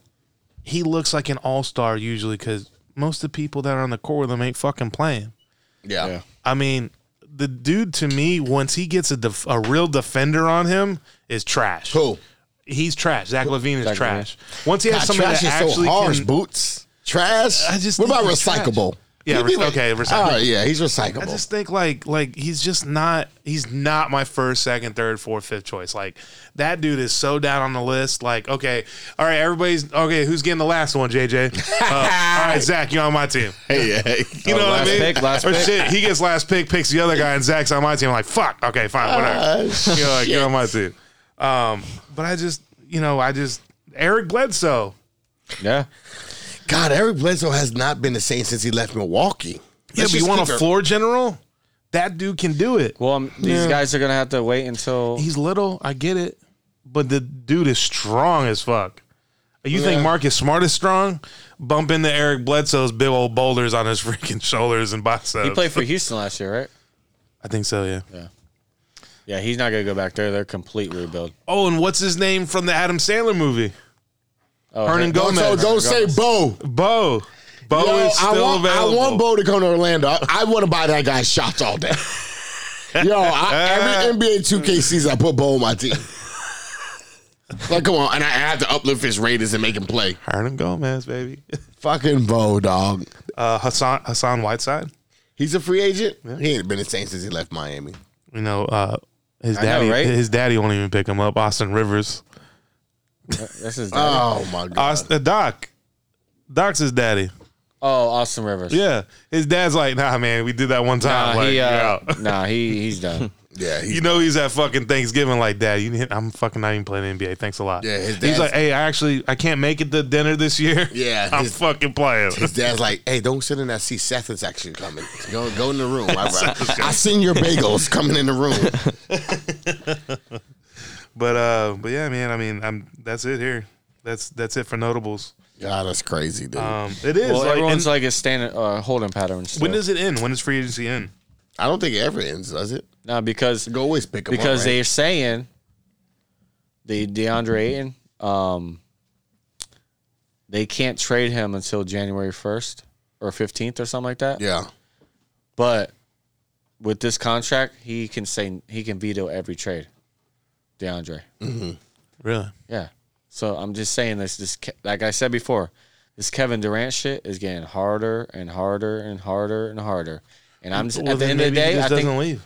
S1: he looks like an all star usually because most of the people that are on the court with him ain't fucking playing.
S3: Yeah.
S2: Yeah.
S1: I mean, the dude to me, once he gets a, def- a real defender on him, is trash.
S3: Cool.
S1: He's trash. Zach Levine is
S2: Zach
S1: trash. Once he has
S3: God,
S1: somebody
S3: trash
S1: that
S3: is so
S1: actually
S3: harsh.
S1: can,
S3: Boots. Trash.
S1: I just
S3: What
S1: think
S3: about
S1: he's trash.
S3: recyclable?
S1: Yeah,
S3: He'd be
S1: re- okay, recyclable.
S3: All right, yeah, he's
S1: I
S3: recyclable.
S1: just think like like he's just not he's not my first, second, third, fourth, fifth choice. Like that dude is so down on the list. Like okay, all right, everybody's okay. Who's getting the last one, JJ? Uh, all right, Zach, you're on my team.
S3: hey, yeah,
S1: You know what I
S2: last
S1: mean?
S2: pick, last
S1: or
S2: pick.
S1: shit, he gets last pick, picks the other guy, and Zach's on my team. I'm like, fuck. Okay, fine, whatever.
S3: Ah,
S1: you know, like, you're on my team. Um, but I just, you know, I just Eric Bledsoe.
S2: Yeah.
S3: God, Eric Bledsoe has not been the same since he left Milwaukee.
S1: Yeah, but
S3: Let's
S1: you
S3: just
S1: want
S3: keep
S1: a
S3: it-
S1: floor general? That dude can do it.
S2: Well, um, these guys are gonna have to wait until
S1: He's little, I get it, but the dude is strong as fuck. You think Marcus Smart is strong? Bump into Eric Bledsoe's big old boulders on his freaking shoulders and biceps.
S2: he played for Houston last year, right?
S1: I think so, yeah.
S2: Yeah, he's not gonna go back there. They're complete rebuild.
S1: Oh, and what's his name from the Adam Sandler movie?
S2: Oh,
S1: Hernan
S2: hey,
S1: Gomez.
S3: So don't say Bo.
S1: Bo. Bo
S3: Yo,
S1: is still
S3: I want,
S1: available.
S3: I want Bo to come to Orlando. I, want to buy that guy shots all day. Yo, I, every NBA 2K season, I put Bo on my team. Like, come on, and I have to uplift his ratings and make him play.
S1: Hernan Gomez, baby.
S3: Fucking Bo, dog.
S1: Uh, Hassan Hassan Whiteside.
S3: He's a free agent. He ain't been the same since he left Miami.
S1: You know, uh, his
S2: know,
S1: daddy.
S2: right?
S1: His daddy won't even pick him up. Austin Rivers.
S2: This is
S3: Oh my god.
S1: Aust- uh, Doc. Doc's his daddy.
S2: oh Austin Rivers.
S1: Yeah, his dad's like, nah, man, we did that one time.
S2: Nah,
S1: like,
S2: he,
S1: you're
S2: uh,
S1: out.
S2: nah, he he's done.
S3: yeah, he,
S1: You know he's at fucking Thanksgiving like dad. You need, I'm fucking not even playing NBA. Thanks a lot.
S3: Yeah, his
S1: he's
S3: dad's-
S1: like, hey, I actually I can't make it to dinner this year.
S3: Yeah,
S1: I'm
S3: his-
S1: fucking playing.
S3: his dad's like, "Hey, don't sit in that seat. Seth is actually coming. Go, go in the room. I, I, I seen your bagels coming in the room.
S1: But uh, but yeah, man. I mean, I'm that's it here. That's that's it for notables.
S3: God, that's crazy, dude.
S1: Um, it is.
S2: Well,
S1: like, and
S2: everyone's like a standard uh, holding pattern. Still.
S1: when does it end? When does free agency end?
S3: I don't think it ever ends, does it?
S2: no because
S3: Go always pick 'em
S2: because
S3: up, right?
S2: they're saying the DeAndre Ayton, um, they can't trade him until January first or fifteenth or something like that.
S3: yeah,
S2: But with this contract, he can say he can veto every trade. DeAndre,
S1: Really?
S2: yeah. So I'm just saying this. This Ke- like I said before, this Kevin Durant shit is getting harder and harder and harder and harder. And I'm just,
S1: Well,
S2: at the
S1: then
S2: end of the
S1: maybe he
S2: day, I
S1: just
S2: think
S1: doesn't leave.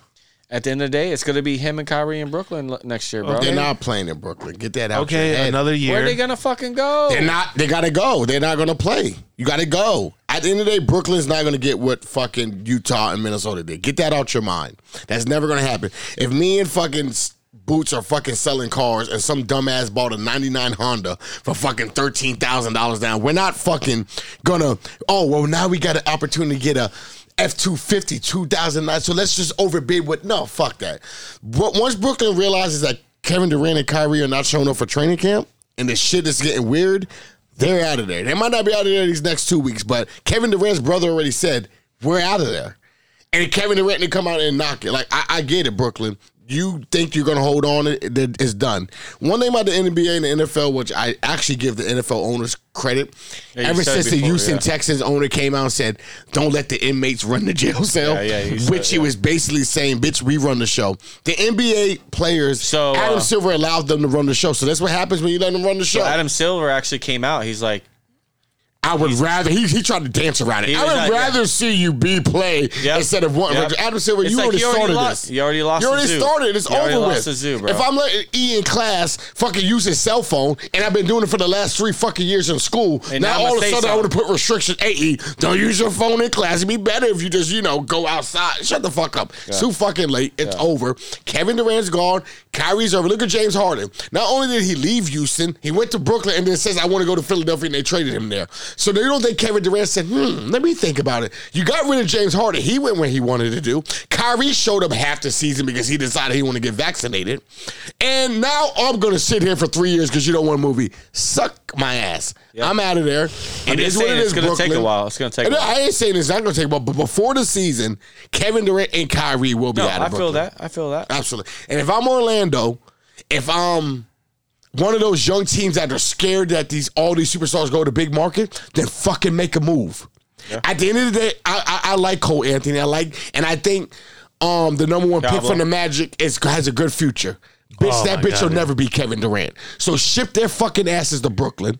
S2: at the end of the day, it's gonna be him and Kyrie in Brooklyn l- next year, bro.
S3: they're not playing in Brooklyn. Get that out. your
S1: Okay,
S3: head.
S1: another year.
S2: Where are they gonna fucking go?
S3: They're not. They gotta go. They're not gonna play. You gotta go. At the end of the day, Brooklyn's not gonna get what fucking Utah and Minnesota did. Get that out your mind. That's never gonna happen. If me and fucking S- Boots are fucking selling cars and some dumbass bought a '99 Honda for fucking thirteen thousand dollars down, we're not fucking gonna. Oh well, now we got an opportunity to get a. F250 2009. So let's just overbid what no, fuck that. But once Brooklyn realizes that Kevin Durant and Kyrie are not showing up for training camp and the shit is getting weird, they're out of there. They might not be out of there these next two weeks, but Kevin Durant's brother already said, we're out of there. And Kevin Durant to come out and knock it. Like, I, I get it, Brooklyn. You think you're going to hold on, it, it- it's done. One thing about the NBA and the NFL, which I actually give the NFL owners credit,
S2: you
S3: ever
S2: said
S3: since the
S2: before,
S3: Houston
S2: yeah.
S3: Texans owner came out and said, don't let the inmates run the jail cell,
S2: Yeah, yeah, he said,
S3: which he
S2: yeah.
S3: was basically saying, bitch, we run the show. The NBA players,
S2: So,
S3: Adam
S2: uh,
S3: Silver allowed them to run the show. So that's what happens when you let them run the show.
S2: Adam Silver actually came out. He's like,
S3: I would rather he, he tried to dance around it.
S2: He
S3: I
S2: was
S3: would
S2: not-
S3: rather see you be play
S2: Yep.
S3: instead of one.
S2: Yep.
S3: Adam Silver,
S2: It's
S3: you
S2: like
S3: already
S2: you already
S3: started
S2: lost-
S3: this.
S2: you already lost
S3: You
S2: the
S3: already
S2: zoo.
S3: started. It's
S2: You
S3: over
S2: already
S3: with.
S2: lost the zoo, bro.
S3: If I'm letting E in class fucking use his cell phone, and I've been doing it for the last three fucking years in school,
S2: And
S3: now
S2: I'ma
S3: all of a
S2: say
S3: sudden I would
S2: something.
S3: have put restriction. Hey, E, don't use your phone in class. It'd be better if you just you know go outside. Shut the fuck up. It's too fucking late. It's over. Kevin Durant's gone. Kyrie's over. Look at James Harden. Not only did he leave Houston, he went to Brooklyn and then says I want to go to Philadelphia, and they traded him there. So they don't think Kevin Durant said, hmm, let me think about it. You got rid of James Harden. He went where he wanted to do. Kyrie showed up half the season because he decided he wanted to get vaccinated. And now I'm going to sit here for three years because you don't want a movie. Suck my ass. I'm out of there.
S2: I'm
S3: It
S2: just
S3: is what
S2: saying
S3: it
S2: it's
S3: is,
S2: gonna
S3: Brooklyn.
S2: take a while. It's gonna take. a
S3: And
S2: while.
S3: I ain't saying it's not going to take a while, but before the season, Kevin Durant and Kyrie will be
S2: No,
S3: out of
S2: I feel
S3: Brooklyn.
S2: that. I feel that.
S3: Absolutely. And if I'm Orlando, if I'm one of those young teams that are scared that these all these superstars go to big market, then fucking make a move. At the end of the day, I, I, I like Cole Anthony. I like, and I think um, the number one pick
S2: Cabo.
S3: from the Magic is has a good future. Bitch,
S1: Oh
S3: that
S1: my
S3: bitch
S1: God,
S3: will
S1: yeah.
S3: never be Kevin Durant. So ship their fucking asses to Brooklyn.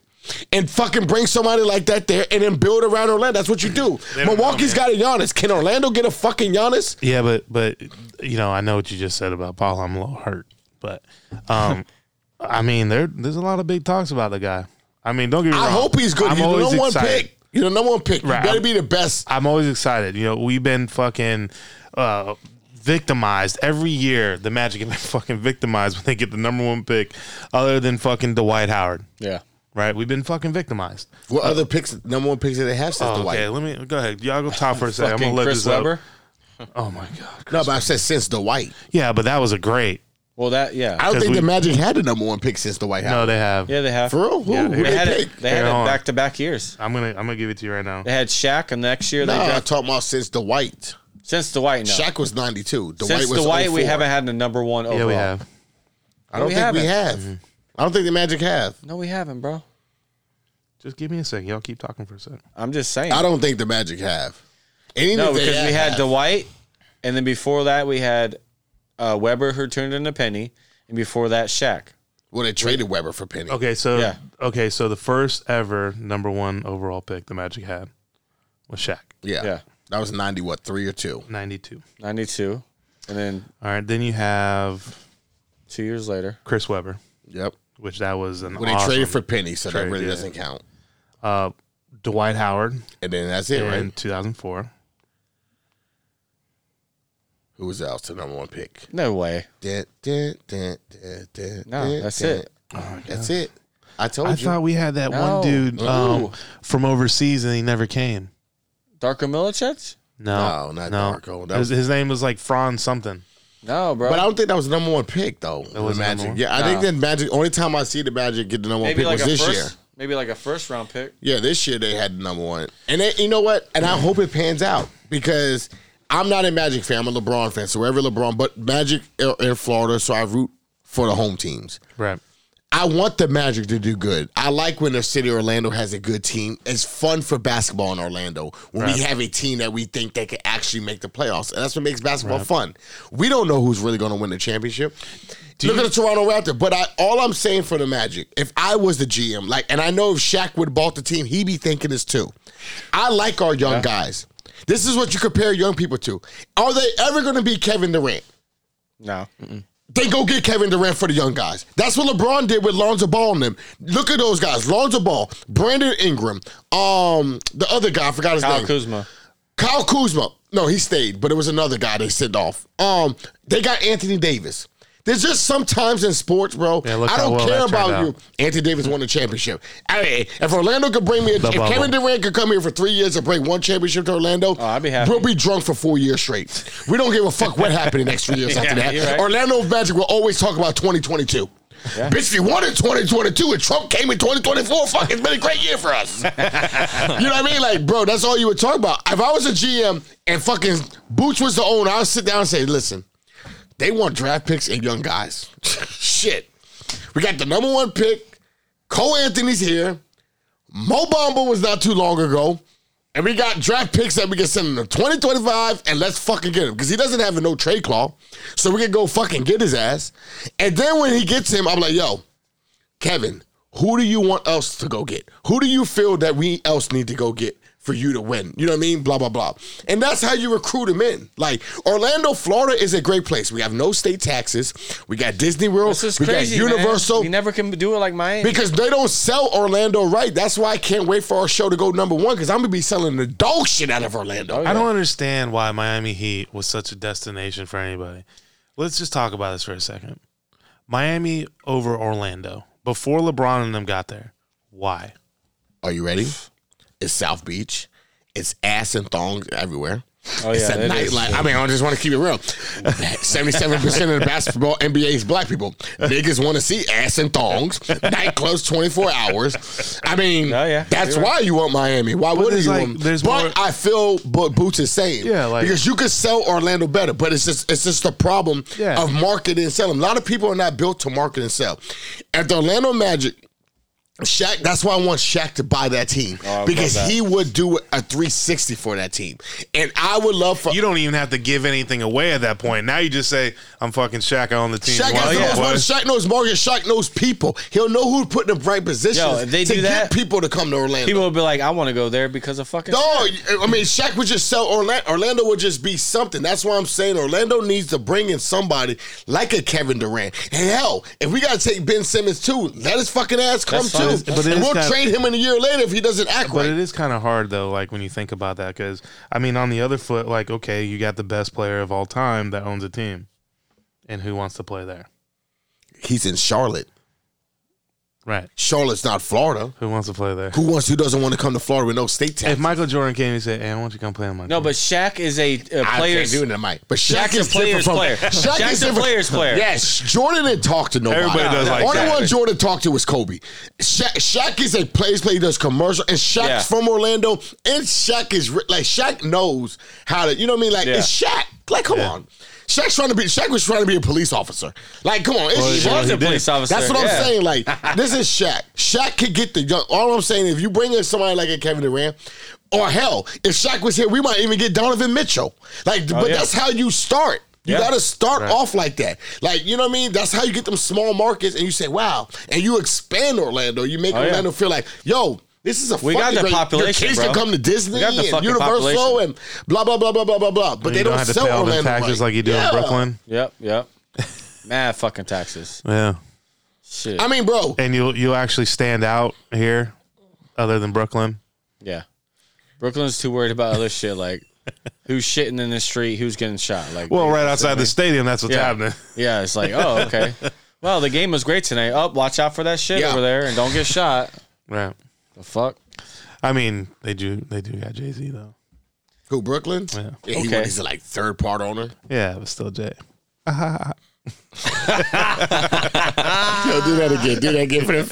S3: And fucking bring somebody like that there and then build around Orlando. That's what you do.
S1: don't know,
S3: Milwaukee's got a Giannis. Can Orlando get a fucking Giannis?
S1: Yeah, but but you know, I know what you just said about Paul. I'm a little hurt, but um, I mean, there there's a lot of big talks about the guy. I mean, don't get me
S3: I
S1: wrong.
S3: hope he's good.
S1: I'm
S3: You're the
S1: always
S3: number one
S1: excited.
S3: pick. You're the number one pick.
S1: Right,
S3: You better
S1: I'm-
S3: be the best.
S1: I'm always excited. You know, we've been fucking uh, victimized every year. The Magic have been fucking victimized when they get the number one pick, other than fucking Dwight Howard.
S2: Yeah.
S1: Right? We've been fucking victimized.
S3: What other picks? Number one picks that they have since
S1: Oh,
S3: the White.
S1: okay, let me go ahead. Y'all go top for a second. I'm
S2: Fucking
S1: gonna let
S2: Chris
S1: this up.
S2: Webber.
S1: Oh my god.
S3: No, but I said since the White.
S1: Yeah, but that was a great.
S2: Well, that yeah.
S3: I don't
S1: 'Cause
S3: think the
S1: we-
S3: Magic had the number one pick since the White
S1: No,
S3: House.
S1: they have.
S2: yeah, they have.
S3: For real? Who,
S1: Yeah,
S3: who
S1: they
S2: They had
S3: they
S2: it.
S3: pick?
S2: They had
S1: Hang on.
S2: it back to back years.
S1: I'm gonna I'm gonna give it to you right now.
S2: They had Shaq, and the next year they
S3: no, I'm
S2: drafted
S3: talking about since the White.
S2: since Dwight. No.
S3: Shaq was 92. Dwight
S2: since
S3: was
S2: Dwight, we
S3: 04.
S2: haven't had the number one overall.
S1: Yeah, we have.
S3: I don't
S2: We
S3: think we have.
S2: haven't.
S3: I don't think the Magic have.
S2: No, we haven't, bro.
S1: Just give me a second. Y'all keep talking for a second.
S2: I'm just saying.
S3: I don't think the Magic have. And even
S2: No,
S3: if they
S2: because we had
S3: have-
S2: Dwight, and then before that we had uh, Weber, who turned into Penny, and before that Shaq.
S3: Well, they traded Weber for Penny.
S1: Okay, so
S2: Yeah.
S1: okay, so the first ever number one overall pick the Magic had was Shaq,
S3: Yeah.
S2: Yeah.
S3: That was 90, what, three or two?
S1: ninety two.
S2: 92. And then
S1: All right, then you have
S2: two years later,
S1: Chris Webber,
S3: Yep.
S1: which that was an
S3: Well, they
S1: awesome-
S3: traded for Penny, so
S1: Trade,
S3: that really
S1: yeah.
S3: doesn't count.
S1: uh, Dwight Howard
S3: And then that's it,
S1: in
S3: right?
S1: two thousand four.
S3: Who was else the number one pick?
S2: no way.
S3: Dun, dun, dun, dun, dun,
S2: No,
S3: dun,
S2: that's
S3: dun. Oh,
S2: it.
S3: That's it. I told
S1: Oh, I
S3: you.
S1: thought we had that
S2: No.
S1: one dude um,
S2: Ooh.
S1: from overseas and he never came.
S2: Darko Milicic?
S1: No,
S3: No, not Darko. That
S1: His,
S3: was-
S1: his name was like Franz something.
S2: No, bro.
S3: but I don't think that was the number one pick though. The
S1: wasn't
S3: Magic.
S1: number
S3: Yeah, I think the Magic. Only time I see the Magic get the number one
S2: maybe
S3: pick
S2: like
S3: was
S2: a
S3: this
S2: first,
S3: year.
S2: maybe like a first round pick.
S3: Yeah, this year they had the number one, and they, you know what? And I hope it pans out because I'm not a Magic fan. I'm a LeBron fan. So wherever LeBron, but Magic are in Florida, so I root for the home teams.
S1: Right.
S3: I want the Magic to do good. I like when the city of Orlando has a good team. It's fun for basketball in Orlando when we have a team that we think they can actually make the playoffs. And that's what makes basketball fun. We don't know who's really going to win the championship. Look at the Toronto Raptors. But I, all I'm saying for the Magic, if I was the GM, like, and I know if Shaq would bought the team, he'd be thinking this too. I like our young guys. This is what you compare young people to. Are they ever going to be Kevin Durant?
S2: No.
S3: They go get Kevin Durant for the young guys. That's what LeBron did with Lonzo Ball and them. Look at those guys: Lonzo Ball, Brandon Ingram, um, the other guy I forgot his
S2: Kyle
S3: name,
S2: Kuzma.
S3: Kyle Kuzma. No, he stayed, but it was another guy they sent off. Um, they got Anthony Davis. There's just sometimes in sports, bro.
S1: Yeah, look
S3: I
S1: how
S3: don't
S1: well that
S3: care
S1: turned
S3: about you.
S1: out.
S3: Anthony Davis won the championship. Hey, if Orlando could bring me, a, if
S1: The bubble.
S3: Kevin Durant could come here for three years and bring one championship to Orlando,
S2: Oh, I'd be happy.
S3: We'll be drunk for four years straight. We don't give a fuck what happened the next three years after
S2: Yeah,
S3: that.
S2: you're right.
S3: Orlando Magic will always talk about 2022. Bitch, if you wanted 2022 and Trump came in 2024, fuck, it's been a great year for us. you know what I mean? Like, bro, that's all you would talk about. If I was a GM and fucking Boots was the owner, I would sit down and say, listen, they want draft picks and young guys. Shit. We got the number one pick. Cole Anthony's here. Mo Bamba was not too long ago. And we got draft picks that we can send him to 2025 and let's fucking get him. Because he doesn't have a no trade claw. So we can go fucking get his ass. And then when he gets him, I'm like, yo, Kevin, who do you want else to go get? Who do you feel that we else need to go get for you to win? You know what I mean? Blah, blah, blah. And that's how you recruit them in. Like, Orlando, Florida is a great place. We have no state taxes. We got Disney World.
S2: This is
S3: we
S2: crazy.
S3: got
S2: man.
S3: Universal.
S2: We never can do it like Miami.
S3: Because they don't sell Orlando right. That's why I can't wait for our show to go number one because I'm gonna be selling the dog shit out of Orlando.
S1: I don't understand why Miami Heat was such a destination for anybody. Let's just talk about this for a second. Miami over Orlando before LeBron and them got there. Why?
S3: Are you ready? It's South Beach. It's ass and thongs everywhere.
S2: Oh yeah,
S3: it's a
S2: it is.
S3: nightlife. I mean, I just want to keep it real. Seventy-seven percent of the basketball NBA is black people. Niggas want to see ass and thongs. Nightclubs twenty-four hours. I mean,
S2: Oh, yeah.
S3: that's
S2: You're
S3: why you want Miami. Why wouldn't
S1: there's
S3: you?
S1: like-
S3: want,
S1: there's
S3: but
S1: more-
S3: I feel what Boots is saying.
S1: Yeah, like-
S3: because you could sell Orlando better, but it's just it's just the problem
S1: Yeah.
S3: of marketing and selling. A lot of people are not built to market and sell. At the Orlando Magic. Shaq, that's why I want Shaq to buy that team
S2: Oh, I love
S3: because
S2: that.
S3: he would do a 360 for that team. And I would love for
S1: You don't even have to give anything away at that point. Now you just say, "I'm fucking Shaq. I own the team."
S3: Shaq
S1: Wow,
S3: has the
S1: yeah,
S3: most
S1: boy.
S3: money. Shaq knows market. Shaq knows people. He'll know who to put in the right positions
S2: Yo, if they
S3: to
S2: do
S3: get
S2: that-
S3: people to come to Orlando.
S2: People will be like, I want to go there because of fucking.
S3: no, I mean Shaq would just sell Orlando. Orlando would just be something. That's why I'm saying Orlando needs to bring in somebody like a Kevin Durant. And hell, if we gotta take Ben Simmons too, let his fucking ass come
S2: That's fine.
S3: too.
S1: But it
S3: and
S1: is
S3: we'll
S1: kinda-
S3: trade him in a year later if he doesn't act
S1: But
S3: right.
S1: it is kind of hard though, like when you think about that, because I mean, on the other foot, like okay, you got the best player of all time that owns a team, and who wants to play there,
S3: He's in Charlotte.
S1: right?
S3: Charlotte's not Florida.
S1: Who wants to play there?
S3: Who wants? Who doesn't want to come to Florida with no state
S1: If
S3: tax?
S1: Michael Jordan came and said, "Hey, I want you to come play on my
S2: No,
S1: team."
S2: but Shaq is a, a
S3: I
S2: uh, player's.
S3: can't do that, Mike. But Shaq
S2: Shaq's a
S3: is different
S2: player's
S3: from
S2: player.
S3: Shaq
S2: Shaq's
S3: is
S2: a
S3: different-
S2: player's player.
S3: Yes, Jordan didn't talk to nobody.
S1: Everybody does
S3: the
S1: like
S3: only
S1: that.
S3: one Jordan talked to was Kobe. Shaq, Shaq is a players player. He does commercial, and Shaq's
S2: Yeah.
S3: from Orlando, and Shaq is ri- like Shaq knows how to. You know what I mean? Like
S2: Yeah.
S3: it's Shaq. Like come on. Shaq's trying to be. Shaq was trying to be a police officer. Like, come on, it's
S2: He
S3: Shaq.
S2: was a police officer.
S3: That's what
S2: yeah.
S3: I'm saying. Like this is Shaq. Shaq could get the young. All I'm saying, if you bring in somebody like a Kevin Durant, or hell, if Shaq was here, we might even get Donovan Mitchell. Like, but
S2: yeah.
S3: that's how you start. You
S2: Yeah.
S3: gotta start
S1: Right.
S3: off like that. Like, you know what I mean? That's how you get them small markets and you say, wow. And you expand Orlando. You make
S2: yeah.
S3: Orlando feel like, yo, this is a
S2: We
S3: fucking
S2: got the
S3: great-
S2: population,
S3: Your kids
S2: bro.
S3: can come to Disney
S2: We got the
S3: and
S2: fucking
S3: Universal
S2: population.
S3: and blah, blah, blah, blah, blah, blah, blah. But
S1: You
S3: they don't,
S1: have to
S3: sell
S1: pay all them
S3: Orlando
S1: taxes
S3: right.
S1: like you do
S3: Yeah.
S1: in Brooklyn.
S2: Yep, yep. Mad fucking taxes.
S1: Yeah,
S2: Shit.
S3: I mean, bro,
S1: and you'll you'll actually stand out here, other than Brooklyn.
S2: yeah. Brooklyn's too worried about other shit like who's shitting in the street, who's getting shot. Like,
S1: Well,
S2: you
S1: right
S2: know,
S1: outside the stadium, that's what's
S2: yeah.
S1: happening.
S2: Yeah, it's like, oh, okay. well, the game was great tonight. Up, watch out for that shit
S3: Yeah.
S2: over there and don't get shot.
S1: Right.
S2: The fuck.
S1: I mean, they do they do got Jay Z though.
S3: who, Brooklyn? Yeah, he
S2: Okay.
S3: went- he's a like third part owner.
S1: Yeah, but still Jay.
S3: Yo, do that again. Do that again for the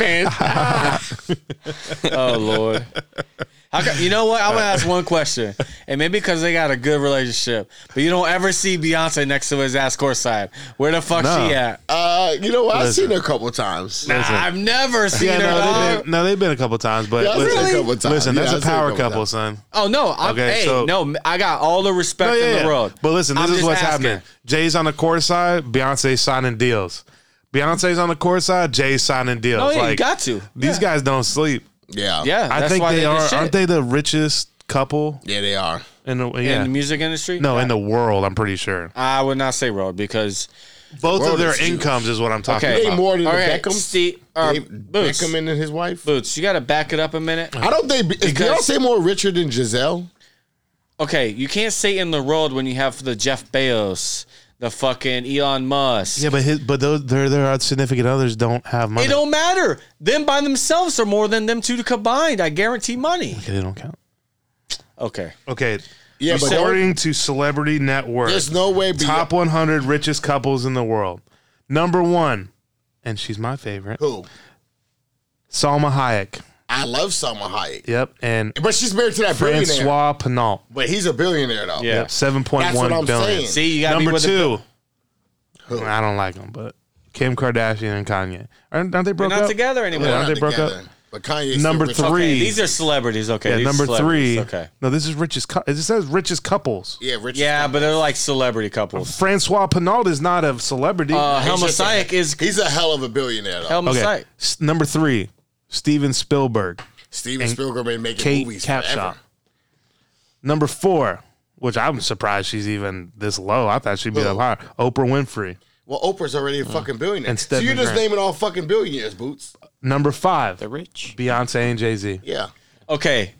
S3: fans.
S2: Oh lord. How come, you know what? I'm gonna ask one question, and maybe because they got a good relationship, but you don't ever see Beyonce next to his ass courtside. Where the fuck
S1: No.
S2: she at?
S3: Uh, you know what? I've
S1: Listen.
S3: seen her a couple times.
S2: Nah, I've never seen
S1: Yeah,
S2: her.
S1: no,
S2: dog.
S1: they've been, no, they've been a couple times, but
S3: Yeah, I've seen
S1: listen,
S3: it a couple times.
S1: listen,
S3: Yeah,
S1: that's
S3: I've
S1: a
S3: seen it a
S1: power
S3: couple
S1: couple,
S3: times.
S1: son.
S2: Oh no! I'm,
S1: Okay,
S2: hey,
S1: so-
S2: no, I got all the respect
S1: No,
S2: in the world.
S1: But listen, this
S2: I'm
S1: is
S2: just
S1: what's
S2: asking.
S1: happening. Jay's on the court side, Beyonce's signing deals. Beyonce's on the court side, Jay's signing deals.
S2: Oh yeah, you
S1: Like,
S2: got to.
S1: These guys don't sleep.
S3: Yeah.
S2: Yeah,
S1: I
S2: that's
S1: think
S2: why
S1: they
S2: they
S1: are.
S2: Shit.
S1: Aren't they the richest couple
S3: Yeah, they are.
S1: in the? Yeah.
S2: in the music industry?
S1: no, in the world, I'm pretty sure.
S2: I would not say road because
S1: Both of
S3: world
S1: their
S3: is huge.
S1: incomes is what I'm talking
S2: Okay.
S3: They
S1: about.
S3: more than
S2: all
S3: the
S2: right,
S3: Beckham.
S2: Steve, uh,
S3: They-
S2: Boots,
S3: Beckham and his wife.
S2: Boots, you got to back it up a minute.
S3: I don't think is
S2: Because-
S3: Beyonce more richer than Giselle.
S2: Okay, you can't say in the road when you have the Jeff Bezos, the fucking Elon Musk.
S1: Yeah, but his, but those their their significant others don't have money.
S2: It don't matter. Them by themselves are more than them two combined. I guarantee money.
S1: Okay, they don't count.
S2: Okay.
S1: Okay.
S3: Yeah, but
S1: according to Celebrity Net Worth,
S3: there's no way. Be-
S1: top 100 richest couples in the world. Number one, and she's my favorite,
S3: Who?
S1: Salma Hayek.
S3: I love Salma Hayek,
S1: Yep, and
S3: but she's married to that billionaire.
S1: Francois Penal.
S3: But he's a billionaire though.
S2: Yeah.
S1: Yep, seven point
S3: That's what
S1: one
S3: I'm
S1: billion.
S3: saying.
S2: See, you got
S1: Number
S2: The,
S1: two, I don't like them, but Kim Kardashian and Kanye aren't, aren't they broke
S2: not
S1: up?
S2: together anymore.
S1: Yeah,
S2: They're
S1: aren't they broke
S3: together.
S1: up?
S3: But Kanye
S1: Number
S3: still rich.
S1: three.
S2: okay, these are celebrities. Okay.
S1: Yeah,
S2: these
S1: number
S2: celebrities.
S1: three.
S2: Okay.
S1: No, this is richest. cou- It says richest couples.
S3: Yeah, rich.
S2: Yeah, but they're like celebrity couples.
S1: Francois Penal is not a celebrity.
S2: Uh, Helma
S3: just a-
S2: Hayek is
S3: He's a hell of a billionaire though.
S2: Helma
S1: okay,
S2: Hayek.
S1: S- number three, Steven Spielberg.
S3: Steven Spielberg been making
S1: Kate
S3: movies
S1: Capshaw.
S3: forever.
S1: Number four, which I'm surprised she's even this low. I thought she'd be
S3: Who?
S1: up higher. Oprah Winfrey.
S3: Well, Oprah's already a fucking billionaire.
S1: Mm. And
S3: so you're
S1: Stedman
S3: just
S1: Grant.
S3: naming all fucking billionaires, Boots.
S1: Number five,
S4: They're rich.
S1: Beyonce and Jay Z.
S3: Yeah.
S2: Okay.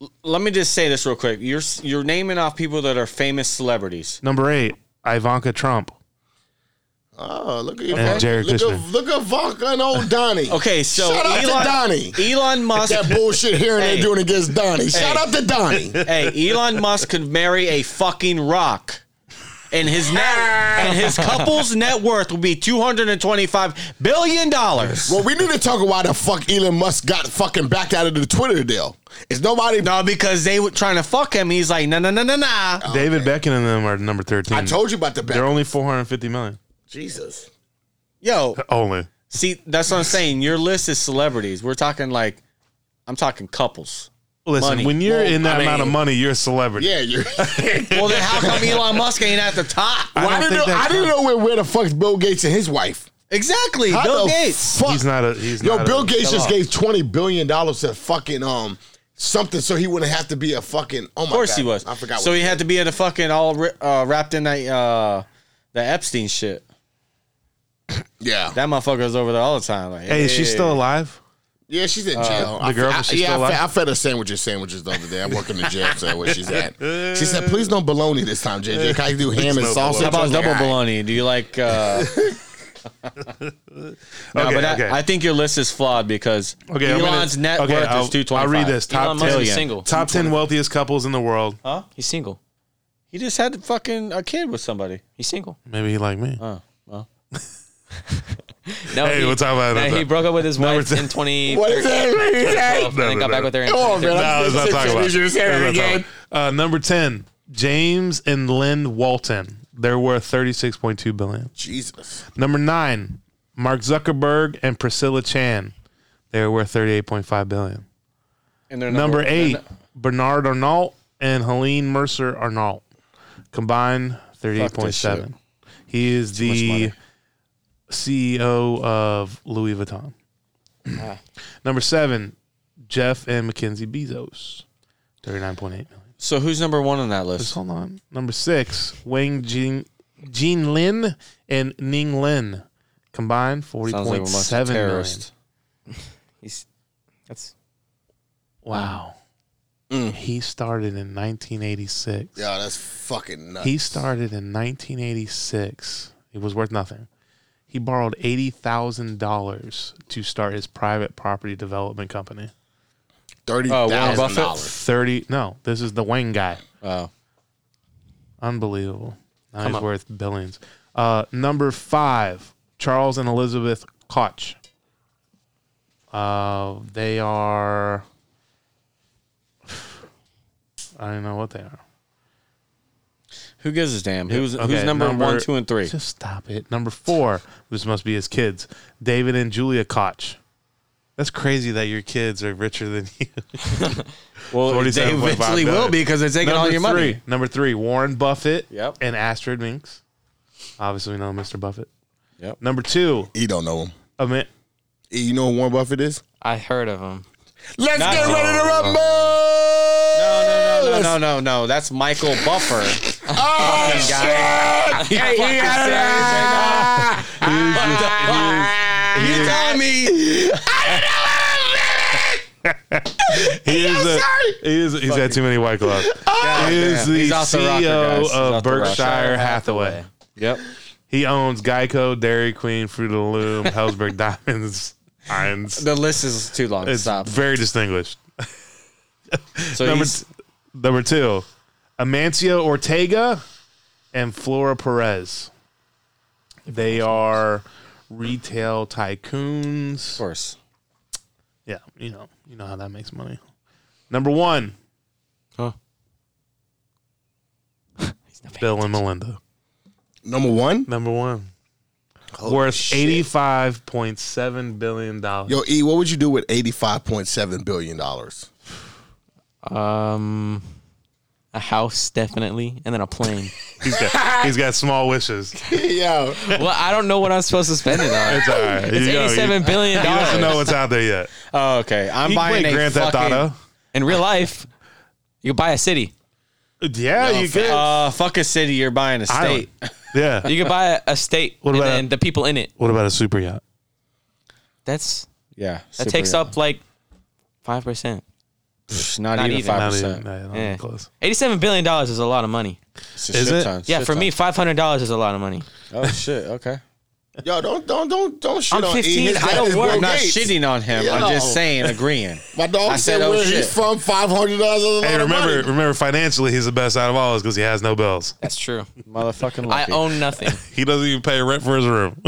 S2: L- let me just say this real quick. You're s- you're naming off people that are famous celebrities.
S1: Number eight, Ivanka Trump.
S3: Oh, look at
S1: And Jared
S3: look, at,
S1: Kushner.
S3: look at Vonka and old Donnie.
S2: Okay, so
S3: shout out
S2: Elon,
S3: to Donnie.
S2: Elon Musk.
S3: That bullshit here and
S2: Hey.
S3: they're doing against Donnie. Shout out to Donnie.
S2: hey, Elon Musk could marry a fucking rock. And his net and his couple's net worth will be two hundred and twenty-five billion dollars.
S3: Well, we need to talk about why the fuck Elon Musk got fucking backed out of the Twitter deal. It's nobody.
S2: No, because they were trying to fuck him. He's like, no, no, no, no, no.
S1: David Beckham and them are number thirteen.
S3: I told you about the back.
S1: They're only four hundred fifty million.
S3: Jesus.
S2: Yo,
S1: Only.
S2: see, that's what I'm saying. Your list is celebrities. We're talking like, I'm talking couples.
S1: Listen,
S2: Money.
S1: when you're in that
S3: I mean-
S1: amount of money, you're a celebrity.
S3: Yeah, you're.
S2: Well, then how come Elon Musk ain't at the top?
S1: don't
S3: I, didn't know.
S1: think that
S3: I didn't know where, where the fuck's Bill Gates and his wife.
S2: Exactly,
S3: How
S2: Bill
S3: the
S2: Gates.
S3: Fuck?
S1: He's not a. He's
S3: Yo,
S1: not
S3: Bill
S1: a,
S3: Gates just
S2: off.
S3: gave twenty billion dollars to fucking um something, so he wouldn't have to be a fucking. Oh my
S2: Of course
S3: God.
S2: he was.
S3: I forgot.
S2: So
S3: what
S2: he had to be in a fucking all ri- uh, wrapped in that uh, the Epstein shit.
S3: yeah,
S2: That motherfucker was over there all the time. Like,
S1: Hey, is she still alive?
S3: yeah, she's
S2: Uh,
S3: in jail. I
S1: the girl,
S3: fe-
S1: was
S3: I,
S1: she
S3: yeah,
S1: still
S3: I, fe-
S1: alive?
S3: I fed her sandwiches, sandwiches the other day. I work in the jail, so where she's at. She said, "Please no bologna this time, JJ. Can I do ham and
S1: no
S3: sausage?"
S2: How
S3: I
S2: about
S3: was like,
S2: double
S3: "All right."
S2: baloney? Do you like? Uh, No,
S1: Okay,
S2: but I,
S1: okay.
S2: I think your list is flawed because
S1: Okay, I'm gonna-
S2: Elon's net
S1: okay,
S2: worth
S1: I'll-
S2: is two twenty.
S1: I'll read this. Top
S4: Elon Musk
S1: ten,
S4: is single.
S1: top ten wealthiest couples in the world.
S4: He's single.
S2: He just had fucking a kid with somebody.
S4: He's single.
S1: Maybe he like me.
S2: Oh, well.
S4: No,
S1: Hey,
S4: he,
S1: what's up, man?
S4: no,
S1: What's
S4: he
S1: up?
S4: broke up with his
S1: Number
S4: wife
S1: ten.
S4: in 20.
S3: What is that? What is that?
S4: and then
S1: No,
S4: got
S1: no,
S4: back
S1: no.
S4: with her in
S3: Come on, man.
S4: 2013.
S1: no, let's not talking about.
S3: You just said it
S1: let's not talk
S3: again.
S1: about- Uh, number ten, James and Lynn Walton. They're worth thirty six point two billion.
S3: Jesus.
S1: Number nine, Mark Zuckerberg and Priscilla Chan. They're worth thirty eight point five billion.
S2: And they're
S1: Number
S2: they're
S1: eight,
S2: not-
S1: Bernard Arnault and Helene Mercer Arnault. Combined thirty eight point seven. He is the
S2: money.
S1: CEO of Louis Vuitton.
S2: Ah.
S1: Number seven, Jeff and Mackenzie Bezos. Thirty nine point eight million.
S2: So who's number one on that
S1: Just
S2: list?
S1: hold on. Number six, Wang Jing Jean Lin and Ning Lin. Combined forty
S2: Sounds like a
S1: point
S2: bunch
S1: seven
S2: of
S1: million.
S2: terrorists.
S4: He's, that's
S1: Wow.
S2: Mm.
S1: He started in nineteen eighty six.
S3: Yo, that's fucking nuts.
S1: He
S2: uh,
S1: started in 1986. It was worth nothing. He borrowed eighty thousand dollars to start his private property development company.
S3: Thirty
S2: Oh, Warren
S3: thousand
S2: Buffett?
S3: dollars.
S1: Thirty? No, this is the Wayne guy.
S2: Oh,
S1: Unbelievable. Now he's
S4: on.
S1: worth billions. Uh, number five, Charles and Elizabeth Koch. Uh, they are. I don't know what they are.
S2: who gives a damn? Who's who's
S1: Okay,
S2: number, one, two, and three?
S1: Just stop it. Number four, this must be his kids, David and Julia Koch. That's crazy that your kids are richer than you.
S2: well, they
S1: 47.5
S2: eventually will
S1: billion.
S2: be because they're taking all your
S1: three,
S2: money.
S1: number three, Warren Buffett
S2: Yep.
S1: and Astrid Minks. Obviously, we know Mr. Buffett.
S2: Yep.
S1: Number two,
S3: You don't know him.
S1: Ama-
S3: E, You know who Warren Buffett is?
S4: I heard of him.
S3: Let's
S2: Not-
S3: get ready to
S2: No.
S3: rumble.
S2: No, no, no,
S3: Let's-
S2: no, no, no. That's Michael Buffer.
S3: Oh, shit. Hey, he had it.
S2: You telling me?
S1: he is a, he is he's had too many white claws. he is
S2: damn.
S1: the
S2: He's off the rocker, guys.
S1: CEO
S2: He's
S1: of
S2: off the rocker.
S1: Berkshire Hathaway.
S2: Yep.
S1: He owns Geico, Dairy Queen, Fruit of the Loom, Hellsberg Diamonds, Irons.
S2: The list is too long.
S1: It's
S2: Stop.
S1: very distinguished.
S2: So
S1: Number,
S2: he's,
S1: number two, Amancio Ortega and Flora Perez. They are retail
S2: of
S1: tycoons.
S2: course.
S1: Yeah, you know, you know how that makes money. Number one,
S4: He's not
S1: Bill and Melinda.
S3: Number one.
S1: Number one,
S3: Holy
S1: worth
S3: shit.
S1: eighty-five point seven billion dollars.
S3: Yo, E, what would you do with eighty-five point seven billion dollars?
S4: Um, a house definitely, and then a plane.
S1: He's got, he's got small wishes.
S3: Yo,
S4: well, I don't know what I'm supposed to spend it on.
S1: It's all right.
S4: It's
S1: You know, you-
S4: eighty-seven billion
S1: He doesn't know
S4: dollars.
S1: what's out there yet.
S2: Oh, okay. I'm
S1: He
S2: buying
S1: played
S2: a
S1: Grand Theft
S2: fucking-
S1: Auto.
S4: In real life, you could buy a city.
S1: Yeah, you could.
S2: Uh, fuck a city. You're buying a
S1: Island.
S2: state.
S1: Yeah.
S4: You could buy a, a state
S1: What
S4: and
S1: about-
S4: then the people in it.
S1: What about a super yacht?
S4: That's
S2: Yeah.
S4: that takes up like five percent.
S2: not,
S4: not
S2: even
S4: even.
S2: five
S1: Not
S2: percent.
S1: even, not even
S4: Yeah.
S1: Oh, close.
S4: Eighty-seven billion dollars is a lot of money.
S2: It's a
S1: Is
S2: shit
S1: it?
S2: ton,
S4: Yeah,
S2: shit
S4: for
S2: ton.
S4: me, five hundred dollars is a lot of money.
S2: Oh shit. Okay.
S3: Yo, don't don't don't don't shit
S4: I'm
S3: on E.
S4: 15,
S3: His
S4: I
S3: dad
S4: don't
S3: is
S4: work.
S3: Bill
S2: I'm not
S3: Gates.
S2: shitting on him. I'm just
S3: Yo.
S2: saying, agreeing.
S3: My dog
S2: I
S3: said,
S2: said, oh,
S3: where
S2: shit.
S3: he's from, five hundred dollars.
S1: Hey, remember, remember, financially, he's the best out of all us because he has no bills.
S4: That's true.
S2: Motherfucking
S4: I
S2: lucky.
S4: own nothing.
S1: He doesn't even pay rent for his room.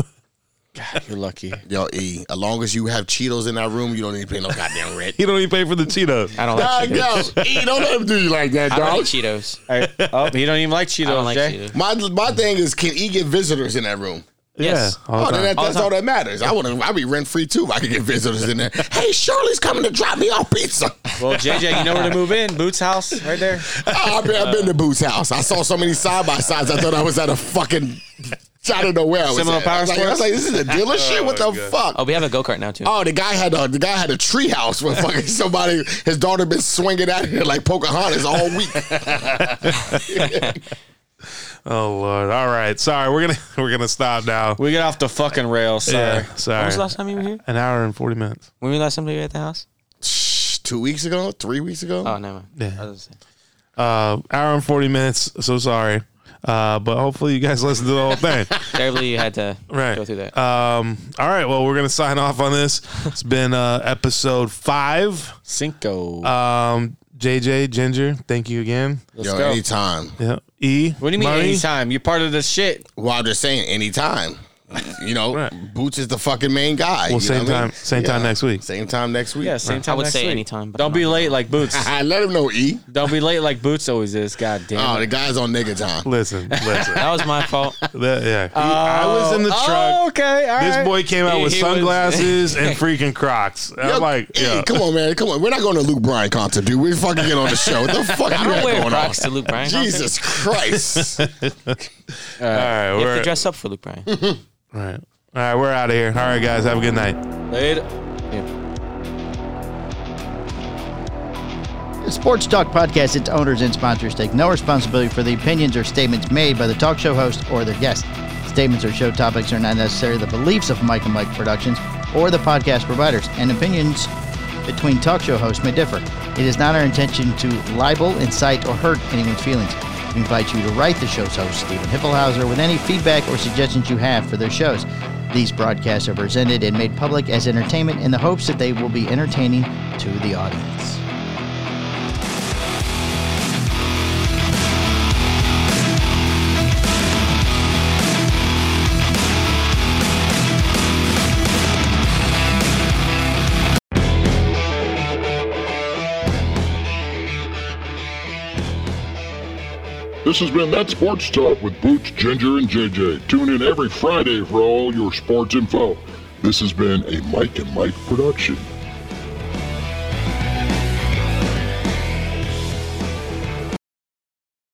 S2: You're lucky.
S3: Yo, E, as long as you have Cheetos in that room, you don't need to pay no goddamn rent.
S1: he don't even pay for the Cheetos.
S4: I don't
S3: Dog,
S4: like Cheetos.
S3: yo, E, don't let him do you like that,
S4: I don't like
S3: dog.
S4: Cheetos.
S2: Hey, oh, he don't even like Cheetos,
S4: I don't like
S2: Jay.
S4: Cheetos.
S3: My my thing is, can E get visitors in that room?
S4: Yes.
S1: Yeah, all
S3: Oh,
S1: the
S3: then
S1: time.
S3: that,
S4: All the
S3: that's all
S4: time.
S3: that matters. I would I'd be rent free too if I could get visitors in there. hey, Shirley's coming to drop me off pizza.
S2: Well, JJ, you know where to move in. Boots house, right there.
S3: Oh, I've been, I've been to Boo's house. I saw so many side by sides. I thought I was at a fucking. I don't know where I was.
S2: Seminole
S3: At. I,
S2: Power
S3: was like, I was
S2: Sports?
S3: like, this is a dealership. what the
S1: God.
S3: fuck?
S4: Oh, we have a go kart now too.
S3: Oh, the guy had a the guy had a tree house where fucking somebody his daughter been swinging out here like Pocahontas all week.
S1: Oh lord. All right. Sorry. We're gonna we're gonna stop now.
S2: We get off the fucking rails. Sorry.
S1: Yeah.
S4: When was the
S1: Sorry.
S4: last time you were here?
S1: An hour and forty minutes.
S4: When were the last time you were at the house?
S3: Two weeks ago, three weeks ago.
S4: Oh, never mind.
S1: Yeah.
S4: I was gonna say.
S1: Uh, hour and forty minutes. So sorry. Uh, but hopefully you guys listen to the whole thing.
S4: Terribly, you had to
S1: Right.
S4: go through that.
S1: Um. All right. Well, we're gonna sign off on this. It's been uh, episode five.
S2: Cinco.
S1: Um. JJ Ginger, thank you again.
S2: Let's
S3: Yo,
S2: go.
S3: anytime.
S1: Yeah. E.
S2: What do you mean
S1: Murray.
S2: anytime? You're part of this shit.
S3: Well, I'm just saying, anytime. You know,
S1: Right.
S3: Boots is the fucking main guy.
S1: Well,
S3: you know
S1: same
S3: what I mean?
S1: time. Same time
S3: Yeah.
S1: next week.
S3: Same time next week.
S2: Yeah, same time.
S4: I would
S2: next
S4: say
S2: week.
S4: anytime, but
S2: Don't
S4: I'm
S2: be
S4: not.
S2: late like Boots.
S3: I let him know E.
S2: Don't be late like Boots always is. God
S1: Uh,
S2: damn.
S3: Oh,
S2: it.
S3: the guy's on nigga time.
S1: Listen. Listen.
S4: That was my fault.
S1: That- yeah. I was in the
S2: Oh,
S1: truck.
S2: okay. All
S1: This
S2: right.
S1: boy came out
S4: He-
S1: with
S4: he was-
S1: sunglasses and freaking Crocs.
S3: Yo,
S1: I'm like,
S3: E,
S1: yeah.
S3: come on, man, come on. We're not going to Luke Bryan concert, dude. We fucking get on the show. What the fuck you
S4: I don't
S3: got
S4: wear
S3: going on?
S4: Crocs to Luke Bryan. concert.
S3: Jesus Christ!
S1: All right,
S4: You have
S1: we're
S4: to dress up for Luke Bryan.
S1: all right. All right, we're out of here. All right, guys, have a good night.
S2: Later.
S5: Sports Talk Podcast, its owners and sponsors take no responsibility for the opinions or statements made by the talk show host or their guests. Statements or show topics are not necessarily the beliefs of Mike and Mike Productions or the podcast providers, and opinions between talk show hosts may differ. It is not our intention to libel, incite, or hurt anyone's feelings. We invite you to write the show's host, Stephen Hippelhauser, with any feedback or suggestions you have for their shows. These broadcasts are presented and made public as entertainment in the hopes that they will be entertaining to the audience.
S6: This has been That Sports Talk with Boots, Ginger, and JJ. Tune in every Friday for all your sports info. This has been a Mike and Mike production.